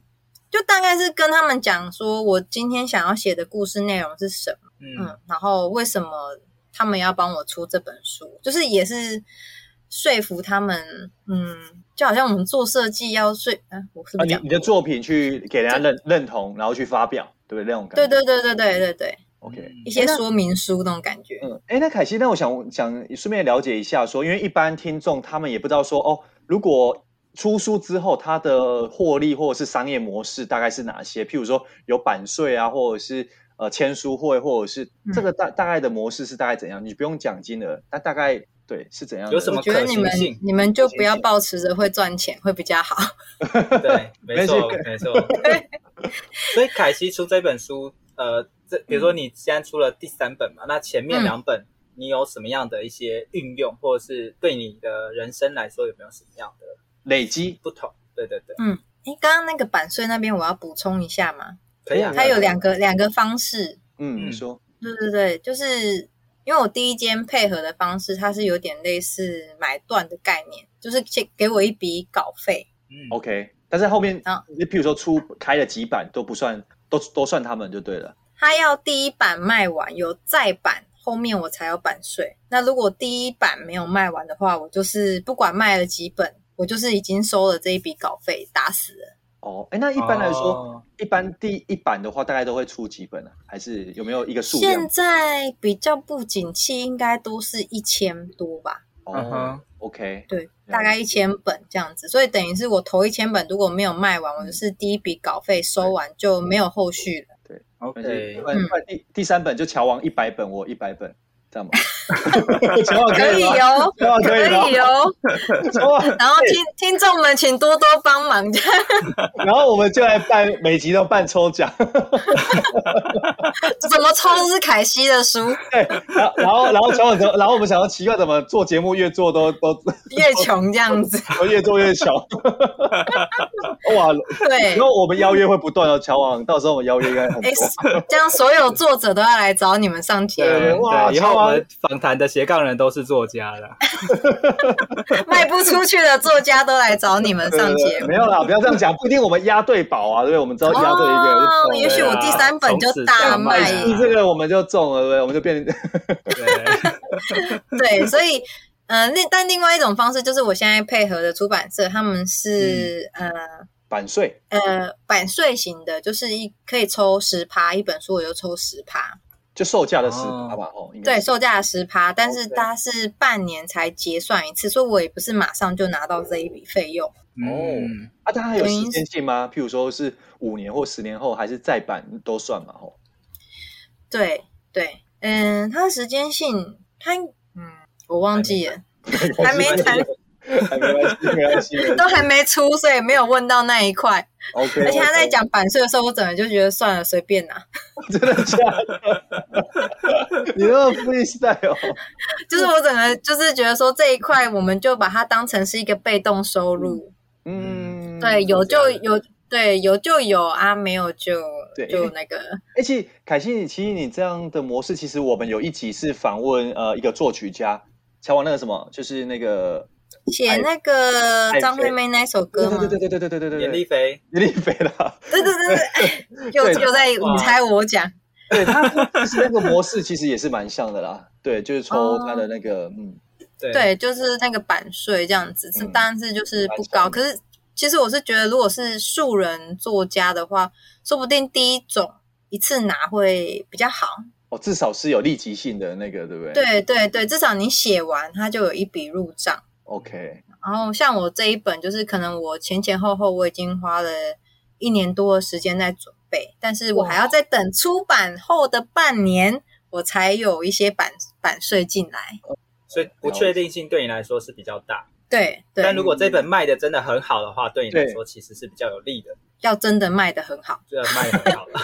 [SPEAKER 5] 就大概是跟他们讲说我今天想要写的故事内容是什么，
[SPEAKER 1] 嗯
[SPEAKER 5] 嗯，然后为什么他们要帮我出这本书，就是也是说服他们，嗯，就好像我们做设计要说，嗯、我是不
[SPEAKER 4] 啊
[SPEAKER 5] 是
[SPEAKER 4] 你
[SPEAKER 5] 讲
[SPEAKER 4] 你的作品去给人家认认同，然后去发表，对不对？那种感
[SPEAKER 5] 对
[SPEAKER 4] 觉。
[SPEAKER 5] 对对对对对对，
[SPEAKER 4] ，OK。
[SPEAKER 5] 一些说明书那种感觉，
[SPEAKER 4] 嗯，哎，那凯西，那我想想顺便了解一下说，因为一般听众他们也不知道说，哦，如果出书之后，它的获利或者是商业模式大概是哪些？譬如说有版税啊，或者是呃签书会，或者是
[SPEAKER 5] 嗯
[SPEAKER 4] 这个大大概的模式是大概怎样？你不用讲金额，那大概对是怎样的？
[SPEAKER 1] 有什
[SPEAKER 5] 我
[SPEAKER 1] 么
[SPEAKER 5] 觉得
[SPEAKER 1] 可
[SPEAKER 5] 你
[SPEAKER 1] 行
[SPEAKER 5] 们
[SPEAKER 1] 性？
[SPEAKER 5] 你们就不要抱持着会赚钱会比较好。
[SPEAKER 1] 对，没错
[SPEAKER 4] 没事
[SPEAKER 1] 没 错。所以凯西出这本书，呃，这比如说你现在出了第三本嘛，那前面两本你有什么样的一些运用，或者是对你的人生来说有没有什么样的
[SPEAKER 4] 累积？
[SPEAKER 1] 不同？对对对，
[SPEAKER 5] 哎，刚刚那个版税那边我要补充一下嘛，
[SPEAKER 1] 可以啊。
[SPEAKER 5] 它有两个两个方式，
[SPEAKER 4] 嗯，
[SPEAKER 1] 嗯
[SPEAKER 4] 你说
[SPEAKER 5] 对对对，就是因为我第一间配合的方式，它是有点类似买断的概念，就是给给我一笔稿费，
[SPEAKER 1] 嗯
[SPEAKER 4] OK，但是后面
[SPEAKER 5] 好
[SPEAKER 4] 你譬如说出开了几版都不算，都都算他们就对了。
[SPEAKER 5] 它要第一版卖完有再版，后面我才有版税。那如果第一版没有卖完的话，我就是不管卖了几本，我就是已经收了这一笔稿费，打死了。
[SPEAKER 4] 哦，哎，那一般来说，
[SPEAKER 1] 哦
[SPEAKER 4] 一般第一版的话，大概都会出几本啊？还是有没有一个数
[SPEAKER 5] 现
[SPEAKER 4] 量？
[SPEAKER 5] 在比较不景气，应该都是一千多吧。
[SPEAKER 1] 嗯
[SPEAKER 4] 哦
[SPEAKER 1] 哼
[SPEAKER 4] ，OK，
[SPEAKER 5] 对，
[SPEAKER 4] 解
[SPEAKER 5] 大概一千本这样子，所以等于是我头一千本如果没有卖完，我就是第一笔稿费收完就没有后续了。
[SPEAKER 4] 那就
[SPEAKER 1] ，OK，
[SPEAKER 4] 换
[SPEAKER 5] 嗯
[SPEAKER 4] 换第第三本就乔王一百本，我一百本，这样吗？乔王
[SPEAKER 5] 可以
[SPEAKER 4] 吗？
[SPEAKER 5] 哦，
[SPEAKER 4] 乔王可
[SPEAKER 5] 可
[SPEAKER 4] 以吗
[SPEAKER 5] 以哦。
[SPEAKER 4] 乔王，
[SPEAKER 5] 然后听听众们请多多帮忙，这样
[SPEAKER 4] 然后我们就来办每集都办抽奖，
[SPEAKER 5] 怎么抽都是凯西的书，
[SPEAKER 4] 对，然后然后然后乔王怎么，然后我们想要奇怪怎么做节目越做都都
[SPEAKER 5] 越穷这样子。
[SPEAKER 4] 都越做越小， 哇！
[SPEAKER 5] 对
[SPEAKER 4] 然，后我们邀约会不断哦，乔王，到时候我们邀约应该很多
[SPEAKER 5] 哎，，这样所有作者都要来找你们上节
[SPEAKER 4] 对
[SPEAKER 5] 目，
[SPEAKER 4] 哇
[SPEAKER 1] 对，以后
[SPEAKER 4] 超啊
[SPEAKER 1] 我们访谈的斜杠人都是作家了。
[SPEAKER 5] 卖不出去的作家都来找你们
[SPEAKER 4] 对
[SPEAKER 5] 上
[SPEAKER 4] 对对
[SPEAKER 5] 节目
[SPEAKER 4] 没。有啦，不要这样讲，不一定我们押对宝啊，对不对？我们知道押对一个人就中
[SPEAKER 5] 哦
[SPEAKER 4] 了，
[SPEAKER 5] 也许我第三本就大卖
[SPEAKER 1] 对啊从此大卖
[SPEAKER 4] 一这个我们就中了，对不对？我们就变成 哦
[SPEAKER 1] 对，
[SPEAKER 5] 对，所以，呃，另但另外一种方式就是我现在配合的出版社，他们是、
[SPEAKER 4] 版税，
[SPEAKER 5] 呃呃版税型的，就是一可以抽十趴，一本书我就抽十趴，
[SPEAKER 4] 就售价的十
[SPEAKER 1] 哦
[SPEAKER 4] 趴吧，哦，应该
[SPEAKER 5] 对，
[SPEAKER 4] 是
[SPEAKER 5] 售价十趴，但是
[SPEAKER 4] OK
[SPEAKER 5] 它是半年才结算一次，所以我也不是马上就拿到这一笔费用。
[SPEAKER 1] 嗯，
[SPEAKER 4] 啊，但它有
[SPEAKER 5] 等
[SPEAKER 4] 时
[SPEAKER 5] 于
[SPEAKER 4] 间性吗？譬如说是五年或十年后，还是再版都算嘛？哦吼，
[SPEAKER 5] 对对，嗯，它的时间性，它嗯我忘记了，还没
[SPEAKER 4] 还
[SPEAKER 5] 谈，
[SPEAKER 4] 还 没关系，没关系，没关系
[SPEAKER 5] 都还没出，所以没有问到那一块。
[SPEAKER 4] ，OK。
[SPEAKER 5] 而且他在，讲版税的时候，我整个就觉得算了，随便拿。
[SPEAKER 4] 真的假的？你那么 freestyle，哦
[SPEAKER 5] 就是我整个就是觉得说这一块，我们就把它当成是一个被动收入，
[SPEAKER 4] 嗯，
[SPEAKER 5] 对，有
[SPEAKER 1] 这样
[SPEAKER 5] 就有，对，有就有啊，没有就
[SPEAKER 4] 对
[SPEAKER 5] 就那 个，
[SPEAKER 4] 而且凯西，你哎其实你这样的模式，其实我们有一集是访问呃一个作曲家，乔王那个什么，就是那个
[SPEAKER 5] 写那个张惠妹那首歌
[SPEAKER 4] 哎对
[SPEAKER 5] 吗
[SPEAKER 4] 对？对对对对对对
[SPEAKER 1] 严
[SPEAKER 4] 对
[SPEAKER 1] 立，飞，
[SPEAKER 4] 李丽飞啦，
[SPEAKER 5] 对对对 对，又
[SPEAKER 4] 对
[SPEAKER 5] 又在
[SPEAKER 1] 哇
[SPEAKER 5] 你猜我讲，
[SPEAKER 4] 对他就是那个模式，其实也是蛮像的啦。对，就是抽他
[SPEAKER 5] 哦
[SPEAKER 4] 的那个，嗯，
[SPEAKER 1] 对
[SPEAKER 5] 对，就是那个版税这样子，是
[SPEAKER 4] 嗯
[SPEAKER 5] 当然是就是不高，
[SPEAKER 4] 版
[SPEAKER 5] 可是其实我是觉得，如果是素人作家的话，说不定第一种一次拿会比较好。
[SPEAKER 4] 哦，至少是有立即性的那个，对不对？
[SPEAKER 5] 对对对，至少你写完，它就有一笔入账。
[SPEAKER 4] ，OK，
[SPEAKER 5] 然后像我这一本，就是可能我前前后后我已经花了一年多的时间在准备，但是我还要再等出版后的半年，我才有一些版版税进来。
[SPEAKER 1] 所以不确定性对你来说是比较大。
[SPEAKER 5] 对
[SPEAKER 1] 但
[SPEAKER 5] 对，
[SPEAKER 1] 如果这本卖的真的很好的话，对你来说其实是比较有利的，
[SPEAKER 5] 要真的卖得很好。
[SPEAKER 1] 这个卖得很好 了。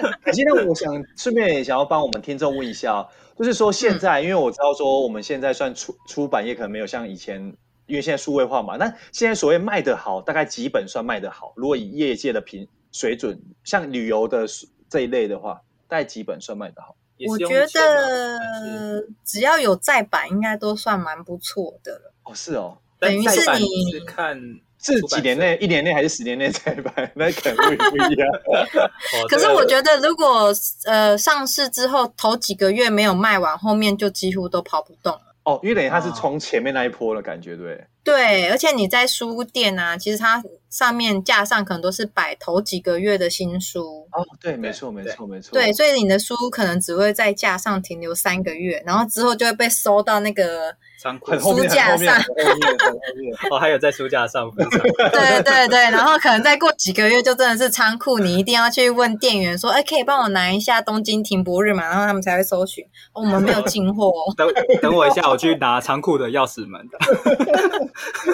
[SPEAKER 4] 那可惜，那我想顺便也想要帮我们听众问一下哦，就是说现在，因为我知道说我们现在算出出版业可能没有像以前，因为现在数位化嘛，那现在所谓卖得好，大概几本算卖得好？如果以业界的平水准，像旅游的这一类的话，大概几本算卖得好？
[SPEAKER 1] 也
[SPEAKER 5] 我
[SPEAKER 1] 是用
[SPEAKER 5] 觉
[SPEAKER 1] 钱啊但是
[SPEAKER 5] 得只要有再版，应该都算蛮不错的了。
[SPEAKER 4] 哦，是哦，
[SPEAKER 1] 但
[SPEAKER 5] 等于
[SPEAKER 1] 再
[SPEAKER 5] 是
[SPEAKER 1] 版
[SPEAKER 5] 你
[SPEAKER 1] 是看哦
[SPEAKER 4] 是
[SPEAKER 1] 出版
[SPEAKER 4] 几年
[SPEAKER 1] 社
[SPEAKER 4] 内，一年内还是十年内再版？ 那可能会不一样。
[SPEAKER 1] 哦
[SPEAKER 5] 可
[SPEAKER 1] 这
[SPEAKER 5] 是
[SPEAKER 1] 个
[SPEAKER 5] 我觉得，如果呃上市之后头几个月没有卖完，后面就几乎都跑不动了。
[SPEAKER 4] 哦，因为等于它是
[SPEAKER 1] 哦
[SPEAKER 4] 从前面那一波的感觉，对不对？
[SPEAKER 5] 对，而且你在书店啊，其实它上面架上可能都是摆头几个月的新书，
[SPEAKER 4] 哦，对，没错，没错，没错。
[SPEAKER 5] 对，所以你的书可能只会在架上停留三个月，然后之后就会被收到那个，
[SPEAKER 1] 仓库
[SPEAKER 4] 很后面，
[SPEAKER 5] 书架
[SPEAKER 4] 很后面，
[SPEAKER 5] 上
[SPEAKER 4] 很后面，很后面。
[SPEAKER 1] 哦，还有在书架上附 上
[SPEAKER 5] 对对对，然后可能再过几个月就真的是仓库，你一定要去问店员说，哎，可以帮我拿一下东京停泊日嘛，然后他们才会搜寻，哦、我们没有进货、哦。
[SPEAKER 1] 等等我一下，我去拿仓库的钥匙门。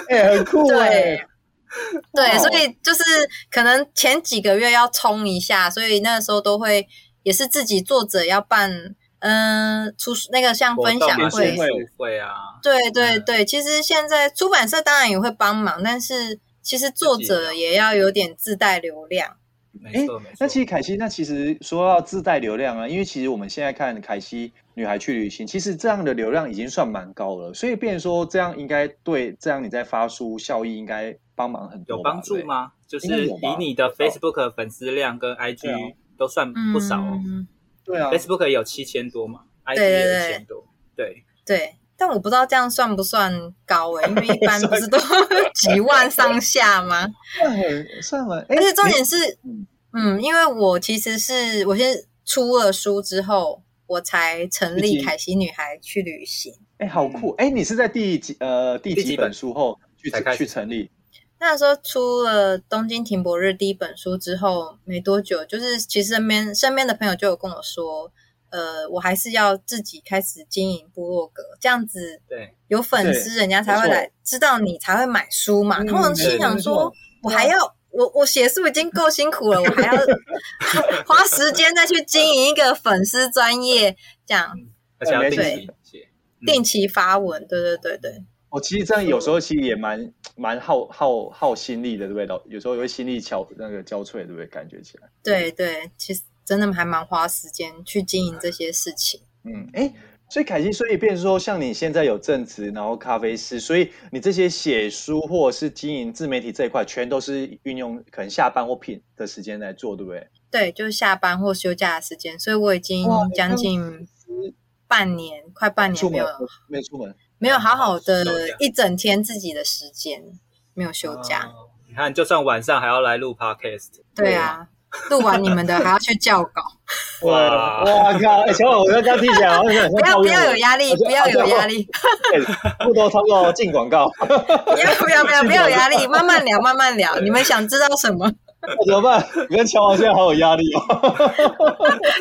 [SPEAKER 4] 哎、很酷哎、
[SPEAKER 5] 对哦对，
[SPEAKER 4] 哇
[SPEAKER 5] 所以就是可能前几个月要冲一下，所以那时候都会也是自己作者要办，嗯、出那个像分享
[SPEAKER 1] 活动啊
[SPEAKER 5] 会
[SPEAKER 1] 读，书会啊，
[SPEAKER 5] 对对对。其实现在出版社当然也会帮忙，但是其实作者也要有点自带流量。
[SPEAKER 1] 没错没错。
[SPEAKER 4] 那其实凯西，那其实说到自带流量啊，因为其实我们现在看凯西女孩去旅行，其实这样的流量已经算蛮高了，所以变成说这样应该对这样你在发书效益应该帮忙很多吧，
[SPEAKER 1] 有帮助
[SPEAKER 4] 对？
[SPEAKER 1] 吗？就是
[SPEAKER 4] 应该有吧哦
[SPEAKER 1] 以你的 Facebook 粉丝量跟
[SPEAKER 4] 对啊
[SPEAKER 1] IG 都算
[SPEAKER 5] 嗯，
[SPEAKER 1] 不少哦。
[SPEAKER 4] 对啊，
[SPEAKER 1] Facebook 也有七千多嘛，IG
[SPEAKER 5] 对对
[SPEAKER 1] 也有
[SPEAKER 5] 对
[SPEAKER 1] 一千多，对，
[SPEAKER 5] 对。但我不知道这样算不算高诶、因为一般不是 都 几万上下吗？
[SPEAKER 4] 算很算很，哎、
[SPEAKER 5] 而且重点是
[SPEAKER 4] 嗯，
[SPEAKER 5] 嗯，因为我其实是我先出了书之后，我才成
[SPEAKER 4] 自
[SPEAKER 5] 立
[SPEAKER 4] 己
[SPEAKER 5] 凯西女孩去旅行。
[SPEAKER 4] 哎、好酷！哎、你是在第几呃第
[SPEAKER 1] 嗯第
[SPEAKER 4] 几
[SPEAKER 1] 几本
[SPEAKER 4] 本书后去
[SPEAKER 1] 才开始
[SPEAKER 4] 去成立？
[SPEAKER 5] 那时候出了《东京停泊日》第一本书之后没多久，就是其实身边身边的朋友就有跟我说，呃，我还是要自己开始经营部落格，这样子
[SPEAKER 1] 对
[SPEAKER 5] 有粉丝，人家才会来知道你，才会买书嘛。
[SPEAKER 4] 嗯
[SPEAKER 5] 然后我心想说，我还要我我写书已经够辛苦了，我还要花时间再去经营一个粉丝专业，这样
[SPEAKER 1] 而且要
[SPEAKER 4] 对
[SPEAKER 1] 定
[SPEAKER 5] 没
[SPEAKER 1] 期写，嗯
[SPEAKER 5] 定期发文。对对对对，
[SPEAKER 4] 哦，其实这样有时候其实也蛮蛮耗耗耗心力的，对不对？老有时候也会心力憔那个交瘁，对不对？感觉起来。
[SPEAKER 5] 对对，其实真的还蛮花时间去经营这些事情。
[SPEAKER 4] 嗯，哎，所以凯西，所以变成说，像你现在有正职，然后咖啡师，所以你这些写书或者是经营自媒体这一块，全都是运用可能下班或品的时间来做，对不对？
[SPEAKER 5] 对，就是下班或休假的时间，所以我已经
[SPEAKER 4] 哇
[SPEAKER 5] 将近半年，快半
[SPEAKER 4] 出
[SPEAKER 5] 年嗯没
[SPEAKER 4] 门哦
[SPEAKER 5] 有
[SPEAKER 4] 没出门，
[SPEAKER 5] 没有好好的
[SPEAKER 1] 休假
[SPEAKER 5] 一整天自己的时间，没有休假。
[SPEAKER 2] 啊
[SPEAKER 1] 哦你看，就算晚上还要来录 Podcast，
[SPEAKER 5] 对啊，录完你们的还要去校稿，
[SPEAKER 1] 哇
[SPEAKER 4] 哇靠！哎，小宝，我刚刚听起来好像很像
[SPEAKER 5] 不要
[SPEAKER 4] 抱
[SPEAKER 5] 不
[SPEAKER 4] 怨
[SPEAKER 5] 要
[SPEAKER 4] 我
[SPEAKER 5] 有压力，不要有压力，
[SPEAKER 4] 哎不多超过进广告，
[SPEAKER 5] 不要不要不要不要有压力，慢慢聊慢慢聊。你们想知道什么？
[SPEAKER 4] 那怎么办？你跟乔王现在好有压力哦。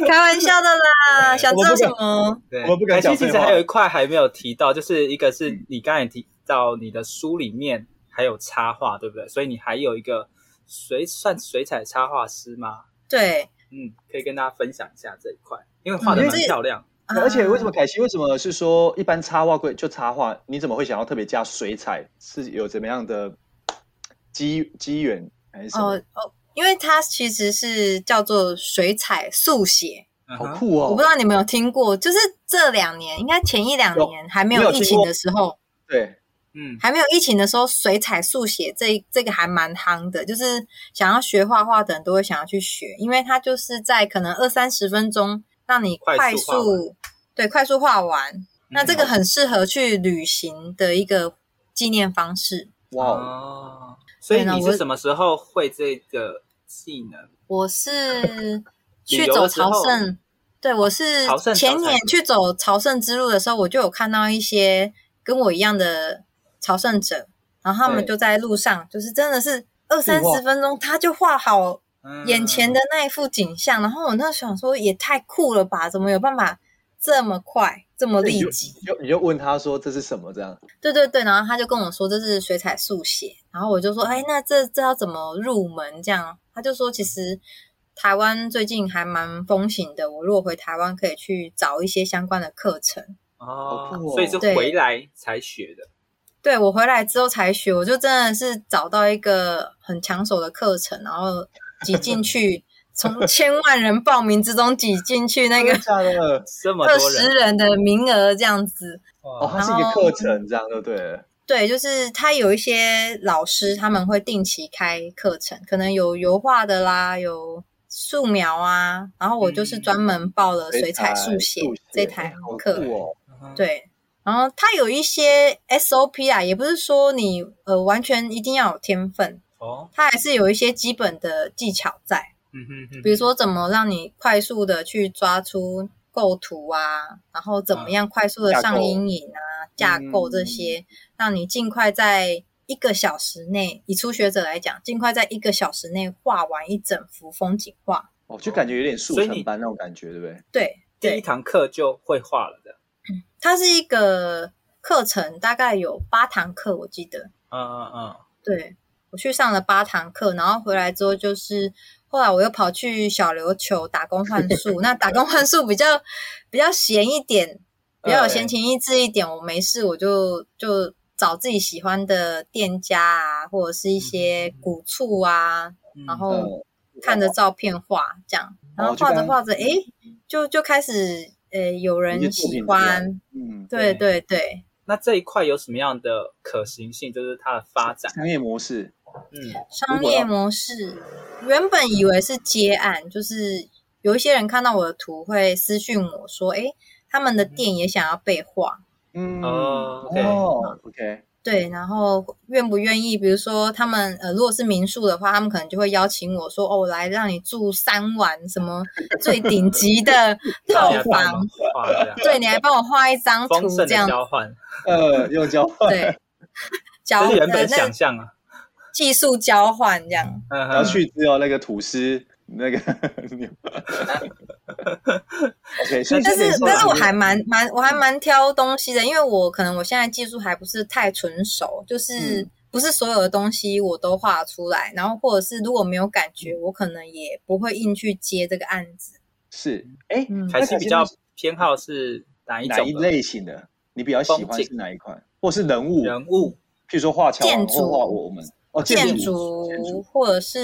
[SPEAKER 5] 开玩笑的啦，
[SPEAKER 1] 对
[SPEAKER 5] 想知道什么？
[SPEAKER 1] 对，
[SPEAKER 4] 我们不敢讲
[SPEAKER 1] 凯西其实
[SPEAKER 4] 废话
[SPEAKER 1] 还有一块还没有提到，就是一个是你刚才提到你的书里面还有插画，对不对？所以你还有一个水算水彩插画师吗？
[SPEAKER 5] 对，
[SPEAKER 1] 嗯，可以跟大家分享一下这一块，因为画的
[SPEAKER 5] 嗯
[SPEAKER 1] 蛮漂亮。
[SPEAKER 5] 啊
[SPEAKER 4] 而且为什么凯西为什么是说一般插画会就插画，你怎么会想要特别加水彩？是有怎么样的机机缘还是什么？
[SPEAKER 5] 哦哦，因为它其实是叫做水彩速写，
[SPEAKER 1] 嗯
[SPEAKER 4] 好
[SPEAKER 1] 哼
[SPEAKER 4] 酷哦！
[SPEAKER 5] 啊我不知道你们有听过，就是这两年，应该前一两年还没
[SPEAKER 4] 你有
[SPEAKER 5] 有
[SPEAKER 4] 听
[SPEAKER 5] 疫情
[SPEAKER 4] 过
[SPEAKER 5] 的时候，
[SPEAKER 4] 对，
[SPEAKER 1] 嗯，
[SPEAKER 5] 还没有疫情的时候，水彩速写这这个还蛮夯的，就是想要学画画的人都会想要去学，因为它就是在可能二三十分钟让你
[SPEAKER 1] 快
[SPEAKER 5] 快
[SPEAKER 1] 速画完
[SPEAKER 5] 速对快速画完，那这个很适合去旅行的一个纪念方式。
[SPEAKER 4] 哇哦，
[SPEAKER 1] 哦，所以
[SPEAKER 5] 对呢
[SPEAKER 1] 你
[SPEAKER 5] 我
[SPEAKER 1] 是什么时候会这个技能？
[SPEAKER 5] 我是去
[SPEAKER 1] 旅游
[SPEAKER 5] 走
[SPEAKER 1] 的时
[SPEAKER 5] 朝
[SPEAKER 1] 候
[SPEAKER 5] 圣，对我是
[SPEAKER 1] 朝圣
[SPEAKER 5] 前
[SPEAKER 1] 朝
[SPEAKER 5] 年
[SPEAKER 1] 圣
[SPEAKER 5] 去走朝圣之路的时候，我就有看到一些跟我一样的朝圣者，然后他们
[SPEAKER 4] 对
[SPEAKER 5] 就在路上，就是真的是二三
[SPEAKER 4] 画
[SPEAKER 5] 十分钟，他就画好
[SPEAKER 1] 嗯
[SPEAKER 5] 眼前的那一幅景象，然后我那时候想说也太酷了吧，怎么有办法这么快这么立即？
[SPEAKER 4] 你就你就问他说这是什么这样？
[SPEAKER 5] 对对对，然后他就跟我说这是水彩速写，然后我就说，哎，那这这要怎么入门？这样，他就说其实台湾最近还蛮风行的，我如果回台湾可以去找一些相关的课程。
[SPEAKER 1] 哦
[SPEAKER 4] 好酷哦
[SPEAKER 1] 所以是
[SPEAKER 5] 对
[SPEAKER 1] 回来才学的。
[SPEAKER 5] 对我回来之后才学，我就真的是找到一个很抢手的课程，然后挤进去，从千万人报名之中挤进去那个
[SPEAKER 4] 真的假的？
[SPEAKER 1] 这么
[SPEAKER 5] 二
[SPEAKER 1] 多
[SPEAKER 5] 十
[SPEAKER 1] 人，
[SPEAKER 5] 人的名额这样子。
[SPEAKER 4] 哦，
[SPEAKER 1] 哇
[SPEAKER 4] 它是一个课程这样，对不对？
[SPEAKER 5] 对，就是他有一些老师，他们会定期开课程，可能有油画的啦，有素描啊，然后我就是专门报了水彩速写
[SPEAKER 4] 嗯水彩速写
[SPEAKER 5] 这台
[SPEAKER 4] 好酷
[SPEAKER 5] 课，
[SPEAKER 4] 哦！
[SPEAKER 5] 对。然后它有一些 SOP 啊，也不是说你呃完全一定要有天分，
[SPEAKER 1] 哦，
[SPEAKER 5] 它还是有一些基本的技巧在。
[SPEAKER 1] 嗯哼哼，
[SPEAKER 5] 比如说怎么让你快速的去抓出构图啊，然后怎么样快速的上阴影啊、架构这些，让你尽快在一个小时内，以初学者来讲，尽快在一个小时内画完一整幅风景画。
[SPEAKER 4] 哦，就感觉有点速
[SPEAKER 1] 所以
[SPEAKER 4] 成
[SPEAKER 1] 你
[SPEAKER 4] 班那种感觉，对不对？
[SPEAKER 5] 对，
[SPEAKER 1] 第一
[SPEAKER 5] 对，
[SPEAKER 1] 堂课就会画了的。
[SPEAKER 5] 它是一个课程，大概有八堂课，我记得。
[SPEAKER 1] 嗯嗯嗯，
[SPEAKER 5] 对我去上了八堂课，然后回来之后就是，后来我又跑去小琉球打工换宿。那打工换宿比较比较闲一点，比较有
[SPEAKER 4] 嗯
[SPEAKER 5] 闲情逸致一点。我没事我就就找自己喜欢的店家啊，或者是一些古厝啊，
[SPEAKER 1] 嗯
[SPEAKER 5] 然
[SPEAKER 4] 嗯哦
[SPEAKER 5] 后看着照片画这样，然后
[SPEAKER 4] 就
[SPEAKER 5] 画着
[SPEAKER 4] 刚
[SPEAKER 5] 画着，诶，就就开始呃有
[SPEAKER 4] 一些
[SPEAKER 5] 人
[SPEAKER 4] 作
[SPEAKER 5] 喜
[SPEAKER 4] 品出来
[SPEAKER 5] 欢，
[SPEAKER 4] 嗯，
[SPEAKER 5] 对
[SPEAKER 1] 对
[SPEAKER 5] 对对。
[SPEAKER 1] 那这一块有什么样的可行性？就是它的发展，
[SPEAKER 4] 商业模式
[SPEAKER 1] 嗯，
[SPEAKER 5] 商业模式原本以为是接案，就是有一些人看到我的图会私讯我说：“诶，他们的店也想要被画，
[SPEAKER 4] 嗯
[SPEAKER 1] 哦，OK
[SPEAKER 4] 哦，OK，
[SPEAKER 5] 对，然后愿不愿意？比如说他们呃，如果是民宿的话，他们可能就会邀请我说：‘哦，我来让你住三晚，什 么最顶级的
[SPEAKER 1] 让
[SPEAKER 5] 套
[SPEAKER 1] 你来帮
[SPEAKER 5] 房
[SPEAKER 1] 忙，画这样，
[SPEAKER 5] 对，你来帮我画一张
[SPEAKER 1] 丰
[SPEAKER 5] 图，
[SPEAKER 1] 盛
[SPEAKER 5] 这
[SPEAKER 1] 的
[SPEAKER 5] 样
[SPEAKER 1] 交换，
[SPEAKER 4] 呃，用交换，
[SPEAKER 5] 对，交
[SPEAKER 1] 这是原
[SPEAKER 5] 呃
[SPEAKER 1] 本
[SPEAKER 5] 那
[SPEAKER 1] 想象啊。
[SPEAKER 5] 技术交换这样。”
[SPEAKER 1] 嗯
[SPEAKER 4] 然
[SPEAKER 1] 哼，
[SPEAKER 4] 后去只有那个吐司 那个 ，OK，所以
[SPEAKER 5] 但
[SPEAKER 4] 这
[SPEAKER 5] 是
[SPEAKER 4] 个，嗯
[SPEAKER 5] 但是我还蛮蛮，我还蛮挑东西的，因为我可能我现在技术还不是太纯熟，就是
[SPEAKER 4] 嗯
[SPEAKER 5] 不是所有的东西我都画出来，然后或者是如果没有感觉，
[SPEAKER 4] 嗯
[SPEAKER 5] 我可能也不会硬去接这个案子。
[SPEAKER 4] 是哎，
[SPEAKER 5] 嗯，
[SPEAKER 1] 还是比较偏好是哪一
[SPEAKER 4] 哪一
[SPEAKER 1] 种的
[SPEAKER 4] 类型的你比较喜
[SPEAKER 1] 风
[SPEAKER 4] 欢
[SPEAKER 1] 景
[SPEAKER 4] 是哪一款，或是人物，
[SPEAKER 1] 人物？
[SPEAKER 4] 譬如说画桥
[SPEAKER 5] 建
[SPEAKER 4] 啊
[SPEAKER 5] 筑
[SPEAKER 4] 或画我们哦，
[SPEAKER 5] 建
[SPEAKER 4] 筑，建
[SPEAKER 5] 筑。或者是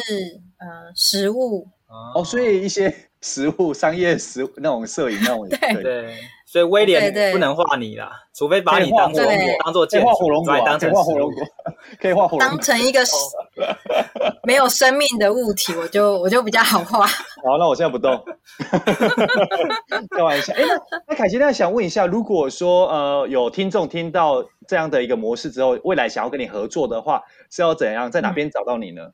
[SPEAKER 5] 呃食物，
[SPEAKER 4] 哦，所以一些食物、商业食物那种摄影那种也可以。
[SPEAKER 1] 对，所以威廉
[SPEAKER 5] 对对
[SPEAKER 1] 不能画你啦，除非把你当做
[SPEAKER 5] 可以画火龙果
[SPEAKER 1] 当做
[SPEAKER 4] 可以
[SPEAKER 1] 建
[SPEAKER 4] 画
[SPEAKER 1] 筑，把你当成
[SPEAKER 4] 火龙果啊，可以画火龙
[SPEAKER 1] 食
[SPEAKER 4] 果
[SPEAKER 1] 物，
[SPEAKER 4] 可以画火龙
[SPEAKER 5] 当
[SPEAKER 4] 果。
[SPEAKER 5] 成一个 没有生命的物体，我就我就比较好画。
[SPEAKER 4] 好，那我现在不 动，开玩笑。哎，那那凯奇，那想问一下，如果说呃有听众听到这样的一个模式之后，未来想要跟你合作的话，是要怎样，在哪边找到你呢？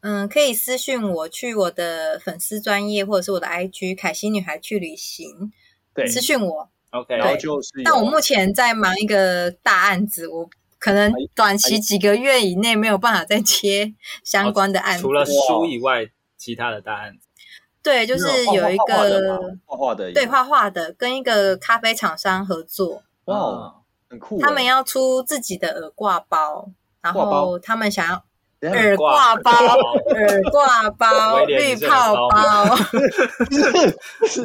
[SPEAKER 5] 嗯，可以私讯我去我的粉丝专业或者是我的 IG 凯西女孩去旅行
[SPEAKER 4] 对，
[SPEAKER 5] 私讯我，
[SPEAKER 1] OK，
[SPEAKER 4] 然后就是有，
[SPEAKER 5] 但我目前在忙一个大案子，我可能短期几个月以内没有办法再
[SPEAKER 4] 哦
[SPEAKER 5] 接相关的案子。
[SPEAKER 1] 除了书以外，其他的答案
[SPEAKER 5] 对，就是有一
[SPEAKER 4] 画画的嘛
[SPEAKER 5] 个
[SPEAKER 4] 画画的，
[SPEAKER 5] 对，画画的，跟一个咖啡厂商合作，
[SPEAKER 4] 哇哦，很酷欸。
[SPEAKER 5] 他们要出自己的耳挂包，然
[SPEAKER 4] 挂包
[SPEAKER 5] 后他们想要
[SPEAKER 4] 等一下
[SPEAKER 5] 耳挂 包、
[SPEAKER 1] 包
[SPEAKER 5] 耳挂包、
[SPEAKER 1] 威廉
[SPEAKER 5] 绿
[SPEAKER 1] 你是
[SPEAKER 5] 泡
[SPEAKER 1] 耳
[SPEAKER 5] 包，
[SPEAKER 4] 是，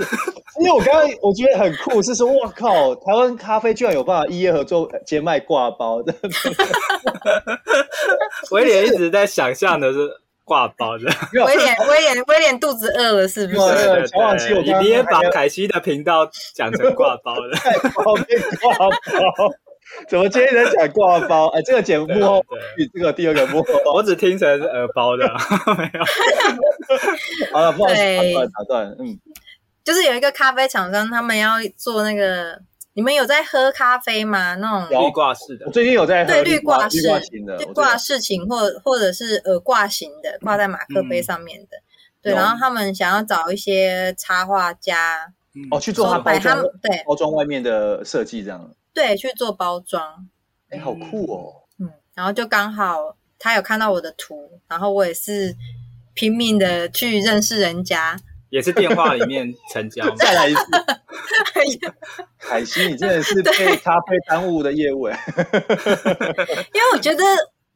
[SPEAKER 4] 因为我刚刚我觉得很酷，是说我靠，台湾咖啡居然有办法一夜合作兼卖挂包的，
[SPEAKER 1] 威廉一直在想象的是挂包的，
[SPEAKER 4] 没有
[SPEAKER 5] 威廉威廉威廉肚子饿了是不
[SPEAKER 4] 对
[SPEAKER 5] 是？
[SPEAKER 4] 对乔瓦基我刚刚
[SPEAKER 1] 你也把凯西的频道讲成挂 包的，
[SPEAKER 4] 包变挂包，怎么今天在讲挂包？哎，这个节目幕后
[SPEAKER 1] 对对
[SPEAKER 4] 剧，这个第二个幕后，
[SPEAKER 1] 我只听成是耳包的，没有。
[SPEAKER 4] 好了，不好意思，打
[SPEAKER 5] 对
[SPEAKER 4] 断打断，嗯，
[SPEAKER 5] 就是有一个咖啡厂商，他们要做那个你们有在喝咖啡吗？那种
[SPEAKER 4] 有
[SPEAKER 2] 绿挂式的
[SPEAKER 4] 我，最近有在喝
[SPEAKER 5] 对
[SPEAKER 4] 绿
[SPEAKER 5] 绿
[SPEAKER 4] 挂
[SPEAKER 5] 挂
[SPEAKER 4] 绿
[SPEAKER 5] 式
[SPEAKER 4] 挂型的，我
[SPEAKER 5] 就
[SPEAKER 4] 最
[SPEAKER 5] 挂饰型或或者是耳挂型的，挂在马克杯上面的。对，
[SPEAKER 4] 嗯有
[SPEAKER 5] 然后他们想要找一些插画家，
[SPEAKER 2] 嗯
[SPEAKER 4] 哦去做它
[SPEAKER 5] 说
[SPEAKER 4] 包
[SPEAKER 5] 摆他
[SPEAKER 4] 装
[SPEAKER 5] 们对
[SPEAKER 4] 包装外面的设计这样，
[SPEAKER 5] 对去做包装，
[SPEAKER 4] 哎，好酷哦！
[SPEAKER 5] 嗯，然后就刚好他有看到我的图，然后我也是拼命的去认识人家，
[SPEAKER 2] 也是电话里面成交嘛。
[SPEAKER 4] 再来一次，凯西，你真的 是被咖啡耽误的业务哎，
[SPEAKER 5] 因为我觉得，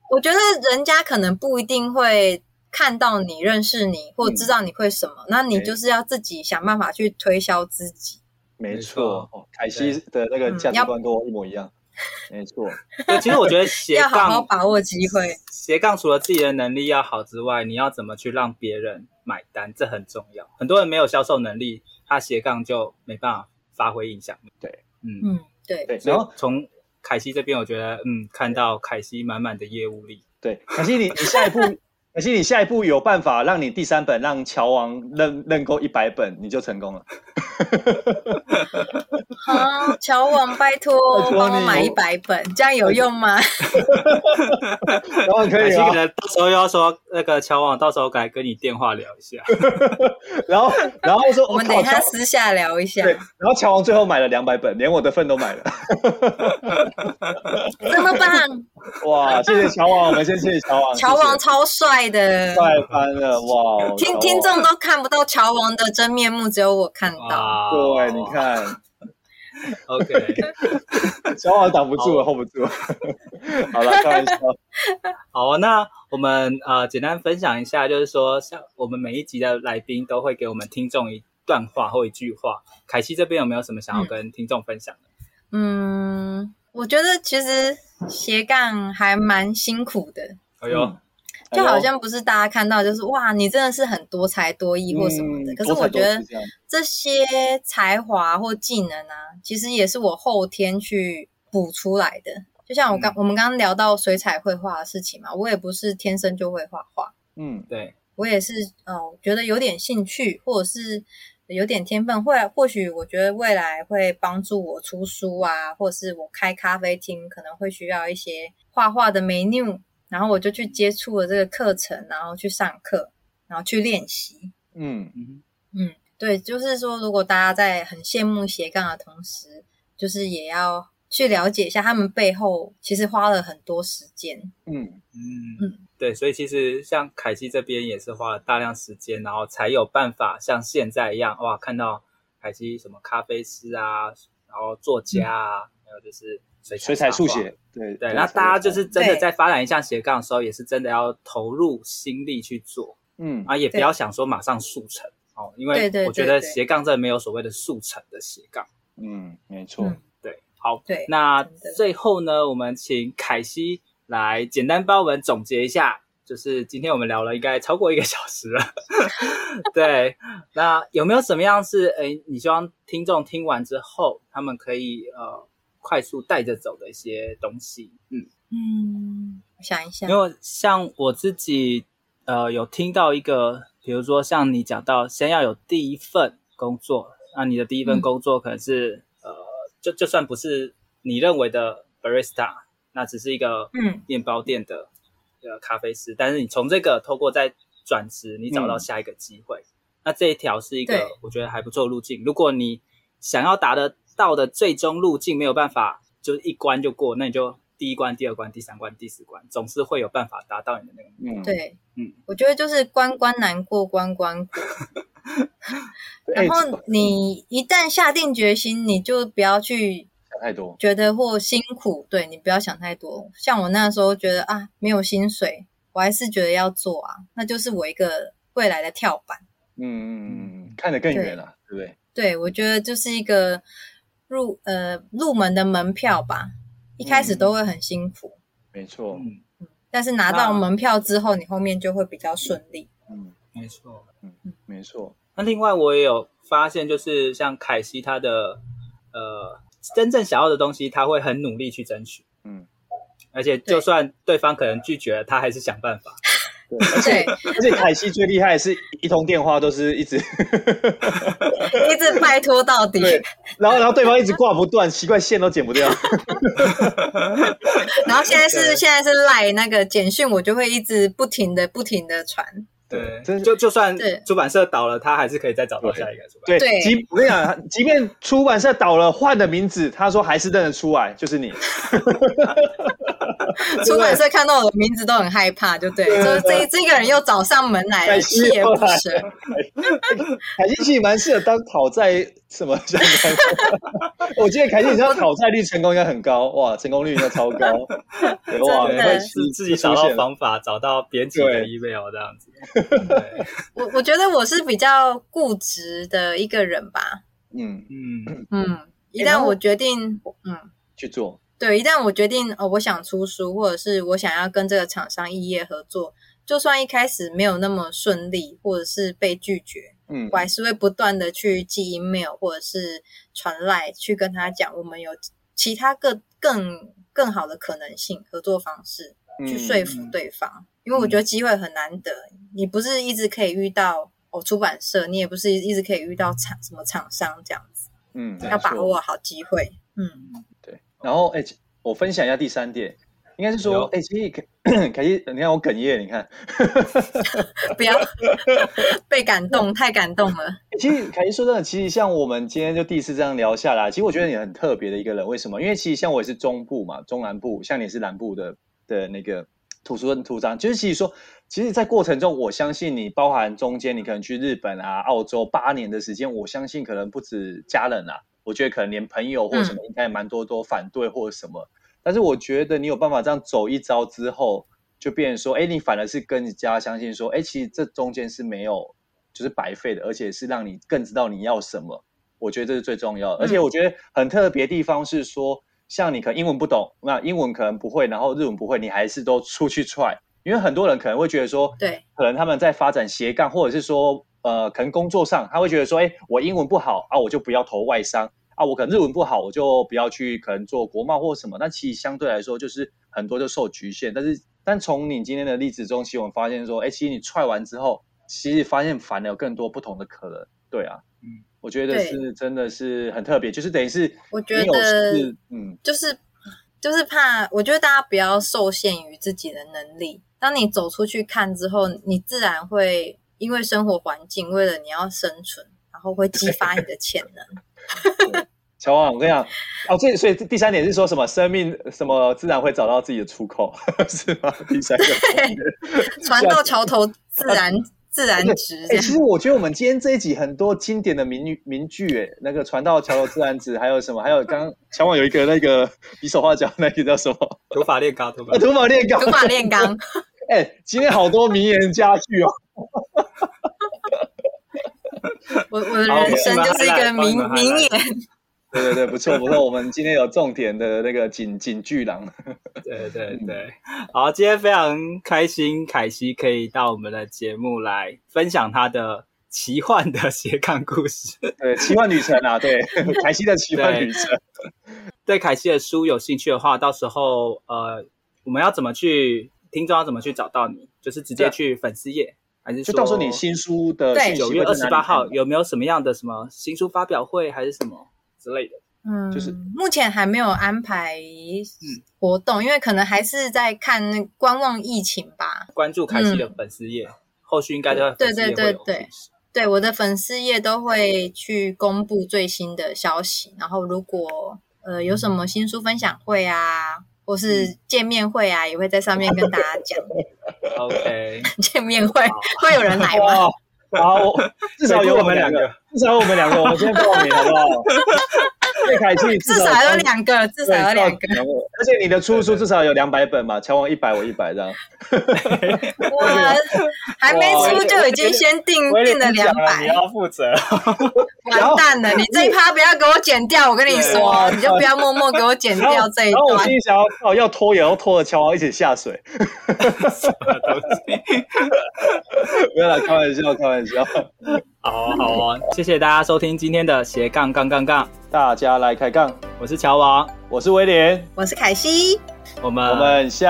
[SPEAKER 5] 我觉得人家可能不一定会看到你、认识你或
[SPEAKER 4] 嗯
[SPEAKER 5] 知道你会什么，那你就是要自己想办法去推销自己。
[SPEAKER 4] 没
[SPEAKER 2] 没错
[SPEAKER 4] 错，哦凯西的那个
[SPEAKER 5] 嗯
[SPEAKER 4] 价值
[SPEAKER 5] 要
[SPEAKER 4] 观跟我一模一样，没 错，
[SPEAKER 2] 对，其实我觉得斜
[SPEAKER 5] 要
[SPEAKER 2] 杠
[SPEAKER 5] 好好把握机会。
[SPEAKER 2] 斜杠除了自己的能力要好之外，你要怎么去让别人买单，这很重要。很多人没有销售能力，他斜杠就没办法发挥影响力。
[SPEAKER 4] 对，
[SPEAKER 2] 嗯，
[SPEAKER 5] 嗯，对，
[SPEAKER 4] 对，
[SPEAKER 2] 所
[SPEAKER 4] 然
[SPEAKER 2] 以
[SPEAKER 4] 后
[SPEAKER 2] 从凯西这边，我觉得嗯，看到凯西满满的业务力，
[SPEAKER 4] 对，可惜你你 下一步，可惜你下一步有办法让你第三本让乔王认认购一百本，你就 成功了。
[SPEAKER 5] 好，乔王，拜托
[SPEAKER 4] 拜托你
[SPEAKER 5] 帮我买一百本，这样有用吗？
[SPEAKER 4] 当然可
[SPEAKER 2] 凯
[SPEAKER 4] 以
[SPEAKER 2] 西
[SPEAKER 4] 啊
[SPEAKER 2] 可，能到时候又要说那个乔网，到时候改跟你电话聊一下。
[SPEAKER 4] 然后然后说，
[SPEAKER 5] 我
[SPEAKER 4] 我
[SPEAKER 5] 们等
[SPEAKER 4] 靠，
[SPEAKER 5] 一下
[SPEAKER 4] 乔
[SPEAKER 5] 私下聊一下
[SPEAKER 4] 对，，然后乔王最后买了两百本，连我的份都买 了。
[SPEAKER 5] 这么棒！
[SPEAKER 4] 哇，谢谢乔王，我们先谢谢乔王，
[SPEAKER 5] 乔王
[SPEAKER 4] 谢
[SPEAKER 5] 超帅的
[SPEAKER 4] 谢，帅翻了哇！哦乔
[SPEAKER 5] 听
[SPEAKER 4] 王
[SPEAKER 5] 听众都看不到乔王的真面目，只有我看
[SPEAKER 4] 啊
[SPEAKER 5] 到。
[SPEAKER 1] 啊
[SPEAKER 2] 哇，
[SPEAKER 4] 对，你 看
[SPEAKER 2] ，OK，
[SPEAKER 4] 乔王挡不住了，hold 不住。好了，开玩笑，
[SPEAKER 2] 好，那我们呃简单分享一下，就是说，像我们每一集的来宾都会给我们听众一段话或一句话。凯西这边有没有什么想要跟听众分享的？
[SPEAKER 5] 嗯，我觉得其实斜杠还蛮辛苦的，
[SPEAKER 2] 哎呦，
[SPEAKER 4] 嗯
[SPEAKER 5] 就好像不是大家看到，就是哇，你真的是很多才多艺或什么的。
[SPEAKER 4] 嗯
[SPEAKER 5] 可是我
[SPEAKER 4] 多
[SPEAKER 5] 觉
[SPEAKER 4] 才多
[SPEAKER 5] 得
[SPEAKER 4] 姿这样
[SPEAKER 5] 这些才华或技能啊，其实也是我后天去补出来的。就像我刚、我们刚刚聊到水彩绘画的事情嘛，我也不是天生就会画画，
[SPEAKER 4] 嗯，
[SPEAKER 2] 对，
[SPEAKER 5] 我也是呃觉得有点兴趣，或者是有点天分，或或许我觉得未来会帮助我出书啊，或者是我开咖啡厅可能会需要一些画画的 menu，然后我就去接触了这个课程，然后去上课，然后去练习。
[SPEAKER 4] 嗯，
[SPEAKER 2] 嗯，
[SPEAKER 5] 嗯，对，就是说，如果大家在很羡慕斜杠的同时，就是也要去了解一下他们背后其实花了很多时间。
[SPEAKER 4] 嗯，
[SPEAKER 2] 嗯
[SPEAKER 5] 嗯，
[SPEAKER 2] 对，所以其实像凯西这边也是花了大量时间，然后才有办法像现在一样，哇，看到凯西什么咖啡师啊，然后作家啊，还有就是水
[SPEAKER 4] 水彩
[SPEAKER 2] 插
[SPEAKER 4] 速
[SPEAKER 2] 画
[SPEAKER 4] 写，对
[SPEAKER 2] 对，那大家就是真的
[SPEAKER 5] 对
[SPEAKER 2] 在发展一项斜杠的时候，也是真的要投入心力去做
[SPEAKER 4] 嗯
[SPEAKER 2] 啊，也不
[SPEAKER 5] 对
[SPEAKER 2] 要想说马上速成哦，因
[SPEAKER 5] 对
[SPEAKER 2] 为
[SPEAKER 5] 对
[SPEAKER 2] 我觉
[SPEAKER 5] 对
[SPEAKER 2] 得
[SPEAKER 5] 对
[SPEAKER 2] 斜杠真的没有所谓的速成的斜杠。
[SPEAKER 4] 嗯，没错
[SPEAKER 5] 嗯。
[SPEAKER 2] 对，好，
[SPEAKER 5] 对
[SPEAKER 2] 那
[SPEAKER 5] 真的
[SPEAKER 2] 最后呢，我们请凯西来简单帮我们总结一下，就是今天我们聊了应该超过一个小时了。 对，那有没有什么样是诶，你希望听众听完之后，他们可以呃快速带着走的一些东西？嗯。
[SPEAKER 5] 嗯，我想一下，
[SPEAKER 2] 因为像我自己，呃，有听到一个，比如说像你讲到，先要有第一份工作，那你的第一份
[SPEAKER 5] 嗯
[SPEAKER 2] 工作可能是、呃，就就算不是你认为的 barista，那只是一个
[SPEAKER 5] 嗯
[SPEAKER 2] 面包店的呃咖啡师，但是你从这个透过再转职，你找到
[SPEAKER 4] 嗯
[SPEAKER 2] 下一个机会，那这一条是一个
[SPEAKER 5] 对
[SPEAKER 2] 我觉得还不错的路径。如果你想要达得到的最终路径没有办法，就是一关就过，那你就第一关、第二关、第三关、第四关，总是会有办法达到你的那个目标。
[SPEAKER 4] 嗯，
[SPEAKER 5] 对，
[SPEAKER 2] 嗯
[SPEAKER 5] 我觉得就是关关难过关关过。
[SPEAKER 4] 哎，
[SPEAKER 5] 然后你一旦下定决心，你就不要去
[SPEAKER 4] 想太多。
[SPEAKER 5] 觉得或辛苦，对你不要想太多。像我那时候觉得啊，没有薪水，我还是觉得要做啊，那就是我一个未来的跳板。
[SPEAKER 4] 嗯嗯嗯嗯，看得更远了，对不对？
[SPEAKER 5] 对，我觉得就是一个入呃入门的门票吧，一开始
[SPEAKER 4] 嗯
[SPEAKER 5] 都会很辛苦，
[SPEAKER 4] 没错，
[SPEAKER 2] 嗯，
[SPEAKER 5] 但是拿到
[SPEAKER 2] 那
[SPEAKER 5] 门票之后，你后面就会比较顺利。
[SPEAKER 4] 嗯，
[SPEAKER 2] 没错。
[SPEAKER 4] 没错，
[SPEAKER 2] 那另外我也有发现，就是像凯西他的呃真正想要的东西，他会很努力去争取。
[SPEAKER 4] 嗯，
[SPEAKER 2] 而且
[SPEAKER 5] 对
[SPEAKER 2] 就算对方可能拒绝了，他还是想办法。
[SPEAKER 4] 对，而且
[SPEAKER 5] 对，
[SPEAKER 4] 而且凯西最厉害的是一通电话都是一直，
[SPEAKER 5] 一直拜托到底。
[SPEAKER 4] 对然后然后对方一直挂不断，奇怪线都剪不掉。
[SPEAKER 5] 然后现在是现在是赖那个简讯，我就会一直不停的不停的传。
[SPEAKER 1] 对，
[SPEAKER 4] 真是
[SPEAKER 1] 就就算
[SPEAKER 5] 对
[SPEAKER 1] 出版社倒了，他还是可以再找到下一个出版社。
[SPEAKER 4] 对，
[SPEAKER 5] 对
[SPEAKER 4] 即我跟你讲，即便出版社倒了，换的名字，他说还是认得出来，就是你。
[SPEAKER 5] 出版社看到我的名字都很害怕，就对，说这这个人又找上门来
[SPEAKER 4] 凯
[SPEAKER 5] 了，
[SPEAKER 4] 西
[SPEAKER 5] 锲而不
[SPEAKER 4] 又来
[SPEAKER 5] 舍。
[SPEAKER 4] 凯西其实蛮适合当讨债什么相关的 我记得凯西，你知道讨债率成功应该很高，哇，成功率应该超 高，对哇，
[SPEAKER 5] 真的
[SPEAKER 4] 会
[SPEAKER 1] 对，
[SPEAKER 4] 出
[SPEAKER 1] 是自己找
[SPEAKER 4] 出
[SPEAKER 1] 到
[SPEAKER 4] 现
[SPEAKER 1] 方法，找到编辑的
[SPEAKER 4] 对
[SPEAKER 1] email 这样子。对，
[SPEAKER 5] 我我觉得我是比较固执的一个人吧，
[SPEAKER 4] 嗯
[SPEAKER 1] 嗯，
[SPEAKER 5] 嗯，一
[SPEAKER 4] 然
[SPEAKER 5] 旦
[SPEAKER 4] 后
[SPEAKER 5] 我决定，嗯。
[SPEAKER 4] 去做，
[SPEAKER 5] 对，一旦我决定哦，我想出书，或者是我想要跟这个厂商异业合作，就算一开始没有那么顺利，或者是被拒绝，
[SPEAKER 4] 嗯
[SPEAKER 5] 我还是会不断的去寄 email 或者是传来去跟他讲，我们有其他更更更好的可能性合作方式，
[SPEAKER 4] 嗯
[SPEAKER 5] 去说服对方。因为我觉得机会很难得，你不是一直可以遇到哦出版社，你也不是一直可以遇到厂什么厂商这样子，
[SPEAKER 4] 嗯，嗯
[SPEAKER 5] 要把握好机会。嗯，
[SPEAKER 4] 对，然后哎、我分享一下第三点，应该是说，
[SPEAKER 1] 有
[SPEAKER 4] 哎、其实凯 凯西，你看我哽咽，你看，
[SPEAKER 5] 不要被感动，太感动了。
[SPEAKER 4] 其实凯西说真的，其实像我们今天就第一次这样聊下来，其实我觉得你很特别的一个人，为什么？因为其实像我也是中部嘛，中南部，像你是南部的的那个土著跟土长，就是其实说，其实，在过程中，我相信你，包含中间你可能去日本啊、澳洲八年的时间，我相信可能不止家人啊，我觉得可能连朋友或什么，应该也蛮多都反对或者什么。但是我觉得你有办法这样走一遭之后，就变成说，哎，你反而是更加相信说，哎，其实这中间是没有就是白费的，而且是让你更知道你要什么。我觉得这是最重要的。而且我觉得很特别的地方是说，像你可能英文不懂，那英文可能不会，然后日文不会，你还是都出去 try。因为很多人可能会觉得说，
[SPEAKER 5] 对，
[SPEAKER 4] 可能他们在发展斜杠，或者是说，呃，可能工作上他会觉得说，哎，我英文不好啊，我就不要投外商啊，我可能日文不好，我就不要去可能做国贸或什么。那其实相对来说，就是很多就受局限。但是，但从你今天的例子中，其实我们发现说，哎，其实你踹完之后，其实发现反而有更多不同的可能。对啊，
[SPEAKER 1] 嗯
[SPEAKER 4] 嗯，我觉得
[SPEAKER 5] 对
[SPEAKER 4] 是真的是很特别，就是等于是
[SPEAKER 5] 我觉
[SPEAKER 4] 你有
[SPEAKER 5] 得
[SPEAKER 4] 是嗯
[SPEAKER 5] 就是就是怕，我觉得大家不要受限于自己的能力。当你走出去看之后，你自然会因为生活环境，为了你要生存，然后会激发你的潜能。
[SPEAKER 4] 乔王，我跟你讲，哦，这所以第三点是说什么？生命什么自然会找到自己的出口， 是吗？第三个
[SPEAKER 1] 啊
[SPEAKER 4] 方面。
[SPEAKER 5] 船到桥头自然自然直，这
[SPEAKER 4] 哎、
[SPEAKER 5] 样
[SPEAKER 4] 其实我觉得我们今天这一集很多经典的名语名句，哎，那个“船到桥头自然直”，还有什么？还有刚刚 乔王有一个那个 比手画脚那个叫什么？
[SPEAKER 1] 土法炼钢，土法
[SPEAKER 4] 呃，土法炼钢。
[SPEAKER 5] 土法炼钢。
[SPEAKER 4] 哎、今天好多名言佳句哦。
[SPEAKER 5] 我我的
[SPEAKER 1] 好
[SPEAKER 5] 人生就是一
[SPEAKER 1] 帮你
[SPEAKER 5] 个
[SPEAKER 1] 们 highlight，
[SPEAKER 5] 名
[SPEAKER 1] 帮你
[SPEAKER 5] 名
[SPEAKER 1] 们
[SPEAKER 5] 言。
[SPEAKER 4] 对对对，不错不错，我们今天有重点的那个警警句郎。
[SPEAKER 1] 对对对，好，今天非常开心，凯西可以到我们的节目来分享她的奇幻的斜杠故事。
[SPEAKER 4] 对，奇幻旅程啊，对， 凯西的奇幻旅程。
[SPEAKER 1] 对凯西的书有兴趣的话，到时候呃，我们要怎么去听众要怎么去找到你？就是直接去粉丝页，还是
[SPEAKER 4] 就
[SPEAKER 1] 说
[SPEAKER 4] 到时候你新书的
[SPEAKER 5] 对
[SPEAKER 4] 讯息
[SPEAKER 1] 九
[SPEAKER 4] 会
[SPEAKER 1] 月
[SPEAKER 4] 在哪
[SPEAKER 1] 二
[SPEAKER 4] 里
[SPEAKER 1] 十八号
[SPEAKER 4] 看到
[SPEAKER 1] 有没有什么样的什么新书发表会，还是什么之类的？
[SPEAKER 5] 嗯，
[SPEAKER 4] 就是
[SPEAKER 5] 目前还没有安排
[SPEAKER 1] 嗯
[SPEAKER 5] 活动，因为可能还是在看那观望疫情吧。
[SPEAKER 1] 关注凯西的粉丝页，后续应该都会粉丝页
[SPEAKER 5] 嗯对
[SPEAKER 1] 会
[SPEAKER 5] 对
[SPEAKER 1] 有
[SPEAKER 5] 对对
[SPEAKER 1] 信息
[SPEAKER 5] 对，我的粉丝页都会去公布最新的消息，然后如果呃有什么新书分享会啊，或
[SPEAKER 1] 嗯
[SPEAKER 5] 是见面会啊，也会在上面跟大家 讲。
[SPEAKER 1] OK，
[SPEAKER 5] 见面会会有人来吗？
[SPEAKER 4] 哇， 好，至少有我们两
[SPEAKER 1] 对
[SPEAKER 4] 个，至少有我们两个，我们先报名好不 好？最凯气，
[SPEAKER 5] 至少有两个，至
[SPEAKER 4] 对，
[SPEAKER 5] 少有两个。
[SPEAKER 4] 至少有个而且你的出书至少有两百本嘛，乔王一百，我一百这样。
[SPEAKER 5] 我还没出就已经先定
[SPEAKER 1] 威
[SPEAKER 5] 定
[SPEAKER 1] 廉
[SPEAKER 5] 了
[SPEAKER 1] 你
[SPEAKER 5] 两
[SPEAKER 1] 讲了，你
[SPEAKER 5] 百，
[SPEAKER 1] 要负责。
[SPEAKER 5] 完蛋了！你这一趴不要给我剪掉，我跟你说，
[SPEAKER 4] 对
[SPEAKER 5] 你就不要默默给我剪
[SPEAKER 4] 然
[SPEAKER 5] 掉
[SPEAKER 4] 后
[SPEAKER 5] 这一
[SPEAKER 4] 然后我
[SPEAKER 5] 段
[SPEAKER 4] 心。里想要，哦，要拖也要拖着乔王一起下 水， 不要啦，开玩笑，开玩笑。
[SPEAKER 1] 好啊，好啊，谢谢大家收听今天的斜杠杠杠杠，
[SPEAKER 4] 大家来开杠，
[SPEAKER 1] 我是乔王，
[SPEAKER 4] 我是威廉，
[SPEAKER 5] 我是凯西，
[SPEAKER 1] 啊我们
[SPEAKER 4] 我们下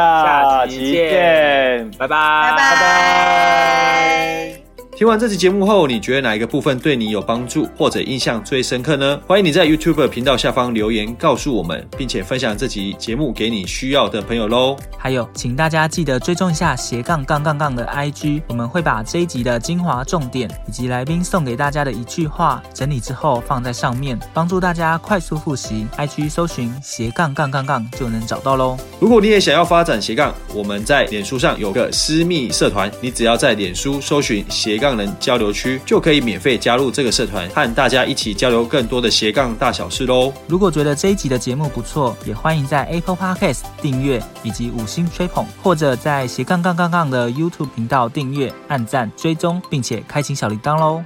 [SPEAKER 1] 下期
[SPEAKER 4] 期
[SPEAKER 1] 见
[SPEAKER 4] 见。
[SPEAKER 1] 拜拜，
[SPEAKER 5] 拜
[SPEAKER 4] 啊拜听完这期节目后，你觉得哪一个部分对你有帮助或者印象最深刻呢？欢迎你在 YouTube 频道下方留言告诉我们，并且分享这期节目给你需要的朋友喽。
[SPEAKER 1] 还有，请大家记得追踪一下斜杠杠杠杠的 IG，我们会把这一集的精华重点以及来宾送给大家的一句话整理之后放在上面，帮助大家快速复习。IG 搜寻斜杠杠杠杠就能找到喽。
[SPEAKER 4] 如果你也想要发展斜杠，我们在脸书上有个私密社团，你只要在脸书搜寻“斜杠人交流区”，就可以免费加入这个社团，和大家一起交流更多的斜杠大小事喽。
[SPEAKER 1] 如果觉得这一集的节目不错，也欢迎在 Apple Podcast 订阅以及五星吹捧，或者在斜杠杠杠杠的 YouTube 频道订阅、按赞、追踪，并且开启小铃铛喽。